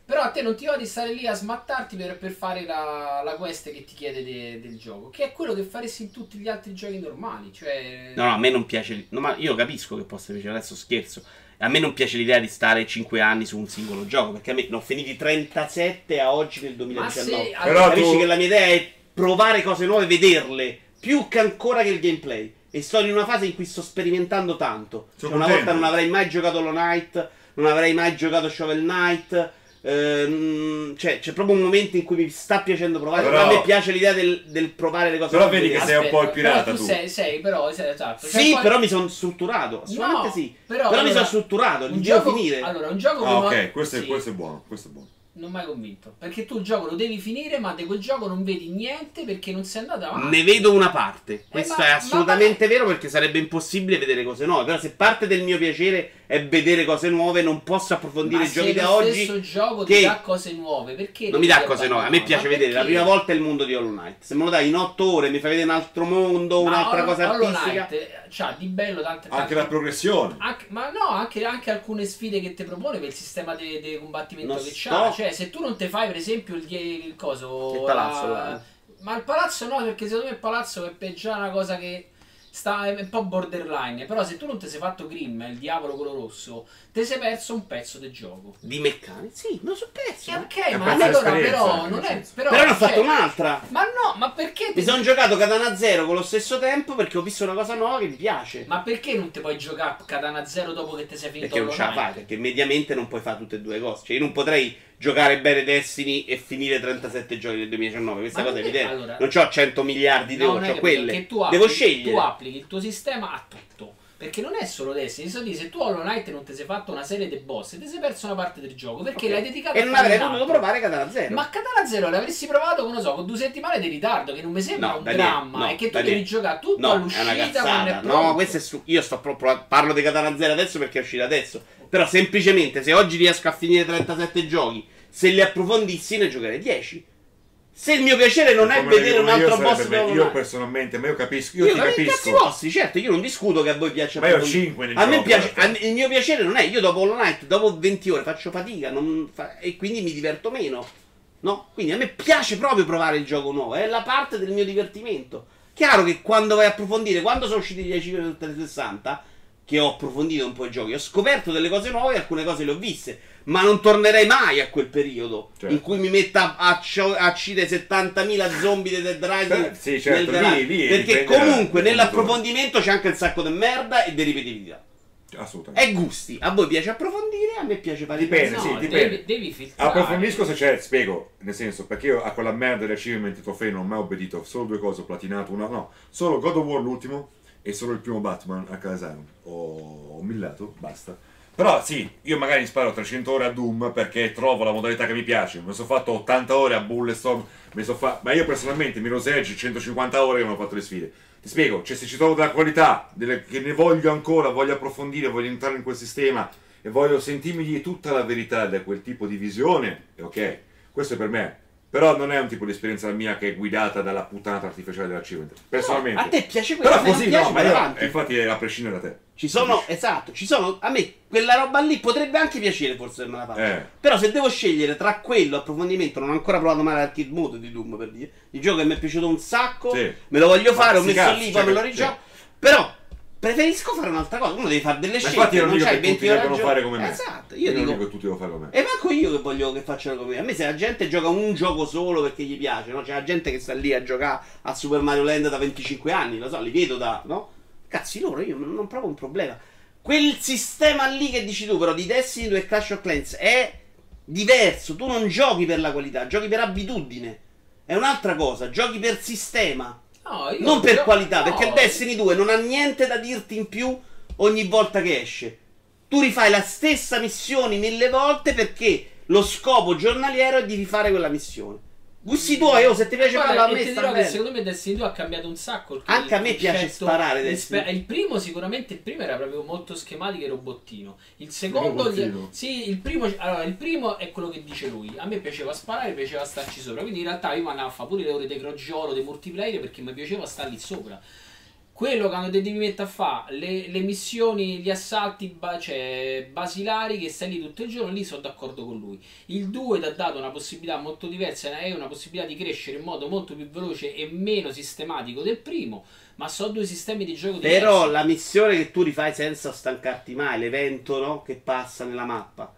Però a te non ti va di stare lì a smattarti per, per fare la, la quest che ti chiede de- del gioco, che è quello che faresti in tutti gli altri giochi normali. Cioè,
No, no, a me non piace. l- no, ma io capisco che possa piacere adesso scherzo. A me non piace l'idea di stare 5 anni su un singolo gioco, perché a me ne ho finiti 37 a oggi nel
ma
2019.
se
Però
allora,
tu-
Capisci che la mia idea è provare cose nuove, vederle, più che ancora che il gameplay. E E sto in una fase in cui sto sperimentando tanto.
Sono
Cioè, una
contento.
volta non avrei mai giocato Hollow Knight, non avrei mai giocato Shovel Knight. ehm, cioè, c'è proprio un momento in cui mi sta piacendo provare.
Però-
a me piace l'idea del, del provare le cose.
Però
nuove.
vedi che sei un po' il pirata,
però
tu.
Sei, sei, però, sei, esatto. Cioè,
Sì,
poi-
però mi sono strutturato. Assolutamente
No,
sì.
però,
Però, mi
allora,
sono strutturato. Il
un
giro
gioco-
finire.
Allora, un gioco
Ah,
che
ok,
no-
questo, è,
sì,
questo è buono, questo è buono.
Non mai convinto. Perché tu il gioco lo devi finire, ma di quel gioco non vedi niente perché non sei andato avanti.
Ne vedo una parte. Questo
Eh, ma-
è
ma-
assolutamente vero perché sarebbe impossibile vedere cose nuove. Però se parte del mio piacere è vedere cose nuove, non posso approfondire
Ma
i
se
giochi da
lo stesso
oggi.
gioco
che-
ti dà cose nuove, perché
Non mi dà
devi
cose nuove. A me
abbandonare?
piace
Ma
vedere la
perché?
prima volta il mondo di Hollow Knight. Se me lo dai in otto ore, mi fai vedere un altro mondo,
Ma
un'altra
Hollow-
cosa
Hollow
artistica.
Knight c'ha di bello tante
Anche
tante-
la progressione.
anche- ma no, anche, anche alcune sfide che ti propone per il sistema di di combattimento
Non
che
sto-
c'ha. Cioè, se tu non ti fai, per esempio, il, il coso.
Che palazzo,
la-
là, eh.
Ma il palazzo no, perché secondo me il palazzo è per- già una cosa che sta è un po' borderline. Però se tu non ti sei fatto Grimm, il diavolo quello rosso, ti sei perso un pezzo del gioco.
Di meccanica. Sì, non so
Sì,
pezzo.
ok, ma
pezzo di
allora
esperienza,
però
nel
non è.
senso.
Però,
Però ne ho fatto
cioè,
un'altra.
Ma no, ma perché
Mi sono giocato Katana Zero con lo stesso tempo perché ho visto una cosa nuova che mi piace.
Ma perché non ti puoi giocare Katana Zero dopo che ti sei finito
Perché non ce la
Hollow
fai,
Knight?
perché mediamente non puoi fare tutte e due cose. Cioè, io non potrei giocare bene Destiny e finire 37 giochi del 2019. Questa
Ma
cosa è
non è-
evidente.
allora-
non ho 100 miliardi di
No, non
ore,
è
ho
che-
quelle.
perché tu applichi,
Devo scegliere.
Tu applichi il tuo sistema a tutto. Perché non è solo Destiny, so dire, se tu Hollow Knight non ti sei fatto una serie di boss, ti sei perso una parte del gioco perché
Ok.
l'hai dedicato
e
a
non
fare
avrei
un
potuto
altro.
provare Katana Zero.
Ma Katana Zero l'avresti provato, che non so, con due settimane di ritardo, che non mi sembra
No,
un
Daniele,
dramma.
no,
è che tu
Daniele.
devi giocare tutto
No, è
all'uscita
una
quando è
cazzata.
pronto.
No, questo è su- Io sto proprio. Parlo di Katana Zero adesso perché è uscita adesso. Però semplicemente se oggi riesco a finire 37 giochi, se li approfondissi ne giocherei 10. Se il mio piacere non è
Come le
vedere un
dico io,
altro
sarebbe meglio.
boss da
Io
Hollow Knight.
personalmente, ma io capisco, io,
Io,
ti
ma che cazzi
capisco.
vostri, certo, io non discuto che a voi piace
Ma io ho
approfondire.
5 nel
A me
gioco,
piace,
guarda.
a me- il mio piacere non è, io dopo Hollow Knight, dopo 20 ore faccio fatica non fa- e quindi mi diverto meno. No? Quindi a me piace proprio provare il gioco nuovo, è la parte del mio divertimento. Chiaro che quando vai a approfondire, quando sono usciti gli AC del 360, che ho approfondito un po' i giochi, ho scoperto delle cose nuove, alcune cose le ho viste, ma non tornerei mai a quel periodo
Certo.
in cui mi metta a, cio- a uccidere 70.000 zombie di Dead Rising
Eh, sì, certo,
nel
lì-
garage.
lì
perché
dipende dal
comunque
punto.
nell'approfondimento c'è anche un sacco di merda e di ripetitività.
Assolutamente.
È gusti. A voi piace approfondire, a me piace fare
Dipende,
No,
sì,
devi-
dipende.
devi filtrare.
Approfondisco se c'è, spiego, nel senso, perché io a quella merda di achievement e trofei non ho mai obbedito, solo due cose, ho platinato, una no, solo God of War l'ultimo e solo il primo Batman a Kazan, ho, ho millato, basta. Però sì, io magari sparo 300 ore a Doom perché trovo la modalità che mi piace, mi sono fatto 80 ore a Bulletstorm, mi sono fa- ma io personalmente mi roseggio 150 ore che non ho fatto le sfide. Ti spiego, cioè se ci trovo della qualità, delle- che ne voglio ancora, voglio approfondire, voglio entrare in quel sistema e voglio sentirmi dire tutta la verità da quel tipo di visione, è ok, questo è per me. Però non è un tipo di esperienza mia che è guidata dalla puttana artificiale dell'achievement, personalmente.
a te piace quello,
Però
se non
così
piace
no, ma
vai
io-
avanti.
infatti a prescindere da te.
Ci sono, esatto, ci sono. A me quella roba lì potrebbe anche piacere, forse se me la faccio.
Eh.
Però se devo scegliere tra quello approfondimento, non ho ancora provato male Arcade Mode di Doom per dire. Il gioco che mi è piaciuto un sacco,
Sì.
me lo voglio
Ma
fare, ho
sti
messo
cazzi,
lì,
cioè,
poi me lo
sì.
rigioco. Però preferisco fare un'altra cosa. Uno deve fare delle
Ma
scelte.
infatti io non dico
c'hai
che tutti
20 ore al
devono
giorno.
fare come me.
Esatto, io,
non
dico.
dico che tutti devono fare come me.
E manco io che voglio che facciano come me. A me se la gente gioca un gioco solo perché gli piace, no? C'è la gente che sta lì a giocare a Super Mario Land da 25 anni, lo so, li vedo da, no? Cazzi loro, io non ho proprio un problema. Quel sistema lì che dici tu, però, di Destiny 2 e Clash of Clans è diverso. Tu non giochi per la qualità, giochi per abitudine. È un'altra cosa, giochi per sistema.
No, io-
Non per
io-
qualità,
no.
perché Destiny 2 non ha niente da dirti in più ogni volta che esce. Tu rifai la stessa missione mille volte perché lo scopo giornaliero è di rifare quella missione. Gusti tuoi, oh, se ti piace
Mm. Guarda,
farla a
e
me,
ti
sta
dirò che
bene.
secondo me Destiny 2 ha cambiato un sacco. il-
Anche a me
il
piace
concetto.
sparare
Il
Destiny.
spe- Il primo, sicuramente, il primo era proprio molto schematico e robottino. Il secondo, gli-
Robottino.
sì, il primo, allora, il primo è quello che dice lui. A me piaceva sparare, piaceva starci sopra. Quindi in realtà io andavo a fare pure le ore di crogiolo, dei multiplayer perché mi piaceva star lì sopra. Quello che hanno detto di mettere a fare le, le missioni, gli assalti ba- cioè, basilari che stai lì tutto il giorno, lì sono d'accordo con lui. Il 2 ti ha dato una possibilità molto diversa e una possibilità di crescere in modo molto più veloce e meno sistematico del primo, ma sono due sistemi di gioco diversi.
Però la missione che tu rifai senza stancarti mai, l'evento no, che passa nella mappa,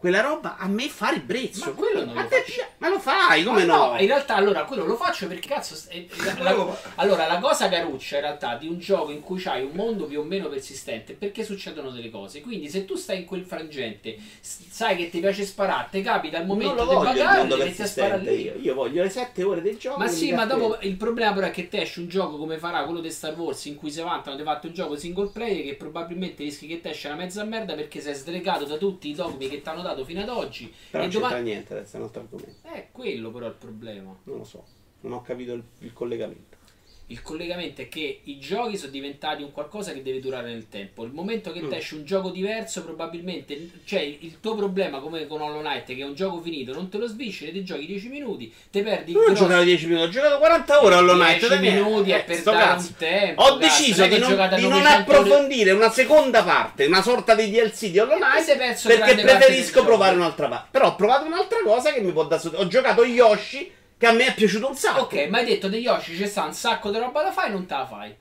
Quella roba a me fa il brezzo.
Ma quello non
A
lo
te
faccio.
pi- Ma lo fai, come
Ma
no?
Ah, In realtà, allora, quello lo faccio perché cazzo. s- eh, la- la-
No.
allora, la cosa caruccia in realtà di un gioco in cui c'hai un mondo più o meno persistente è perché succedono delle cose. Quindi, se tu stai in quel frangente, s- sai che ti piace sparare, ti capita il
non
momento
lo
di
voglio il
pagare
mondo
e metti a sparare
persistente. Io.
lì.
io voglio le 7 ore del gioco.
Ma
che
sì,
mi
ma
dà
dopo
te.
il problema però è che te esce un gioco come farà quello di Star Wars in cui si vantano di fatto un gioco single player che probabilmente rischi che te esce una mezza merda perché sei sdregato da tutti i dogmi che ti hanno dato fino ad oggi.
Però
e
non c'entra
domani...
niente adesso, è un altro argomento.
Eh, quello però è il problema.
Non lo so, non ho capito il, il collegamento.
Il collegamento è che i giochi sono diventati un qualcosa che deve durare nel tempo. Il momento che
Mm.
ti esce un gioco diverso, probabilmente. Cioè, il tuo problema, come con Hollow Knight, che è un gioco finito, non te lo svisceri, ti giochi 10 minuti, te perdi
Io ho
grosso-
giocato 10 minuti, ho giocato 40 ore Hollow Knight.
10
dai, eh,
minuti è
eh,
per
sto
dare
cazzo.
un tempo.
Ho
cazzo,
deciso
non è
di
che
non,
giocate a
di non
900 ore-
approfondire una seconda parte, una sorta di DLC di Hollow
Ma se
Knight
perso
perché
grande parte del
preferisco
gioco.
provare un'altra parte. Però ho provato un'altra cosa che mi può dare soddisfazione. Ho giocato Yoshi che a me è piaciuto un sacco.
Ok, ma hai detto degli Yoshi c'è sta un sacco di roba da fare e non te la fai.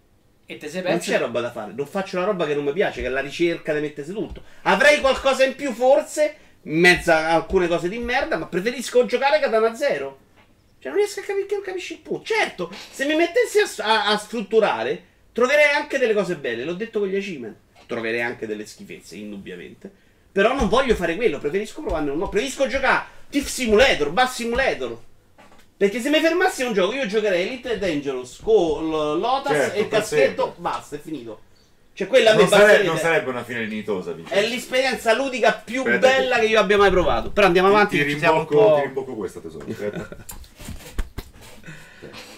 E te sei
Non
perso.
c'è roba da fare, non faccio una roba che non mi piace, che è la ricerca di mettersi tutto. Avrei qualcosa in più forse, in mezzo a alcune cose di merda, ma preferisco giocare Katana Zero. Cioè non riesco a capire, non capisci il punto. Certo, se mi mettessi a, a- a strutturare, troverei anche delle cose belle, l'ho detto con gli achievement. Troverei anche delle schifezze, indubbiamente. Però non voglio fare quello, preferisco provarne uno. Preferisco giocare Tiff Simulator, Bass Simulator. Perché se mi fermassi a un gioco, io giocherei Elite and Dangerous con l- Lotus
Certo,
e il
per
caschetto,
sempre.
basta, è finito. Cioè, quella mi
non, sare-
basterebbe.
non sarebbe una fine dignitosa, dici.
È l'esperienza ludica più
Aspetta,
bella che io abbia mai provato. Però andiamo avanti,
ti,
che
ti,
ci siamo un
rimbocco, ti
po'.
rimbocco questa tesoro. aspetta.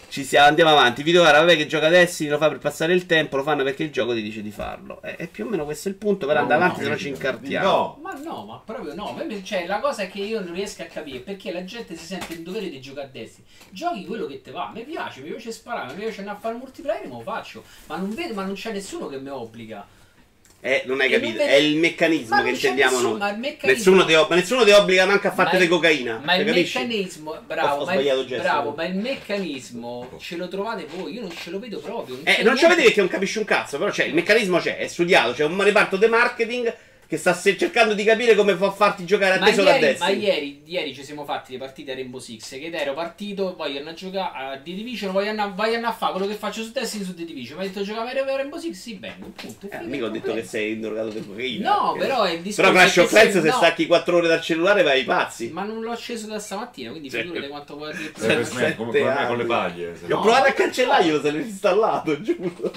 Ci siamo, andiamo avanti. Videocara, vabbè, che gioca a Destiny, lo fa per passare il tempo, lo fanno perché il gioco ti dice di farlo. Eh, E più o meno questo è il punto, però andiamo avanti,
No,
se
no,
no ci incartiamo.
No.
Ma no, ma proprio no. Ma invece- Cioè, la cosa che io non riesco a capire è perché la gente si sente in dovere di giocare a Destiny. Giochi quello che ti va, mi piace, mi piace sparare, mi piace andare a fare il multiplayer, ma lo faccio. Ma non, vedo, ma non c'è nessuno che mi obbliga.
Eh, non hai
E non
capito,
vede-
è il meccanismo
Ma
che
non c'è
intendiamo
nessuno,
noi.
ma il meccanismo-
Nessuno ti, ob- nessuno ti obbliga neanche a farti
Ma
di
il-
cocaina. cioè,
Ma il
capisci?
meccanismo, bravo,
Ho
ma
sbagliato
il,
gesto.
bravo, ma il meccanismo ce lo trovate voi, io non ce lo vedo proprio.
Eh,
c'è
non
cioè,
ci
niente.
vedi perché non capisci un cazzo, però c'è, il meccanismo c'è, è studiato, c'è un reparto di marketing che sta se- cercando di capire come fa a farti giocare a
Ma
te solo a
ieri, ma
destra.
ieri, ieri ci siamo fatti le partite a Rainbow Six. Che ero partito, voglio andare a giocare a The Division, voglio andare, voglio andare a fare quello che faccio su Destiny su The Division. Mi ha detto giocare a Rainbow Six, sì, vengo, punto.
Eh, mica ho detto che sei indorgato di cocaina.
No,
eh.
però è il discorso
Però Clash
che
of Clans se
no,
stacchi 4 ore dal cellulare vai pazzi.
Ma non l'ho acceso da stamattina, quindi
Sì.
figurate quanto può dire.
Eh, per me, come, come me con le paglie.
Io ho
No.
provato a cancellarglielo, se l'ho installato, giuro.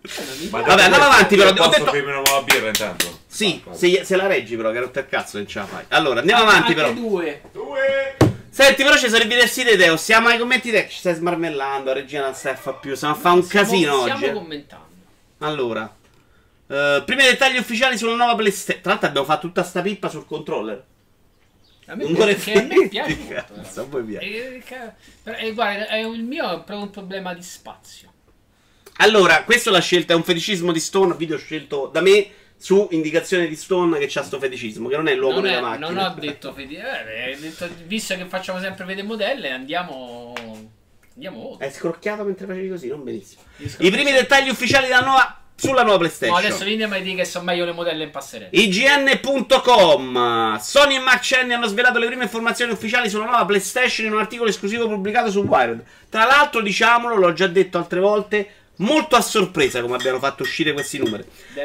dai,
andiamo
io-
avanti, però,
io
ho
Posso
detto-
bermi una nuova birra intanto? Ah,
Sì,
Vai, vai.
se, se la reggi però, che hai rotto il cazzo non ce la fai. Allora, andiamo avanti però.
due.
Due.
Senti, però ci sarebbe da dire Teo, siamo ai commenti te, ci stai smarmellando, Regina non se fa più, stiamo a fare un casino
stiamo,
oggi.
Stiamo
eh.
commentando.
Allora, eh, primi dettagli ufficiali sulla nuova PlayStation. Tra l'altro, abbiamo fatto tutta sta pippa sul controller.
A me, piace,
Non vorrei
che a me
fare
piace
niente,
molto, eh.
cazzo, a voi piace.
Eh, ca- però, eh, guarda, eh, il mio è proprio un problema di spazio.
Allora, questa è la scelta, è un feticismo di Stone. Video scelto da me su indicazione di Stone che c'ha sto feticismo, che non è l'uomo
non,
nella
è-
macchina.
non ho detto, fedi- eh, ho detto- visto che facciamo sempre vedere modelle, andiamo. Andiamo oltre.
Hai scrocchiato mentre facevi così, non benissimo.
Gli scrocchi-
I primi dettagli ufficiali della nuova, sulla nuova
No,
PlayStation.
adesso l'India mi dice che sono meglio le modelle in passerella.
IGN.com Sony e McChenney hanno svelato le prime informazioni ufficiali sulla nuova PlayStation in un articolo esclusivo pubblicato su Wired. Tra l'altro, diciamolo, l'ho già detto altre volte, molto a sorpresa come abbiamo fatto uscire questi numeri.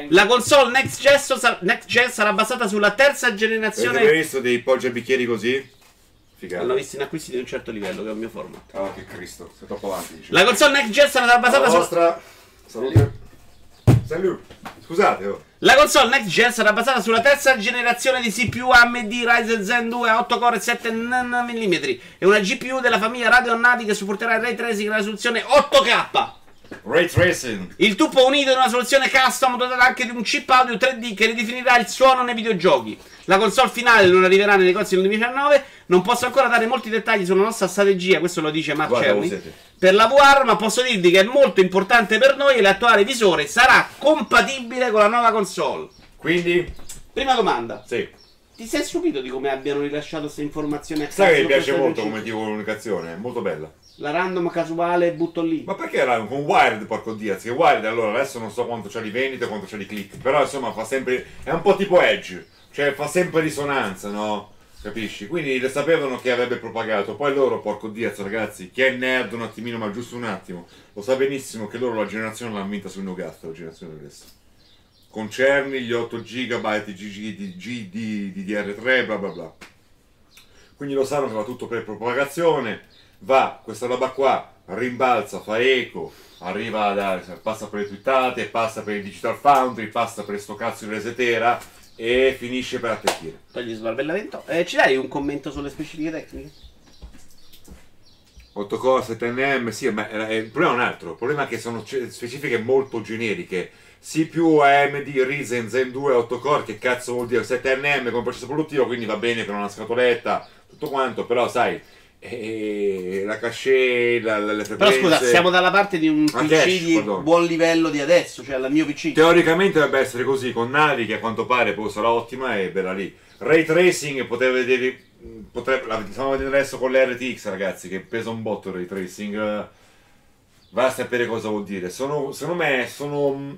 La console Next Gen, sa- Next Gen sarà basata sulla terza
Avete mai
generazione.
visto dei poggia bicchieri così? Figata.
L'ho visto in acquisti di un certo livello, che è il mio format.
Ah, che Cristo, sei troppo avanti. dice.
La console Next Gen sarà basata
La
sulla.
vostra. Salute. Salute. Scusate, oh.
La console next gen sarà basata sulla terza generazione di CPU AMD Ryzen Zen 2 a 8 core e 7 mm e una GPU della famiglia Radeon Navi che supporterà il ray tracing alla risoluzione 8K.
Ray Tracing.
Il tuppo unito in una soluzione custom dotata anche di un chip audio 3D che ridefinirà il suono nei videogiochi. La console finale non arriverà nei negozi nel 2019, non posso ancora dare molti dettagli sulla nostra strategia, questo lo dice Mark
Guarda,
Cerny,
voi siete.
per la VR, ma posso dirvi che è molto importante per noi e l'attuale visore sarà compatibile con la nuova console.
Quindi,
Prima domanda.
sì.
Ti sei stupito di come abbiano rilasciato queste informazioni a
Sai che
caso
mi piace
per
molto
stare
come
in
tipo di comunicazione, è molto bella.
giro? La random casuale butto lì.
Ma perché era con Wired, porco Diaz? Che Wired allora adesso non so quanto c'ha di vendita, quanto c'ha di click, però insomma fa sempre. è un po' tipo Edge. Cioè, fa sempre risonanza, no? Capisci? Quindi le sapevano che avrebbe propagato. Poi loro, porco Diaz, ragazzi, chi è nerd un attimino, ma giusto un attimo, lo sa benissimo che loro la generazione l'hanno vinta sul Nugast, la generazione adesso. Concerni gli 8 GB GG di GD, DDR3, bla bla bla. Quindi lo sanno che va tutto per propagazione, va questa roba qua, rimbalza, fa eco, arriva da, passa per le twittate, passa per il Digital Foundry, passa per sto cazzo di resetera e finisce per attecchire.
Togli sbarvellamento. Eh, ci dai un commento sulle specifiche tecniche?
8 core, 7 nm, sì, ma era- eh, il problema è un altro, il problema è che sono ce- specifiche molto generiche. C più AMD Ryzen Zen 2 8 core, che cazzo vuol dire 7 nm come processo produttivo, quindi va bene per una scatoletta, tutto quanto, però sai, eh, la cache, la, la- le
Però
frequenze...
scusa, siamo dalla parte di un
Ah,
PC
cash,
di
pardon.
buon livello di adesso, cioè la mio PC.
Teoricamente dovrebbe essere così, con Navi che a quanto pare poi sarà ottima e bella lì. Ray Tracing poteva vedere, potrebbe, la stiamo vedendo adesso con le RTX ragazzi, che pesa un botto il Ray Tracing. eh, Va a sapere cosa vuol dire. Sono, secondo me sono... mh,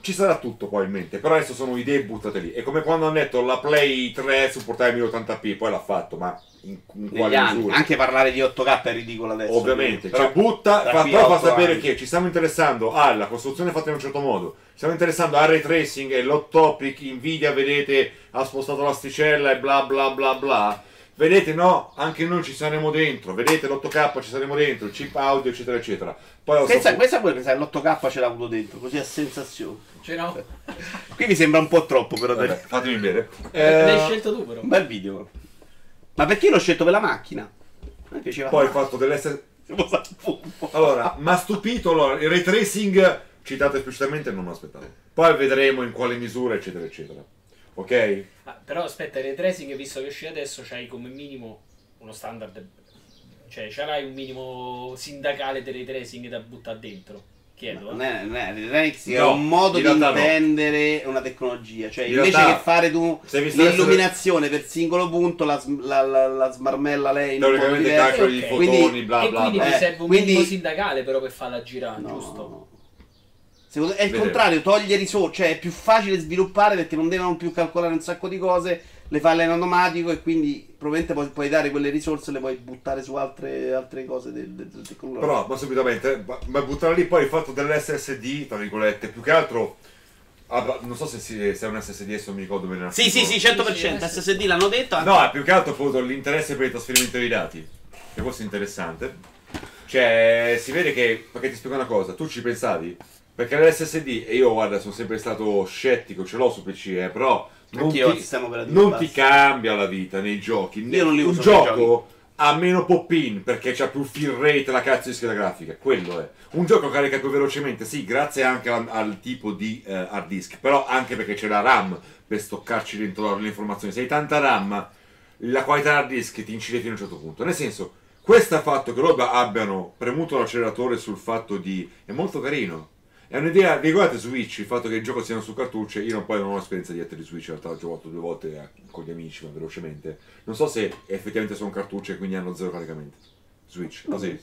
Ci sarà tutto poi in mente, però adesso sono idee buttate lì. È come quando hanno detto la Play 3 supportava il 1080p, poi l'ha fatto, ma in, in
Negli
quale
anni.
misura?
Anche parlare di 8K è ridicolo adesso.
Ovviamente,
Però-
cioè, butta,
da
fa,
qui a
però fa
otto
sapere
anni.
che ci stiamo interessando alla costruzione fatta in un certo modo, ci stiamo interessando al ray tracing e l'hot topic, Nvidia vedete ha spostato l'asticella e bla bla bla bla, vedete no, anche noi ci saremo dentro, vedete l'8K ci saremo dentro, il chip audio eccetera eccetera, poi ho
Senza,
saputo-
questa pure pensare all'8K ce l'ha avuto dentro, così a sensazione.
Cioè, no?
Qui mi sembra un po' troppo però
Vabbè,
dai.
fatemi bere.
L'hai
Eh,
scelto tu, però.
Un bel video. Ma perché l'ho scelto per la macchina? A me piaceva.
poi il
tanto.
fatto dell'essere...
Siamo stati un po'.
Allora, ma stupito, allora, il ray tracing citato esplicitamente non me l'aspettavo. Poi vedremo in quale misura eccetera eccetera. Ok?
Ah, però aspetta, il ray tracing, visto che uscì adesso, c'hai come minimo uno standard. Cioè, ce l'hai un minimo sindacale del ray tracing da buttare dentro.
Ma
Chiedo.
Non
eh.
è, non è, il Rex è
No,
un modo
in
di
realtà no.
intendere una tecnologia. Cioè,
In
invece
realtà,
che fare tu
se vi stesse-
l'illuminazione per singolo punto, la, sm- la, la, la smarmella lei in un modo
Teoricamente
diverso.
calcoli di
ok.
fotoni,
Quindi-
bla
e
bla
quindi
bla.
mi
Eh,
serve un
quindi-
minimo sindacale però per farla girare,
No, no,
giusto?
no. Secondo- è il
Vedremo.
contrario, toglie risorse, cioè è più facile sviluppare perché non devono più calcolare un sacco di cose, le fai in automatico e quindi probabilmente puoi, puoi dare quelle risorse e le puoi buttare su altre, altre cose del, del, del tecnologico.
Però, ma subitamente, ma- ma buttare lì poi il fatto dell'SSD, tra virgolette, più che altro, ah, ma non so se, si- se è un SSD, adesso non mi ricordo bene.
Sì, sì,
l'articolo.
sì,
100%,
100%. SSD l'hanno detto.
No, è più che altro appunto l'interesse per il trasferimento dei dati, che questo è interessante. Cioè, si vede che, perché ti spiego una cosa, tu ci pensavi? Perché l'SSD, e io guarda, sono sempre stato scettico, ce l'ho su PC, eh, però non
Anch'io ho il
ti,
sistema operativo
non
basta.
ti cambia la vita nei giochi.
Io non li
un
uso nei
gioco ha meno pop-in perché c'ha più fill rate la cazzo di scheda grafica, quello è. Un gioco carica più velocemente, sì, grazie anche al, al tipo di eh, hard disk, però anche perché c'è la RAM per stoccarci dentro le informazioni. Se hai tanta RAM, la qualità hard disk ti incide fino a un certo punto. Nel senso, questo fatto che loro abbiano premuto l'acceleratore sul fatto di... è molto carino. È un'idea, vi guardate Switch, il fatto che il gioco sia su cartucce, io non- poi non ho esperienza diretta di Switch, in realtà ho giocato due volte a- con gli amici, ma velocemente. Non so se effettivamente sono cartucce e quindi hanno zero caricamento. Switch, così.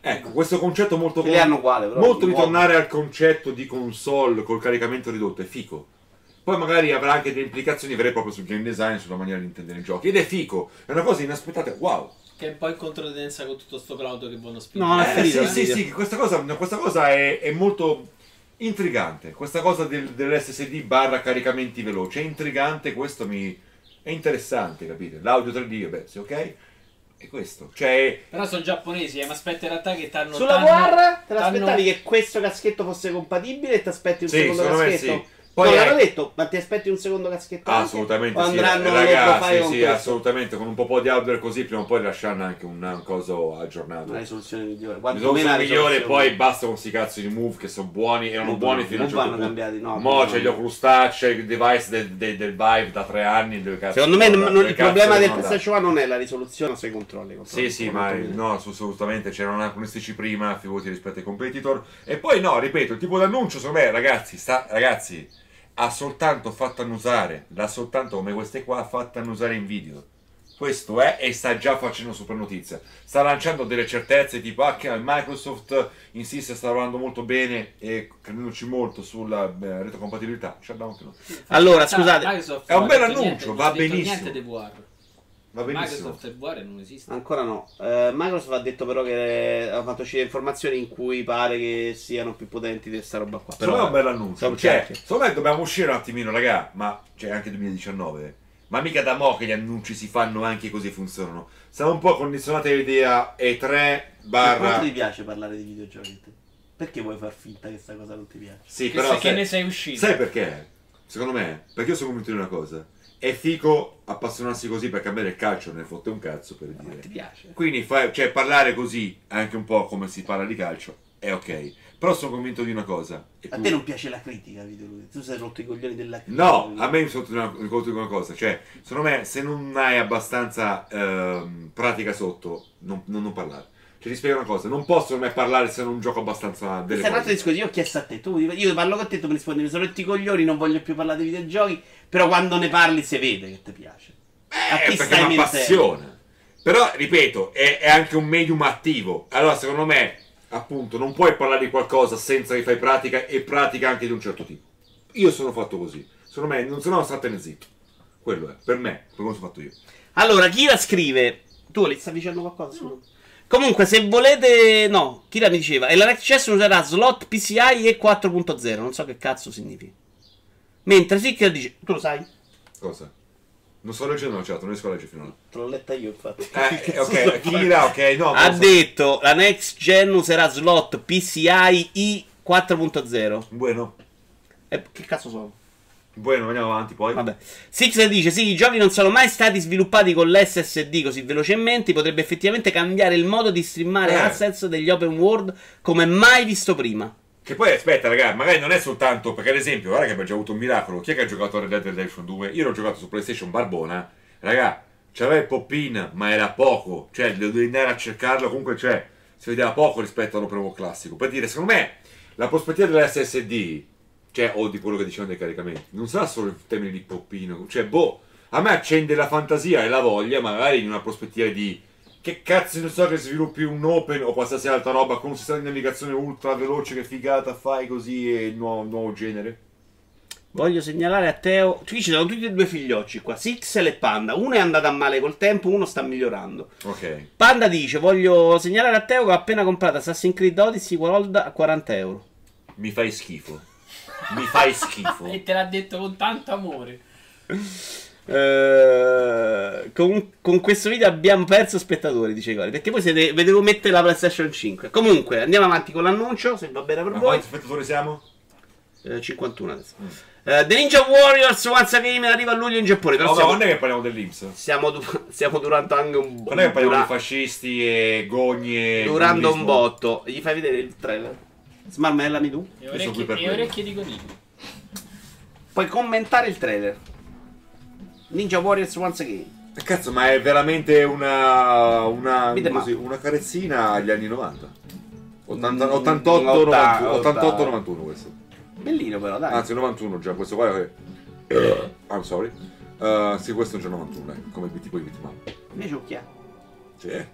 Ecco, questo concetto molto...
Che le hanno uguale, però,
molto
di
ritornare al concetto di console col caricamento ridotto, è fico. Poi magari avrà anche delle implicazioni vere e proprie sul game design, sulla maniera di intendere i giochi. Ed è fico, è una cosa inaspettata, wow.
Che è un po' in controtendenza con tutto sto cloud che buono
No,
spingere.
Ah, è
Eh,
finita,
sì, sì,
è finita.
sì, questa cosa, questa cosa è, è molto intrigante. Questa cosa del- dell'SSD barra caricamenti veloci è intrigante. Questo mi è interessante, capite? L'audio 3D, beh, sì, ok? E questo, cioè,
Però sono giapponesi, eh, mi aspetto in realtà che t'hanno...
Sulla
t'hanno-
guerra te
t'hanno-
l'aspettavi che questo caschetto fosse compatibile e ti aspetti un
Sì,
secondo
secondo me
caschetto?
sì. Poi
no,
è-
l'hanno detto, ma ti aspetti un secondo caschetto? anche?
assolutamente
O
sì,
andranno lo fai
ragazzi,
con
sì,
questo?
assolutamente con un po' di hardware così, prima o poi lasciarne anche un, un coso aggiornato.
Una risoluzione migliore.
Bisogna
quantomeno
usare
una
il migliore,
risoluzione.
poi basta con sti cazzo di move che sono buoni, erano
Non
buoni
vanno-
fino a un
non
certo
vanno
punto.
cambiati, no,
Mo
no,
c'è
no.
gli Oculus Touch, c'è il device del, del, del Vive da tre anni, dove cazzo-
Secondo me
no,
non-
dove
non- il
cazzo
problema del
devono andare?
PlayStation 1 non è la risoluzione, ma sono i controlli. i controlli,
Sì, sì,
i
ma eh,
controlli.
no, assolutamente c'erano anacronistici prima, figurati rispetto ai competitor. E poi no, ripeto, il tipo d'annuncio, secondo me, ragazzi, sta, ragazzi, ha soltanto fatto annusare, l'ha soltanto come queste qua fatta annusare in video. Questo è e sta già facendo super notizia. Sta lanciando delle certezze tipo ah, che Microsoft insiste, sta lavorando molto bene e credendoci molto sulla eh, retrocompatibilità. Ci abbiamo anche noi.
Allora,
Sa,
scusate.
Ah, Microsoft
È un
non ha
bel
detto
annuncio,
niente,
va
non ha detto
benissimo.
Niente di VR.
Va benissimo.
Microsoft e VR non esiste.
Ancora
Ancora no. Eh, Microsoft ha detto però che ha fatto uscire informazioni in cui pare che siano più potenti di questa roba qua.
Secondo me è
Però,
un bel annuncio.
Siamo
Cioè,
certi.
secondo me dobbiamo uscire un attimino, raga, ma cioè anche 2019. Ma mica da mo' che gli annunci si fanno anche così funzionano. Siamo un po' condizionati all'idea E3
Quanto
barra.
ti piace parlare di videogiochi? te? Perché vuoi far finta che questa cosa non ti piace?
Sì,
Che,
però.
se- che
sai-
ne sei uscito?
Sai perché? Secondo me, perché io sono convinto di una cosa. È fico appassionarsi così perché a me del calcio ne fotte un cazzo per
ma ti
dire.
piace?
Quindi fai- cioè, parlare così, anche un po' come si parla di calcio, è ok. Però sono convinto di una cosa. e
A
tu-
te non piace la critica, videoludica. Tu sei rotto i coglioni della critica.
No, a me mi sono conto di una cosa, cioè, secondo me se non hai abbastanza ehm, pratica sotto, non, non- non parlare. Cioè, ti spiego una cosa, non posso ormai parlare se non gioco abbastanza delle
Questa è un altro
cose.
discorso. Io ho chiesto a te, tu, io parlo con te, tu mi rispondi, mi sono rotti i coglioni, non voglio più parlare di videogiochi. Però quando ne parli si vede che ti piace. a
Eh,
chi
perché
stai
mi
mentendo?
appassiona. Però, ripeto, è, è anche un medium attivo. Allora, secondo me, appunto, non puoi parlare di qualcosa senza che fai pratica e pratica anche di un certo tipo. Io sono fatto così. Secondo me, non sono stato zitto. Quello è, per me, per come sono fatto io.
Allora, Kira scrive. Tu le
Sta dicendo qualcosa? scusa?
Comunque, se volete. No, Kira mi diceva. E la next gen userà slot PCI e 4.0. Non so che cazzo significa. Mentre Sicker dice. Tu lo sai?
Cosa? Non sto leggendo la chat, non riesco a leggere fino a là.
Te l'ho letta io, infatti.
Eh, ok, Kira, ok, no.
ha
non so.
detto la next gen userà slot PCIe 4.0.
Bueno,
E Eh, che cazzo sono?
bueno, andiamo avanti poi.
Vabbè. Six dice: Sì, i giochi non sono mai stati sviluppati con l'SSD così velocemente. Potrebbe effettivamente cambiare il modo di streamare
Eh.
assets degli open world come mai visto prima.
Che poi aspetta, ragazzi, magari non è soltanto perché, ad esempio, guarda che abbiamo già avuto un miracolo. Chi è che ha giocato a Red Dead Redemption 2? Io l'ho giocato su PlayStation Barbona. Raga, c'aveva il pop-in, ma era poco. Cioè, dovevi andare a cercarlo. Comunque, cioè, si vedeva poco rispetto all'open world classico. Per dire, secondo me, la prospettiva dell'SSD, cioè, o di quello che dicevano dei caricamenti, non sarà solo in termini di pop-in. Cioè, boh, a me accende la fantasia e la voglia, magari in una prospettiva di Che cazzo ne so che sviluppi un open o qualsiasi altra roba con un sistema di navigazione ultra veloce che figata fai così e il nuovo, nuovo genere?
Voglio segnalare a Teo. Qui ci sono tutti e due figliocci qua, Six e Panda. Uno è andata male col tempo, uno sta migliorando.
Ok.
Panda dice: Voglio segnalare a Teo che ho appena comprato Assassin's Creed Odyssey World a 40 euro.
Mi fai schifo. Mi fai schifo.
E te l'ha detto con tanto amore.
Eh, con, con questo video abbiamo perso spettatori, dice Gori. Perché voi siete, vedevo mettere la PlayStation 5. Comunque, andiamo avanti con l'annuncio, se va bene per
Ma
voi.
quanti spettatori siamo?
Eh, 51 adesso. Eh, The Ninja Warriors Once Again arriva a luglio in Giappone. Però
No, ma
siamo,
quando è che parliamo dell'Inps?
stiamo, du- stiamo durando anche un
Quando è che parliamo
dura-
di fascisti e gogne? e
Durando un
comunismo?
botto. Gli fai vedere il trailer? Smarmellami tu.
E
Io sono qui
orecchie,
per
e
quello.
orecchie di coniglio.
Puoi commentare il trailer. Ninja Warriors Once Again.
Eh, Cazzo, ma è veramente una. una,
Beat 'em up.
così, una carezzina agli anni 90. 80
Mm,
88,
otta-
91, 88, 91 questo.
Bellino però, dai.
Anzi, 91 già, questo qua è. I'm sorry. Eh, sì, questo è un già 91, eh, come tipo di bitmap.
Invece occhia.
Sì. eh.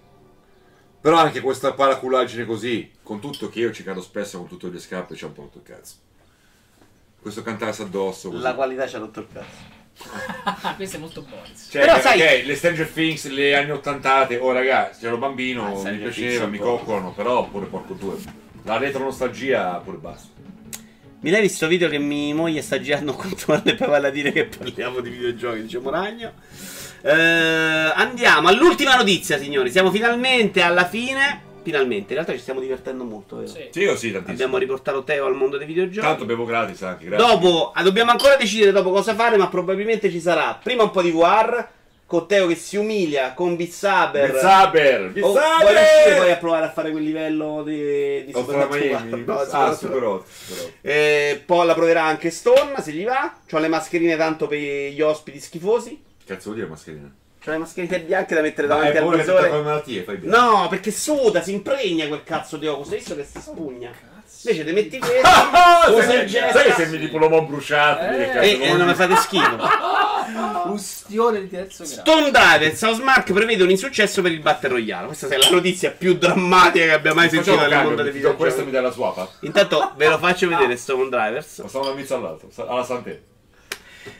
Però anche questa paraculaggine così, con tutto che io ci cado spesso con tutte le scarpe, c'è un po' tutto il cazzo. Questo cantarsi addosso. Così.
La qualità ci ha rotto il cazzo.
Ah, questo è molto Boris.
Cioè,
Però
perché
sai-
le Stranger Things, le anni ottantate, oh ragazzi, ero bambino,
Ah,
mi
Stranger
piaceva,
Things
mi
un po'.
coccolano, però pure porco due. La retro nostalgia pure basta.
Mi dai visto video che mia moglie sta girando contro le parole a dire che parliamo di videogiochi, dice Moragno. Eh, andiamo all'ultima notizia, signori. Siamo finalmente alla fine. Finalmente, in realtà ci stiamo divertendo molto, vero?
Sì.
Sì, io sì, tantissimo.
Abbiamo riportato Teo al mondo dei videogiochi.
Tanto bevo gratis anche, grazie.
Dopo, ah, dobbiamo ancora decidere dopo cosa fare, ma probabilmente ci sarà prima un po' di VR con Teo che si umilia con Beat Saber.
Bizzaber!
Oh, vuoi riuscire poi a provare a fare quel livello di, di
Ho
Super Mario
Miami.
4? No,
ah,
Super
super 8.
Eh, poi la proverà anche Stone se gli va. C'ho le mascherine tanto per gli ospiti schifosi.
Cazzo vuol dire mascherina?
C'ho le mascherine bianche da mettere
Ma
davanti
è
al
pure che tutta come
visore.
malattie, fai bene.
No, perché suda, si impregna quel cazzo di Ocus. Hai visto che si spugna? Invece te metti questo.
Ah, ah,
Usa
sai,
il gesso.
sai che se mi dicono l'ho bruciato, mi
Eh,
che
E,
cazzo,
e non mi
vuol
fate schifo.
Ah, Ustione di terzo grado.
Stone Driver South Mark prevede un insuccesso per il Battle Royale. Questa è la notizia più drammatica che abbia mai sentito
Facciamo
nel
cambio,
mondo dei
ti do questo e mi
videogiochi.
dai la swap.
Intanto ve lo faccio vedere Stone Drivers.
Passiamo da un inizio all'altro, sa- alla santé.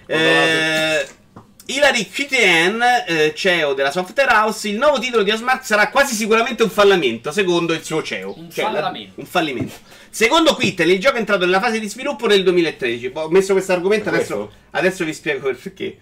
Eh, Hilary Kitien, eh, CEO della Software House, il nuovo titolo di Osmark sarà quasi sicuramente un fallamento, secondo il suo CEO.
Un
Cioè, la-
fallamento.
un fallimento. Secondo Quittel, il gioco è entrato nella fase di sviluppo nel 2013. Poi Ho messo questo argomento,
È
adesso,
questo?
adesso vi spiego il perché.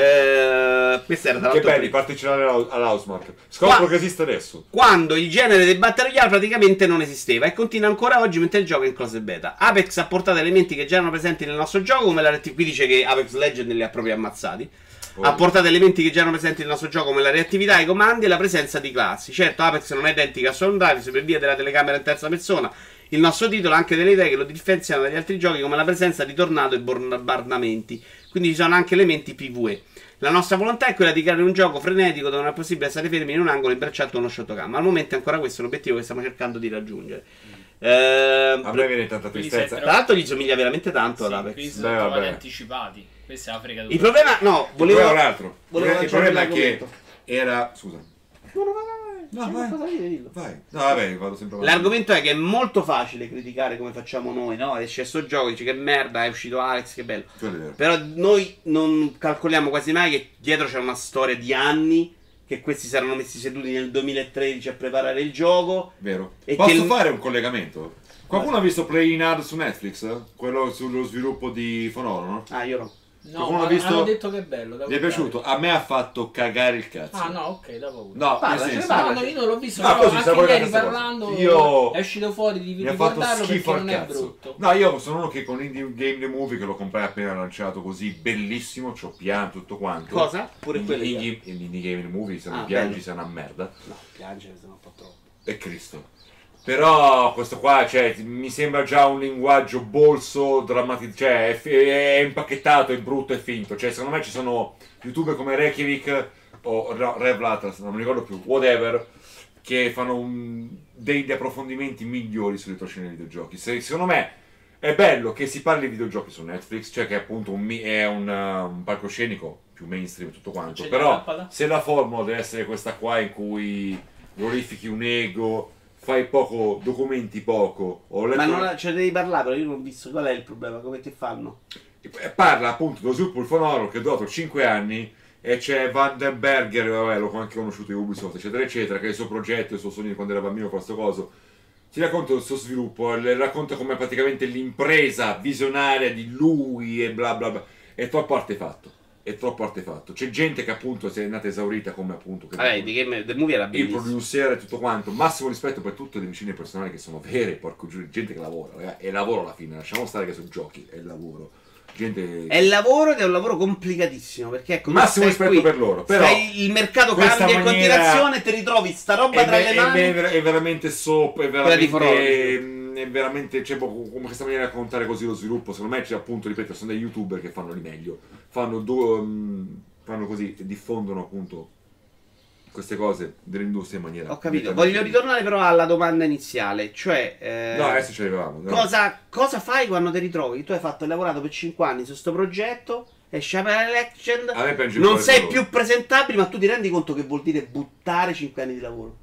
Eh, questa era tra
Che
l'altro
belli,
prima.
partecipare alla- all'Hausmark. Scopro
Qua-
che esiste adesso.
quando il genere del Battle Royale praticamente non esisteva e continua ancora oggi mentre il gioco è in close beta. Apex ha portato elementi che già erano presenti nel nostro gioco, come la RT qui dice che Apex Legend li ha proprio ammazzati.
Oh.
Ha portato elementi che già erano presenti nel nostro gioco, come la reattività, i comandi e la presenza di classi. Certo, Apex non è identica a Sound Drive per via della telecamera in terza persona. Il nostro titolo ha anche delle idee che lo differenziano dagli altri giochi, come la presenza di tornado e bombardamenti. Quindi ci sono anche elementi PvE. La nostra volontà è quella di creare un gioco frenetico dove non è possibile stare fermi in un angolo imbracciato a uno shotgun. Ma al momento è ancora questo l'obiettivo che stiamo cercando di raggiungere. Ehm,
Mm. A me viene tanta tristezza.
Quindi
tra l'altro gli somiglia veramente tanto ad
Sì,
Apex.
qui
Beh,
sono trovati
vabbè.
anticipati. Questa è la fregatura.
Il problema, no,
Il problema è un
volevo.
altro.
volevo
Il
lanciare
problema è che
l'argomento.
era... Scusa. No, vai. Vai. No, vabbè, vado sempre avanti.
L'argomento è che è molto facile criticare come facciamo noi, no? Esce sto gioco, dici che merda, è uscito Alex, che bello.
Quello è vero.
Però noi non calcoliamo quasi mai che dietro c'è una storia di anni che questi saranno messi seduti nel 2013 a preparare il gioco.
Vero.
E
Posso
che il-
fare un collegamento? Qualcuno ha visto Play in Hard su Netflix? Quello sullo sviluppo di Fonoro, no?
Ah, io no.
No,
Qualcuno
ma
l'ha visto?
hanno detto che è bello. da
Mi è
guardare.
piaciuto? A me ha fatto cagare il cazzo.
Ah, no, ok, da paura.
No,
Parla,
nel
ce ne
senso-
parla.
No, no, cioè, io non l'ho visto,
Ah,
però
così, stavo
anche ieri
guardando questa
parlando
cosa. Io-
è uscito fuori di
Mi ha fatto
ricordarlo perché
schifo al
non è
cazzo. Eh,
brutto.
No, io sono uno che con Indie Game The Movie, che lo comprai appena lanciato così, bellissimo, c'ho pian tutto quanto.
Cosa? Pure
Indie
quello.
Game- Indie Game The Movie, se non
Ah,
piangi
bello.
sei una merda.
No, piangere, se no un po' troppo.
E Cristo. Però questo qua, cioè, mi sembra già un linguaggio bolso, drammatizzato, cioè, è, fi- è impacchettato, è brutto, è finto. Cioè, secondo me ci sono youtuber come Reykjavik o no, Rev Latras, non mi ricordo più, whatever, che fanno un- degli approfondimenti migliori sulle retroscene dei videogiochi. Se- secondo me è bello che si parli di videogiochi su Netflix, cioè che appunto un mi- è un, uh, un palcoscenico più mainstream e tutto quanto,
C'è
però...
la lampada?
Se la formula deve essere questa qua in cui glorifichi un ego, fai poco, documenti poco, ho letto-
Ma non la- ce ne devi parlare, però io non ho visto qual è il problema, come ti fanno?
Eh, parla appunto dello sviluppo del fonoro che è durato 5 anni e c'è Vandenberger, vabbè, l'ho anche conosciuto in Ubisoft, eccetera, eccetera, che è il suo progetto, il suo sogno di quando era bambino, questo coso. Ti racconta il suo sviluppo, le racconta come praticamente l'impresa visionaria di lui e bla bla bla. È troppo artefatto. È troppo artefatto. C'è gente che appunto si è andata esaurita come appunto. che-
Vabbè, di Game The Movie era
il
bellissimo.
producer e tutto quanto. Massimo rispetto per tutte le vicine personali che sono vere, porco giù, gente che lavora, raga, è lavoro alla fine, lasciamo stare che sono giochi, è lavoro. Gente
È il lavoro ed è un lavoro complicatissimo perché ecco, tu
Massimo
stai
rispetto
qui,
per loro, però
stai- il mercato
questa
cambia in
maniera- Eh,
continuazione e ti ritrovi sta roba
è,
tra
ve-
le
è
mani.
ver- è veramente soap, è
di
veramente
Forlorn.
mm, è veramente c'è poco- come questa maniera di raccontare così lo sviluppo, secondo me c'è appunto, ripeto, sono dei youtuber che fanno di meglio. Fanno due fanno così diffondono appunto queste cose dell'industria in maniera
Ho capito,
completamente-
voglio ritornare però alla domanda iniziale, cioè eh,
No, adesso ci arrivavamo. no.
cosa, cosa fai quando ti ritrovi? Tu hai fatto hai lavorato per 5 anni su sto progetto, esce la Legend,
A me piange il
non
cuore
sei
per
più
loro.
presentabile, ma tu ti rendi conto che vuol dire buttare 5 anni di lavoro.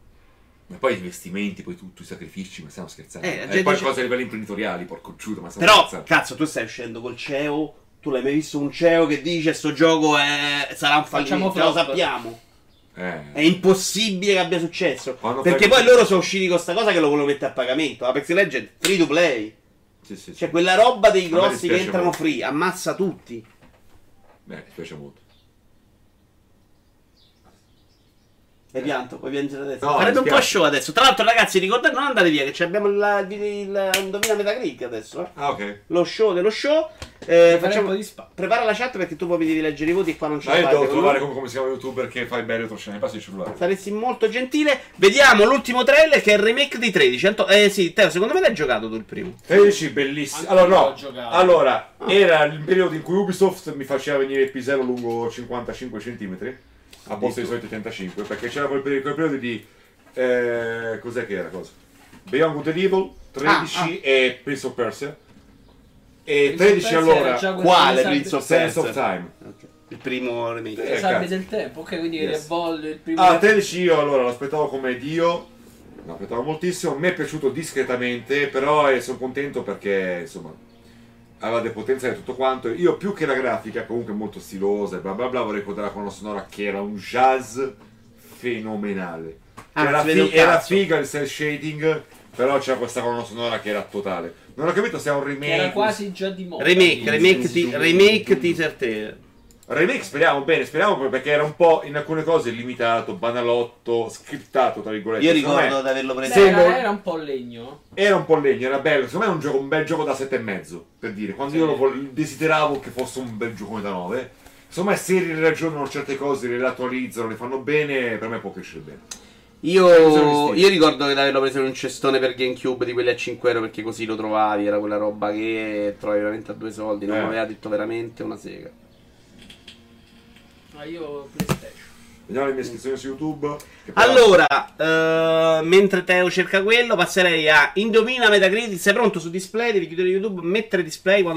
Ma poi i investimenti, poi tutto, i sacrifici, ma stiamo scherzando.
Eh, la
Eh,
gente
poi
dice-
cose a livello imprenditoriali, porco giudo, ma stiamo
Però,
scherzando.
cazzo, tu stai uscendo col CEO, tu l'hai mai visto un CEO che dice sto gioco è... sarà un
Facciamo
fallimento, lo
flop."
sappiamo. È
Eh,
impossibile che abbia successo.
Quando
perché
fai-
poi loro sono usciti con sta cosa che lo vogliono mettere a pagamento. Ah, Apex Legend, free to play.
sì, sì, sì.
Cioè quella roba dei
me
grossi che
dispiace
entrano
molto.
free, ammazza tutti.
Beh, mi piace molto.
Hai pianto, puoi piangere adesso.
Eh. No,
Farebbe un
mi
po'
spiace.
show adesso. Tra l'altro, ragazzi, ricordate, non andate via, che ci abbiamo la- il, il, indovina Metacritic adesso. eh.
Ah, ok.
Lo show dello show. Eh,
Facciamo
facciamo...
un po' di spa.
Prepara la chat perché tu poi mi devi leggere i voti e qua non ce
Ma
la
io
fate
devo
con
trovare
lui.
come, come si chiama il youtuber che fa i belli retroscena. Mi passi il cellulare.
Saresti molto gentile. Vediamo l'ultimo trailer che è il remake dei 13. Anto- eh sì, Teo, secondo me l'hai giocato tu il primo.
13, bellissimo.
Anche
Allora,
io Ah. ho
no.
giocato.
Allora, era il periodo in cui Ubisoft mi faceva venire il pisello lungo 55 cm, a posto dei soliti 35, perché c'era quel periodo, quel periodo di... eh, cos'è che era? Cosa? Beyond Good and Evil, 13
Ah, ah.
e Prince of Persia. E
Il
13
compenso era
Eh, allora...
già quello
Quale
di San-
Prince of-
Sense of Time.
Ok. Il primo remake.
Eh,
Sabbie
cazzo.
del tempo, ok, quindi
Yes.
Revolve il primo...
Ah, Tenchi io allora l'aspettavo come Dio, l'aspettavo moltissimo, mi è piaciuto discretamente, però eh, sono contento perché insomma aveva del potenziale tutto quanto. Io più che la grafica, comunque molto stilosa e bla bla bla, vorrei ricordare con la sonora che era un jazz fenomenale. Cioè,
Ah,
era,
non si vede
fi-
un
era
cazzo.
figa il cell shading, però c'era questa colonna sonora che era totale. Non ho capito se è un
che
remake.
era quasi già di moda.
Remake, remake,
Sì, sì,
ti-
sì.
remake teaser trailer.
Remake speriamo bene, speriamo poi perché era un po' in alcune cose limitato, banalotto, scriptato tra virgolette.
Io
Secondo me-
ricordo di averlo
Beh,
preso.
Sì.
era,
Sembra-
era un po' legno.
Era un po' legno, era bello. Secondo me è un, gioco- un bel gioco da 7 e mezzo. Per dire, quando
Sì.
io lo vol- desideravo che fosse un bel giocone da 9. Insomma, se riragionano certe cose, le attualizzano, le fanno bene, per me può crescere bene.
Io, io ricordo che di averlo preso in un cestone per Gamecube di quelli a 5 euro perché così lo trovavi. Era quella roba che trovavi veramente a due soldi. Non
Eh.
mi aveva detto veramente una sega.
Ma io PlayStation.
Vediamo le mie iscrizioni su YouTube. che però-
Allora, eh, mentre Teo cerca quello, passerei a Indovina Metacritic. Sei pronto su display? Devi chiudere YouTube, mettere display quando.